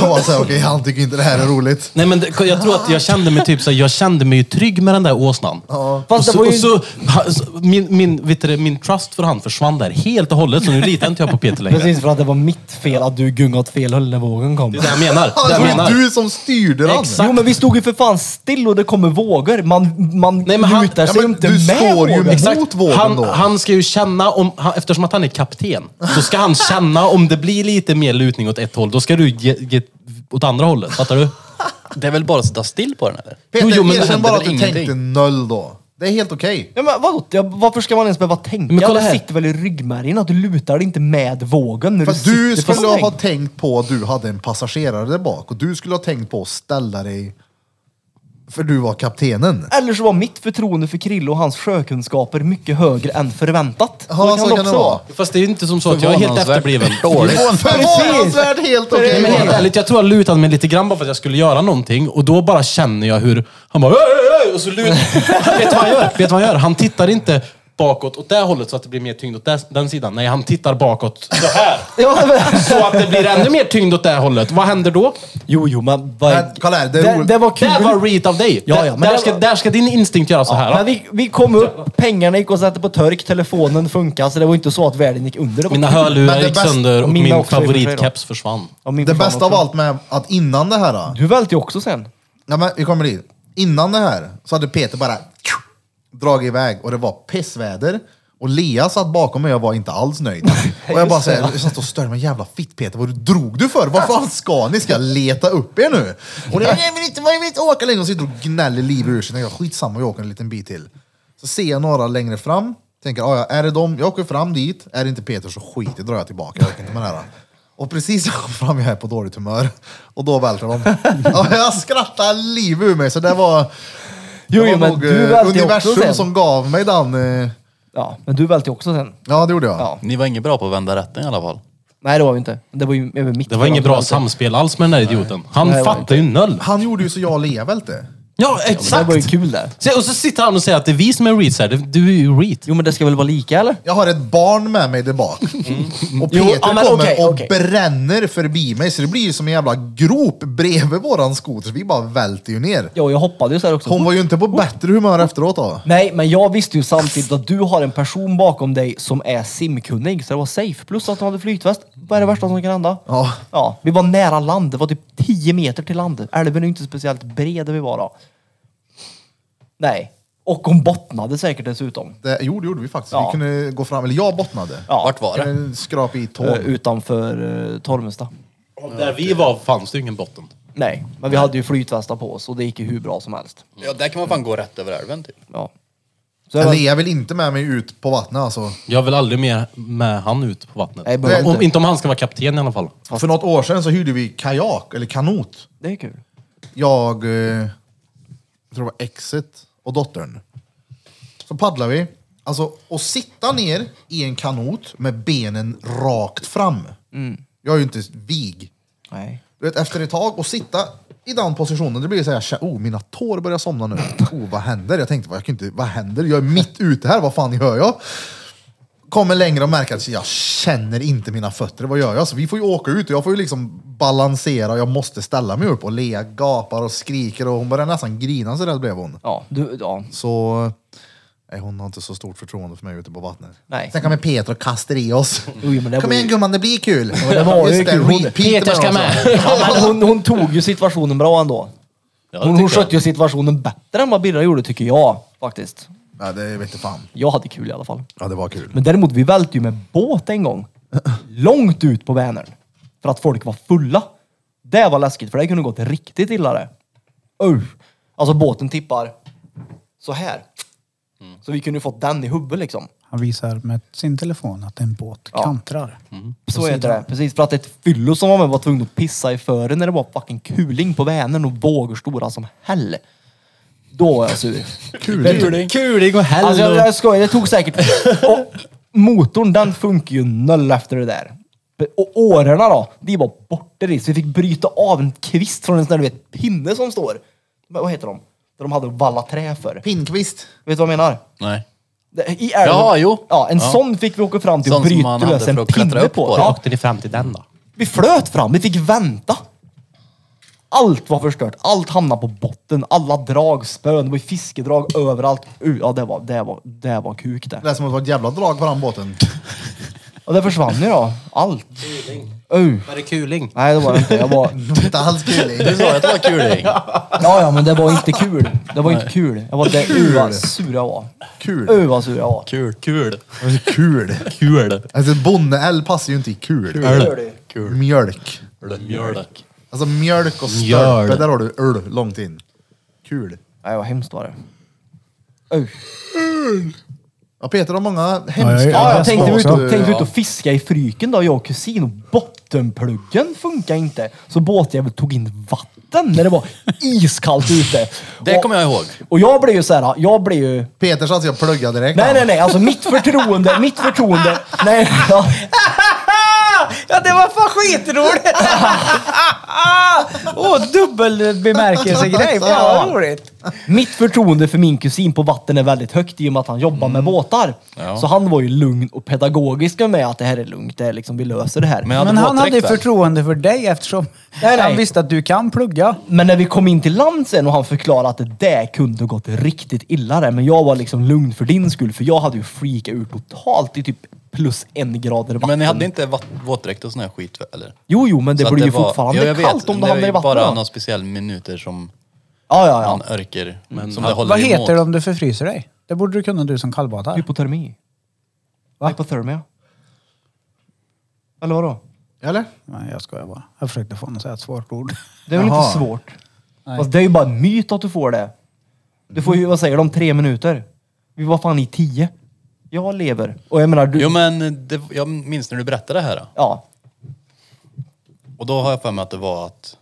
S1: Jag var såhär, okej han tycker inte det här är roligt.
S4: Nej men det, jag tror att jag kände mig typ så här, jag kände mig ju trygg med den där åsnan.
S3: Fast
S4: och
S3: det
S4: så,
S3: var ju-
S4: och så, ha- så- min, min, vet du, det, min trust för han försvann där helt och hållet, så nu litar inte jag på Peter längre.
S3: Precis för att det var mitt fel att du gungade åt fel håll när vågen kom.
S4: Det är det jag menar.
S1: Ja,
S4: Det
S1: Alltså, det
S4: jag
S1: var ju
S4: menar.
S1: du som styrde den.
S4: Exakt.
S3: Jo men vi stod ju för fan still och det kommer vågor. Man, man
S4: Nej, men han-
S3: lutar
S1: Ja,
S3: sig ju
S1: men
S3: inte
S1: du
S3: med
S1: står ju
S3: vågen.
S1: med-
S4: Exakt.
S1: Mot vågen
S4: han,
S1: då.
S4: han ska ju känna, om, han, eftersom att han är kapten, så ska han känna om det blir lite mer lutning åt ett håll, då ska du ge, ge åt andra hållet. Fattar du?
S5: Det är väl bara att sitta still på den eller?
S1: Peter,
S4: Jo, jo, men det
S1: erkänn
S5: hände
S1: bara
S5: väl
S1: att du
S5: ingenting.
S1: tänkte noll då. Det är helt okej.
S3: Ja, men vadå? Ja, varför ska man ens behöva tänka?
S4: Men kolla
S3: det
S4: här.
S3: sitter väl i ryggmärgen att du lutar dig inte med vågen när
S1: För
S3: du
S1: att du
S3: sitter
S1: skulle ha
S3: fast
S1: tänkt på att du hade en passagerare där bak och du skulle ha tänkt på att ställa dig för du var kaptenen.
S3: Eller så var mitt förtroende för Krille och hans sjökunskaper mycket högre än förväntat.
S1: Ja, så kan det vara.
S4: Fast det är ju inte som så att jag är helt
S5: Förvånansvärt
S4: efterbliven.
S5: Dåligt.
S1: Förvånansvärt helt
S4: Nej,
S1: okej.
S4: men helt
S1: bara.
S4: ärligt, jag tror jag lutade mig lite grann bara för att jag skulle göra någonting och då bara känner jag hur han bara "Ey, ey, ey", och så
S3: [LAUGHS]
S4: lutar [LAUGHS] Vet du vad han gör? Vet du vad han gör? Han tittar inte bakåt åt det hållet så att det blir mer tyngd åt där- den sidan. Nej, han tittar bakåt så här.
S3: Ja, men,
S4: Så att det blir ännu mer tyngd åt det hållet. Vad händer då?
S3: jo, jo, men... Vad,
S1: Men, kolla här, det är
S3: det,
S1: roligt.
S3: det var kul.
S4: Där var reet av dig.
S3: Ja, ja,
S4: där,
S3: men
S4: där,
S3: det-
S4: ska, där ska din instinkt göra så här.
S3: Men vi, vi kom upp, pengarna gick och satte på törk, telefonen funkade, så det var inte så att världen gick under. Det var
S4: Mina
S3: kul.
S4: hörlurar
S1: Men det
S4: gick
S1: bästa-
S4: sönder och
S3: Mina
S4: min
S3: också i och för sig då.
S4: favoritkeps försvann.
S3: Ja, min
S1: Det
S3: försvann
S1: bästa av
S3: också.
S1: allt med att innan det här, då-
S3: Du välte ju också sen.
S1: ja, men vi kommer dit. Innan det här så hade Peter bara dragit iväg och det var pissväder. Och Lea satt bakom mig och var inte alls nöjd. Och jag bara säger, jag satt och störde mig, jävla fitt Peter, vad du drog du för? Vad fan ska ni? Ska jag leta upp er nu? Och ni bara, nej men inte, jag vill inte åka längre. Och sitter och gnäller livet ur sig. Jag tänker, skitsamma, vi åker en liten bit till. Så ser jag några längre fram, tänker, "Ah, ja, är det dem? Jag åker fram dit. Är det inte Peter så skit i det, drar jag tillbaka. Jag orkar inte med det här. Och precis [LAUGHS] när jag kom fram, jag är på dåligt humör. Och då välter de. Ja, jag skrattar livet ur mig, så det var...
S3: Jo,
S1: det
S3: jo,
S1: var
S3: men
S1: nog,
S3: du
S1: eh,
S3: välte ju också
S1: universum
S3: sen.
S1: som gav mig den eh,
S3: Ja, men du välte ju också sen.
S1: Ja, det gjorde jag.
S3: Ja.
S5: Ni var inget bra på att vända rätten i alla fall.
S3: Nej, det var vi inte. Det var ju över mitt.
S4: Det var inget bra samspel alls med den där idioten. Han
S3: Nej, det var
S4: fattar ju noll.
S1: Han gjorde ju så jag levälte.
S4: Ja,
S3: Det var ju
S4: exakt!
S3: kul där.
S4: Se, Och så sitter han och säger att det är vi som är reats här. Det- Du är ju reat.
S3: Jo, men det ska väl vara lika eller?
S1: Jag har ett barn med mig där bak. Och Peter
S3: Mm. Jo, ja, men
S1: kommer
S3: okej,
S1: och
S3: okej.
S1: bränner förbi mig, så det blir ju som en jävla grop bredvid våran skoter. Vi bara välter ju ner.
S3: Jo, jag hoppade ju så här också.
S1: Hon var ju inte på bättre humör efteråt då.
S3: Nej, men jag visste ju samtidigt att du har en person bakom dig som är simkunnig, så det var safe. Plus att hon hade flytväst. Vad är det värsta som kan hända?
S1: Ja.
S3: ja. Vi var nära land. Det var typ 10 meter till land. Älven är ju inte speciellt bred där vi var då. Nej. Och hon bottnade säkert dessutom.
S1: Det, jo, det gjorde vi faktiskt.
S3: Ja.
S1: Vi kunde gå fram, eller jag bottnade.
S3: Ja.
S5: Vart var det?
S1: Kunde skrapa i
S3: Eh,
S1: tån.
S3: Utanför uh, Tormestad.
S4: Där vi var fanns det ju ingen botten.
S3: Nej, men vi hade ju flytvästar på oss och det gick ju hur bra som helst.
S5: Ja, där kan man fan gå rätt över älven typ.
S3: Ja. Så jag
S1: Jag
S3: var,
S1: ler väl inte med mig ut på vattnet alltså.
S4: Jag vill aldrig mer med han ut på vattnet.
S3: Nej, behöver
S4: om,
S3: inte.
S4: inte om han ska vara kapten i alla fall.
S1: För något år sedan så hyrde vi kajak, eller kanot.
S3: det är kul.
S1: jag, eh, jag tror det var exet och dottern. Så paddlar vi. Alltså att sitta ner i en kanot med benen rakt fram.
S3: Mm.
S1: Jag är ju inte vig.
S3: Nej.
S1: Du vet, efter ett tag, och sitta i den positionen, det blir så här, tja, oh mina tår börjar somna nu. Oh, vad händer? Jag tänkte, jag kan inte, vad händer? Jag är mitt ute här, vad fan hör jag? Kommer längre och märker att jag känner inte mina fötter, vad gör jag? Så vi får ju åka ut och jag får ju liksom balansera och jag måste ställa mig upp och Lea gapar och skriker och hon börjar nästan grina så rädd blev hon.
S3: Ja, du, ja.
S1: Så nej, hon har inte så stort förtroende för mig ute på vattnet.
S3: Nej.
S1: Sen kommer Peter och kastar i oss.
S3: Oj, men det
S1: Kom
S3: var ju-
S1: igen gumman, det blir kul!
S3: Men det var ju
S1: Just det,
S3: kul. Hon, alltså-
S1: repeat med dem också.
S3: Ja, men hon, hon tog ju situationen bra ändå.
S4: Ja, det
S3: Hon, hon
S4: tycker jag.
S3: skötte ju situationen bättre än vad Birra gjorde tycker jag faktiskt.
S1: Ja, det vet jag fan.
S3: Jag hade kul i alla fall.
S1: Ja, det var kul.
S3: Men däremot, vi välte ju med båt en gång. Långt ut på Vänern. För att folk var fulla. Det var läskigt, för det kunde gått riktigt illa det. Usch. Alltså båten tippar så här. Så vi kunde ju fått den i huvudet liksom.
S2: Han visar med sin telefon att en båt
S3: Ja.
S2: kantrar.
S5: Mm.
S3: Så heter det. Precis, för att ett fyllo som var med var tvungen att pissa i före när det var fucking kuling på Vänern och vågor stora som hell. Då var jag sur.
S1: Kul!
S8: Kuling och helg.
S3: Alltså jag, jag skojar, det tog säkert...
S5: [LAUGHS]
S3: Och motorn den funkar ju noll efter det där. Och årorna då, de var borta i. Så vi fick bryta av en kvist från en sån där du vet, pinne som står. Men Vad heter de? Där de hade att valla trä för. Vet
S1: Pinkvist.
S3: du vad jag menar?
S5: Nej.
S3: Det- I älven.
S5: Ja, jo.
S3: Ja, en
S5: Ja.
S3: sån fick vi åka fram till och
S5: Sån som
S3: bryta
S5: man hade
S3: lös en
S5: för att klättra
S3: pinne
S5: upp
S3: på.
S5: på,
S3: Ja,
S5: ja.
S4: Åkte ni fram till den då?
S3: vi flöt fram, vi fick vänta. Allt var förstört, allt hamnade på botten, alla drag, spön, det var ju fiskedrag överallt. Uh, Ja, det var, det var, det var kuk det.
S1: Det lät som att det var ett jävla drag på den båten.
S3: Och det försvann ju då, allt. Uh.
S4: Var det kuling?
S3: Nej, det var det inte. Jag var...
S1: Inte alls
S5: Du
S1: kul.
S5: sa ju att det var [LAUGHS] kuling.
S3: Ja, ja, men det var inte kul. Det var inte kul. Jag var där, uh, vad sur jag var.
S1: Kul.
S3: Uh, vad sur jag var.
S5: Kul. Kul.
S1: Kul.
S5: Kul.
S1: Alltså bonne-L passar ju inte i kul.
S5: Öl. Kul.
S1: Mjölk.
S5: Mjölk.
S1: Alltså mjölk och stölpe,
S4: Mjöl.
S1: där har du öl långt in. Kul.
S3: Nej, vad hemskt var det. Uh.
S1: Ja, Peter har många
S2: Ja,
S1: hemska...
S2: ja,
S3: Ja,
S2: det
S3: jag tänkte
S2: var
S3: ut,
S2: också.
S3: tänkte ut och fiska i Fryken då, jag och kusin. Och bottenpluggen funkar inte. Så båtjäveln tog in vatten när det var iskallt ute.
S5: Det kommer jag ihåg.
S3: Och jag blev ju så här, jag blev ju...
S1: Peter satt sig och pluggade direkt.
S3: Nej, nej,
S1: [LAUGHS]
S3: nej. Alltså mitt förtroende, mitt förtroende. Nej, ja.
S2: [LAUGHS] Ja, det var fan
S3: [LAUGHS]
S2: skitroligt! Åh, oh, dubbelbemärkelsegrej. Fan vad roligt!
S3: Mitt förtroende för min kusin på vatten är väldigt högt i och med att han jobbar
S2: Mm.
S3: med båtar. Så han var ju lugn och pedagogisk med att det här är lugnt, det är liksom, vi löser det här.
S5: Men jag hade
S2: Men han hade ju
S5: våtdräkt väl?
S2: förtroende för dig eftersom
S3: Nej, nej.
S2: han visste att du kan plugga.
S3: Men när vi kom in till land sen och han förklarade att det där kunde gått riktigt illa där. Men jag var liksom lugn för din skull, för jag hade ju freakat ur totalt i typ plus en grader vatten.
S5: Men ni hade inte vatt- våtdräkt och sån här skit väl, eller?
S3: Jo, jo, men det
S5: Så att
S3: blir ju
S5: var-
S3: fortfarande
S5: Ja, jag vet.
S3: kallt om
S5: Men
S3: du hamnar i
S5: Det är ju bara
S3: vatten.
S5: några
S3: Något...
S5: speciella minuter som
S3: Ja, ja, ja.
S5: man örker. som det
S4: han-
S5: håller
S2: Vad heter det
S5: emot.
S2: om du förfryser dig? Det borde du kunna du som
S3: Typ.
S2: kallbadar.
S3: Hypotermi. Va? Hypothermia. Eller vadå?
S1: Eller?
S2: Nej, jag skojar bara. Jag försökte få honom att säga ett svårt ord. [LAUGHS]
S3: Det är väl
S1: Jaha.
S3: inte svårt? Fast det är ju bara en myt att du får det. Du får ju, vad säger de, tre minuter? Vi var fan i tio. Jag lever. Och jag menar, du...
S5: Jo men det, jag minns när du berättade det här.
S3: Ja.
S5: Och då har jag för mig att det var att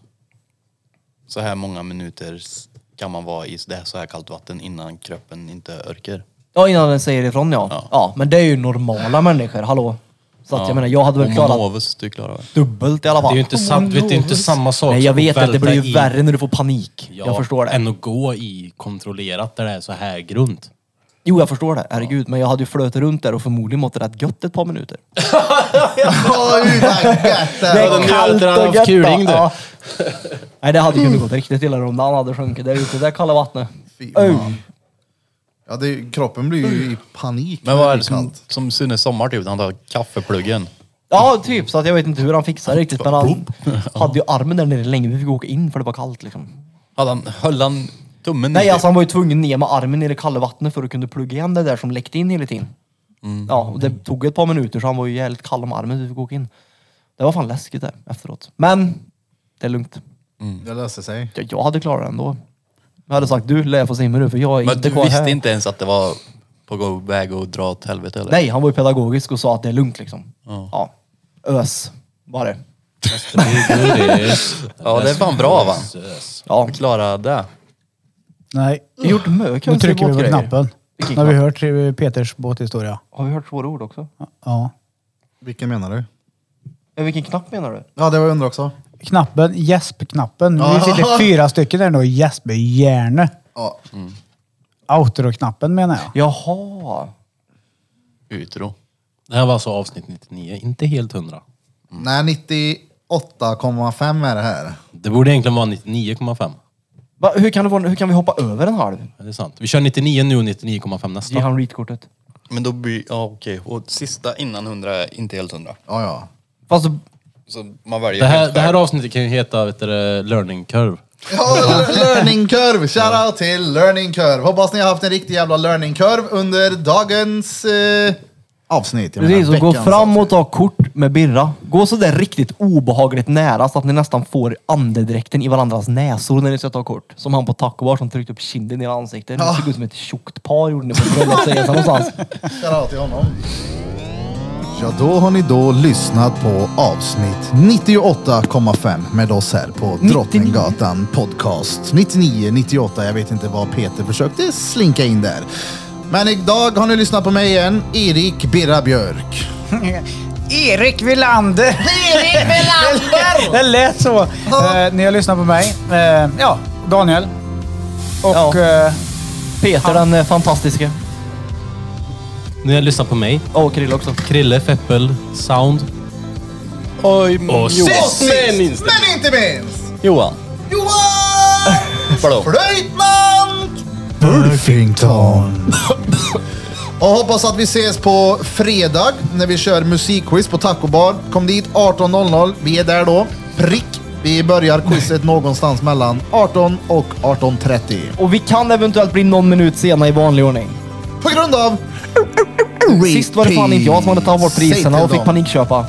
S5: så här många minuter s- kan man vara i s- det här så här kallt vatten innan kroppen inte örker.
S3: Ja, innan den säger ifrån ja. ja.
S5: Ja.
S3: men det är ju normala människor, hallå. Så att jag menar, jag hade väl klarat
S5: Homonovus, du klarar det.
S3: dubbelt i alla fall.
S4: Det är ju inte, sam, vet, det är inte samma sak
S3: Nej, jag
S4: som
S3: vet att det
S4: välta
S3: blir ju
S4: i-
S3: värre när du får panik. jag förstår det.
S4: Än att gå i kontrollerat där det är så här grunt.
S3: Jo, jag förstår det. Herregud, men jag hade ju flöt runt där och förmodligen mått rätt gött ett par minuter.
S1: Oj, vad gött det var.
S4: den njuter han av
S3: gött,
S4: kuling, du.
S3: ja. Nej, det hade ju kunnat gått riktigt illa om han hade sjunkit där ute i det kalla vattnet.
S1: Fy
S3: Oj.
S1: fan. Ja, det, kroppen blir ju i panik.
S5: Men
S1: när
S5: vad är
S1: blir
S5: det som,
S1: kallt.
S5: som Sunne Sommar typ, när han tar kaffepluggen?
S3: Ja, typ. Så att jag vet inte hur han fixade det riktigt, men han hade ju armen där nere länge. Vi fick åka in för det var kallt liksom.
S5: Hade han, höll han tummen
S3: Nej,
S5: i?
S3: alltså han var ju tvungen ner med armen i det kalla vattnet för att kunna plugga igen det där som läckte in hela tiden.
S5: Mm.
S3: Ja, och det tog ett par minuter så han var ju jävligt kall om armen vi fick åka in. Det var fan läskigt där efteråt. Men det är lugnt.
S1: Det löser sig.
S3: Jag, jag hade klarat det ändå. Jag hade sagt du lär få simma nu för jag är
S5: Men
S3: inte
S5: du
S3: kvar
S5: visste
S3: här.
S5: inte ens att det var på gå- väg att dra åt helvete eller?
S3: Nej, han var ju pedagogisk och sa att det är lugnt liksom. Ja. Ös var det.
S5: Ja, det är fan bra va?
S4: Alltså,
S3: Ja.
S5: Klara det.
S2: Nej,
S3: Mm. Vi har gjort mycket
S2: då
S3: konstiga
S2: trycker vi på
S3: båtgrejer.
S2: knappen.
S3: Vilken
S2: När vi hört eh, Peters båthistoria.
S3: Har vi hört svåra ord också?
S2: Ja.
S1: Vilken menar du?
S3: Ja, vilken knapp menar du?
S1: Ja, det var jag undrar också.
S2: Knappen, gäspknappen.
S1: Ja.
S2: Vi sitter fyra stycken där nu och gäspar hjärne.
S1: Ja.
S2: Outro-knappen menar jag.
S3: Jaha.
S5: Utro.
S4: Det här var alltså avsnitt 99, inte helt 100.
S1: Mm. Nej, 98,5 är det här.
S4: Det borde egentligen vara 99,5.
S3: Va, hur, kan det vara, hur kan vi hoppa över en halv?
S4: Är det sant? Vi kör 99 nu och 99,5 nästa.
S3: Ge han reatkortet.
S5: Men då blir, ja okej. Och sista innan 100 är inte helt 100.
S1: Ja, ja.
S3: Fast
S5: Så man väljer
S4: Det här,
S5: helt
S4: det här
S5: själv.
S4: avsnittet kan ju heta vet du, det, learning curve.
S1: Ja, [LAUGHS] learning curve! Shoutout till learning curve. Hoppas ni har haft en riktig jävla learning curve under dagens eh, avsnitt. Jag
S3: precis,
S1: menar,
S3: och gå
S1: veckans
S3: fram
S1: avsnitt.
S3: och ta kort med Birra. Gå sådär riktigt obehagligt nära så att ni nästan får andedräkten i varandras näsor när ni ska ta kort. Som han på taco bar som tryckte upp kinden i era ansikten. Ni såg ut som ett tjockt par gjorde ni på
S2: [LAUGHS]
S3: Trollhätteresan någonstans.
S1: Shoutout till honom. Ja, då har ni då lyssnat på avsnitt 98,5 med oss här på
S3: 99.
S1: Drottninggatan Podcast. 99, 98, jag vet inte vad Peter försökte slinka in där. Men idag har ni lyssnat på mig igen, Erik Birra Björk.
S2: Eh, Erik Wilander! Erik Wilander! [LAUGHS] det lät så. Eh, ni har lyssnat på mig. Eh, ja, Daniel. Och...
S3: Ja.
S2: eh,
S3: Peter den eh, fantastiske.
S4: Nu har jag lyssnat på mig.
S3: Och Krille också.
S4: Krille, Feppel, Sound.
S5: Oj,
S4: Och
S5: Johan.
S4: sist men inte
S1: Men inte minst!
S5: Johan.
S1: Johan
S5: Förlåt.
S1: Flöjtman Burfington. Och hoppas att vi ses på fredag när vi kör musikquiz på Taco Bar. Kom dit 18.00. Vi är där då. Prick. Vi börjar quizet någonstans mellan 18 och 18.30.
S3: Och vi kan eventuellt bli någon minut sena i vanlig ordning.
S1: På grund av...
S3: Sist var det fan inte jag som hade tagit bort
S1: Säg till
S3: priserna och fick
S1: dem.
S3: panikköpa.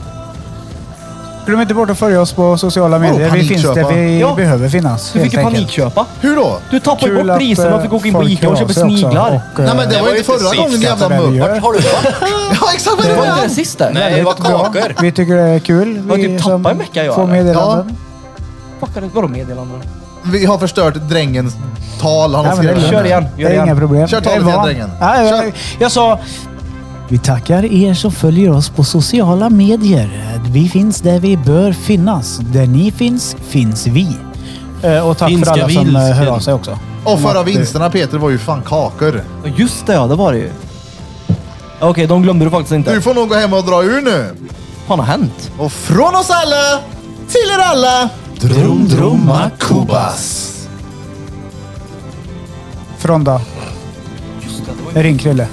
S2: Glöm inte bort att följa oss på sociala medier. vi finns
S1: panikköpa.
S2: där vi
S3: Ja.
S2: behöver finnas.
S3: Du
S2: helt
S3: fick ju
S2: enkelt.
S3: panikköpa.
S1: Hur då?
S3: Du tappade
S2: Kul
S3: bort
S2: att,
S3: priserna och
S2: eh,
S3: fick åka in på
S2: folk
S3: Ica och
S2: hör
S3: köpa
S2: sig också.
S3: sniglar.
S2: Och, eh,
S1: Nej men det var ju inte förra gången jävla
S2: det vi
S1: mupp.
S2: gör.
S5: Vart har du varit?
S1: [LAUGHS] Ja exakt vad det
S3: Var inte
S1: var.
S3: det sist det?
S5: Nej, det var kakor.
S2: Vi tycker det är kul.
S3: Jag
S2: Vi
S3: typ
S2: som
S3: tappade en vecka, jag,
S2: Får
S3: eller?
S2: meddelanden.
S3: Fuckade, vadå meddelanden?
S1: Vi har förstört drängens tal. Han har
S2: Nej, men Alltså, det är
S1: skrivit.
S2: lugnt.
S3: Kör igen,
S2: Det
S3: gör
S2: är
S3: igen.
S2: inga problem.
S1: Kör
S2: Jag är
S1: talet igen,
S2: van.
S1: drängen.
S2: Nej,
S1: Kör.
S2: jag, jag sa... Vi tackar er som följer oss på sociala medier. Vi finns där vi bör finnas. Där ni finns, finns vi. Eh, Och tack
S4: Finska
S2: för alla som eh,
S4: vilsken.
S2: hör av sig också.
S1: Och förra vinsterna Peter var ju fan kakor.
S3: Ja, Just det ja, det var det ju. Okej, de glömde du faktiskt inte.
S1: Du får nog gå hem och dra ur nu.
S3: fan har hänt?
S1: Och från oss alla, till er alla, Drum Drumma Kubas.
S2: Fronda. Ring Krille.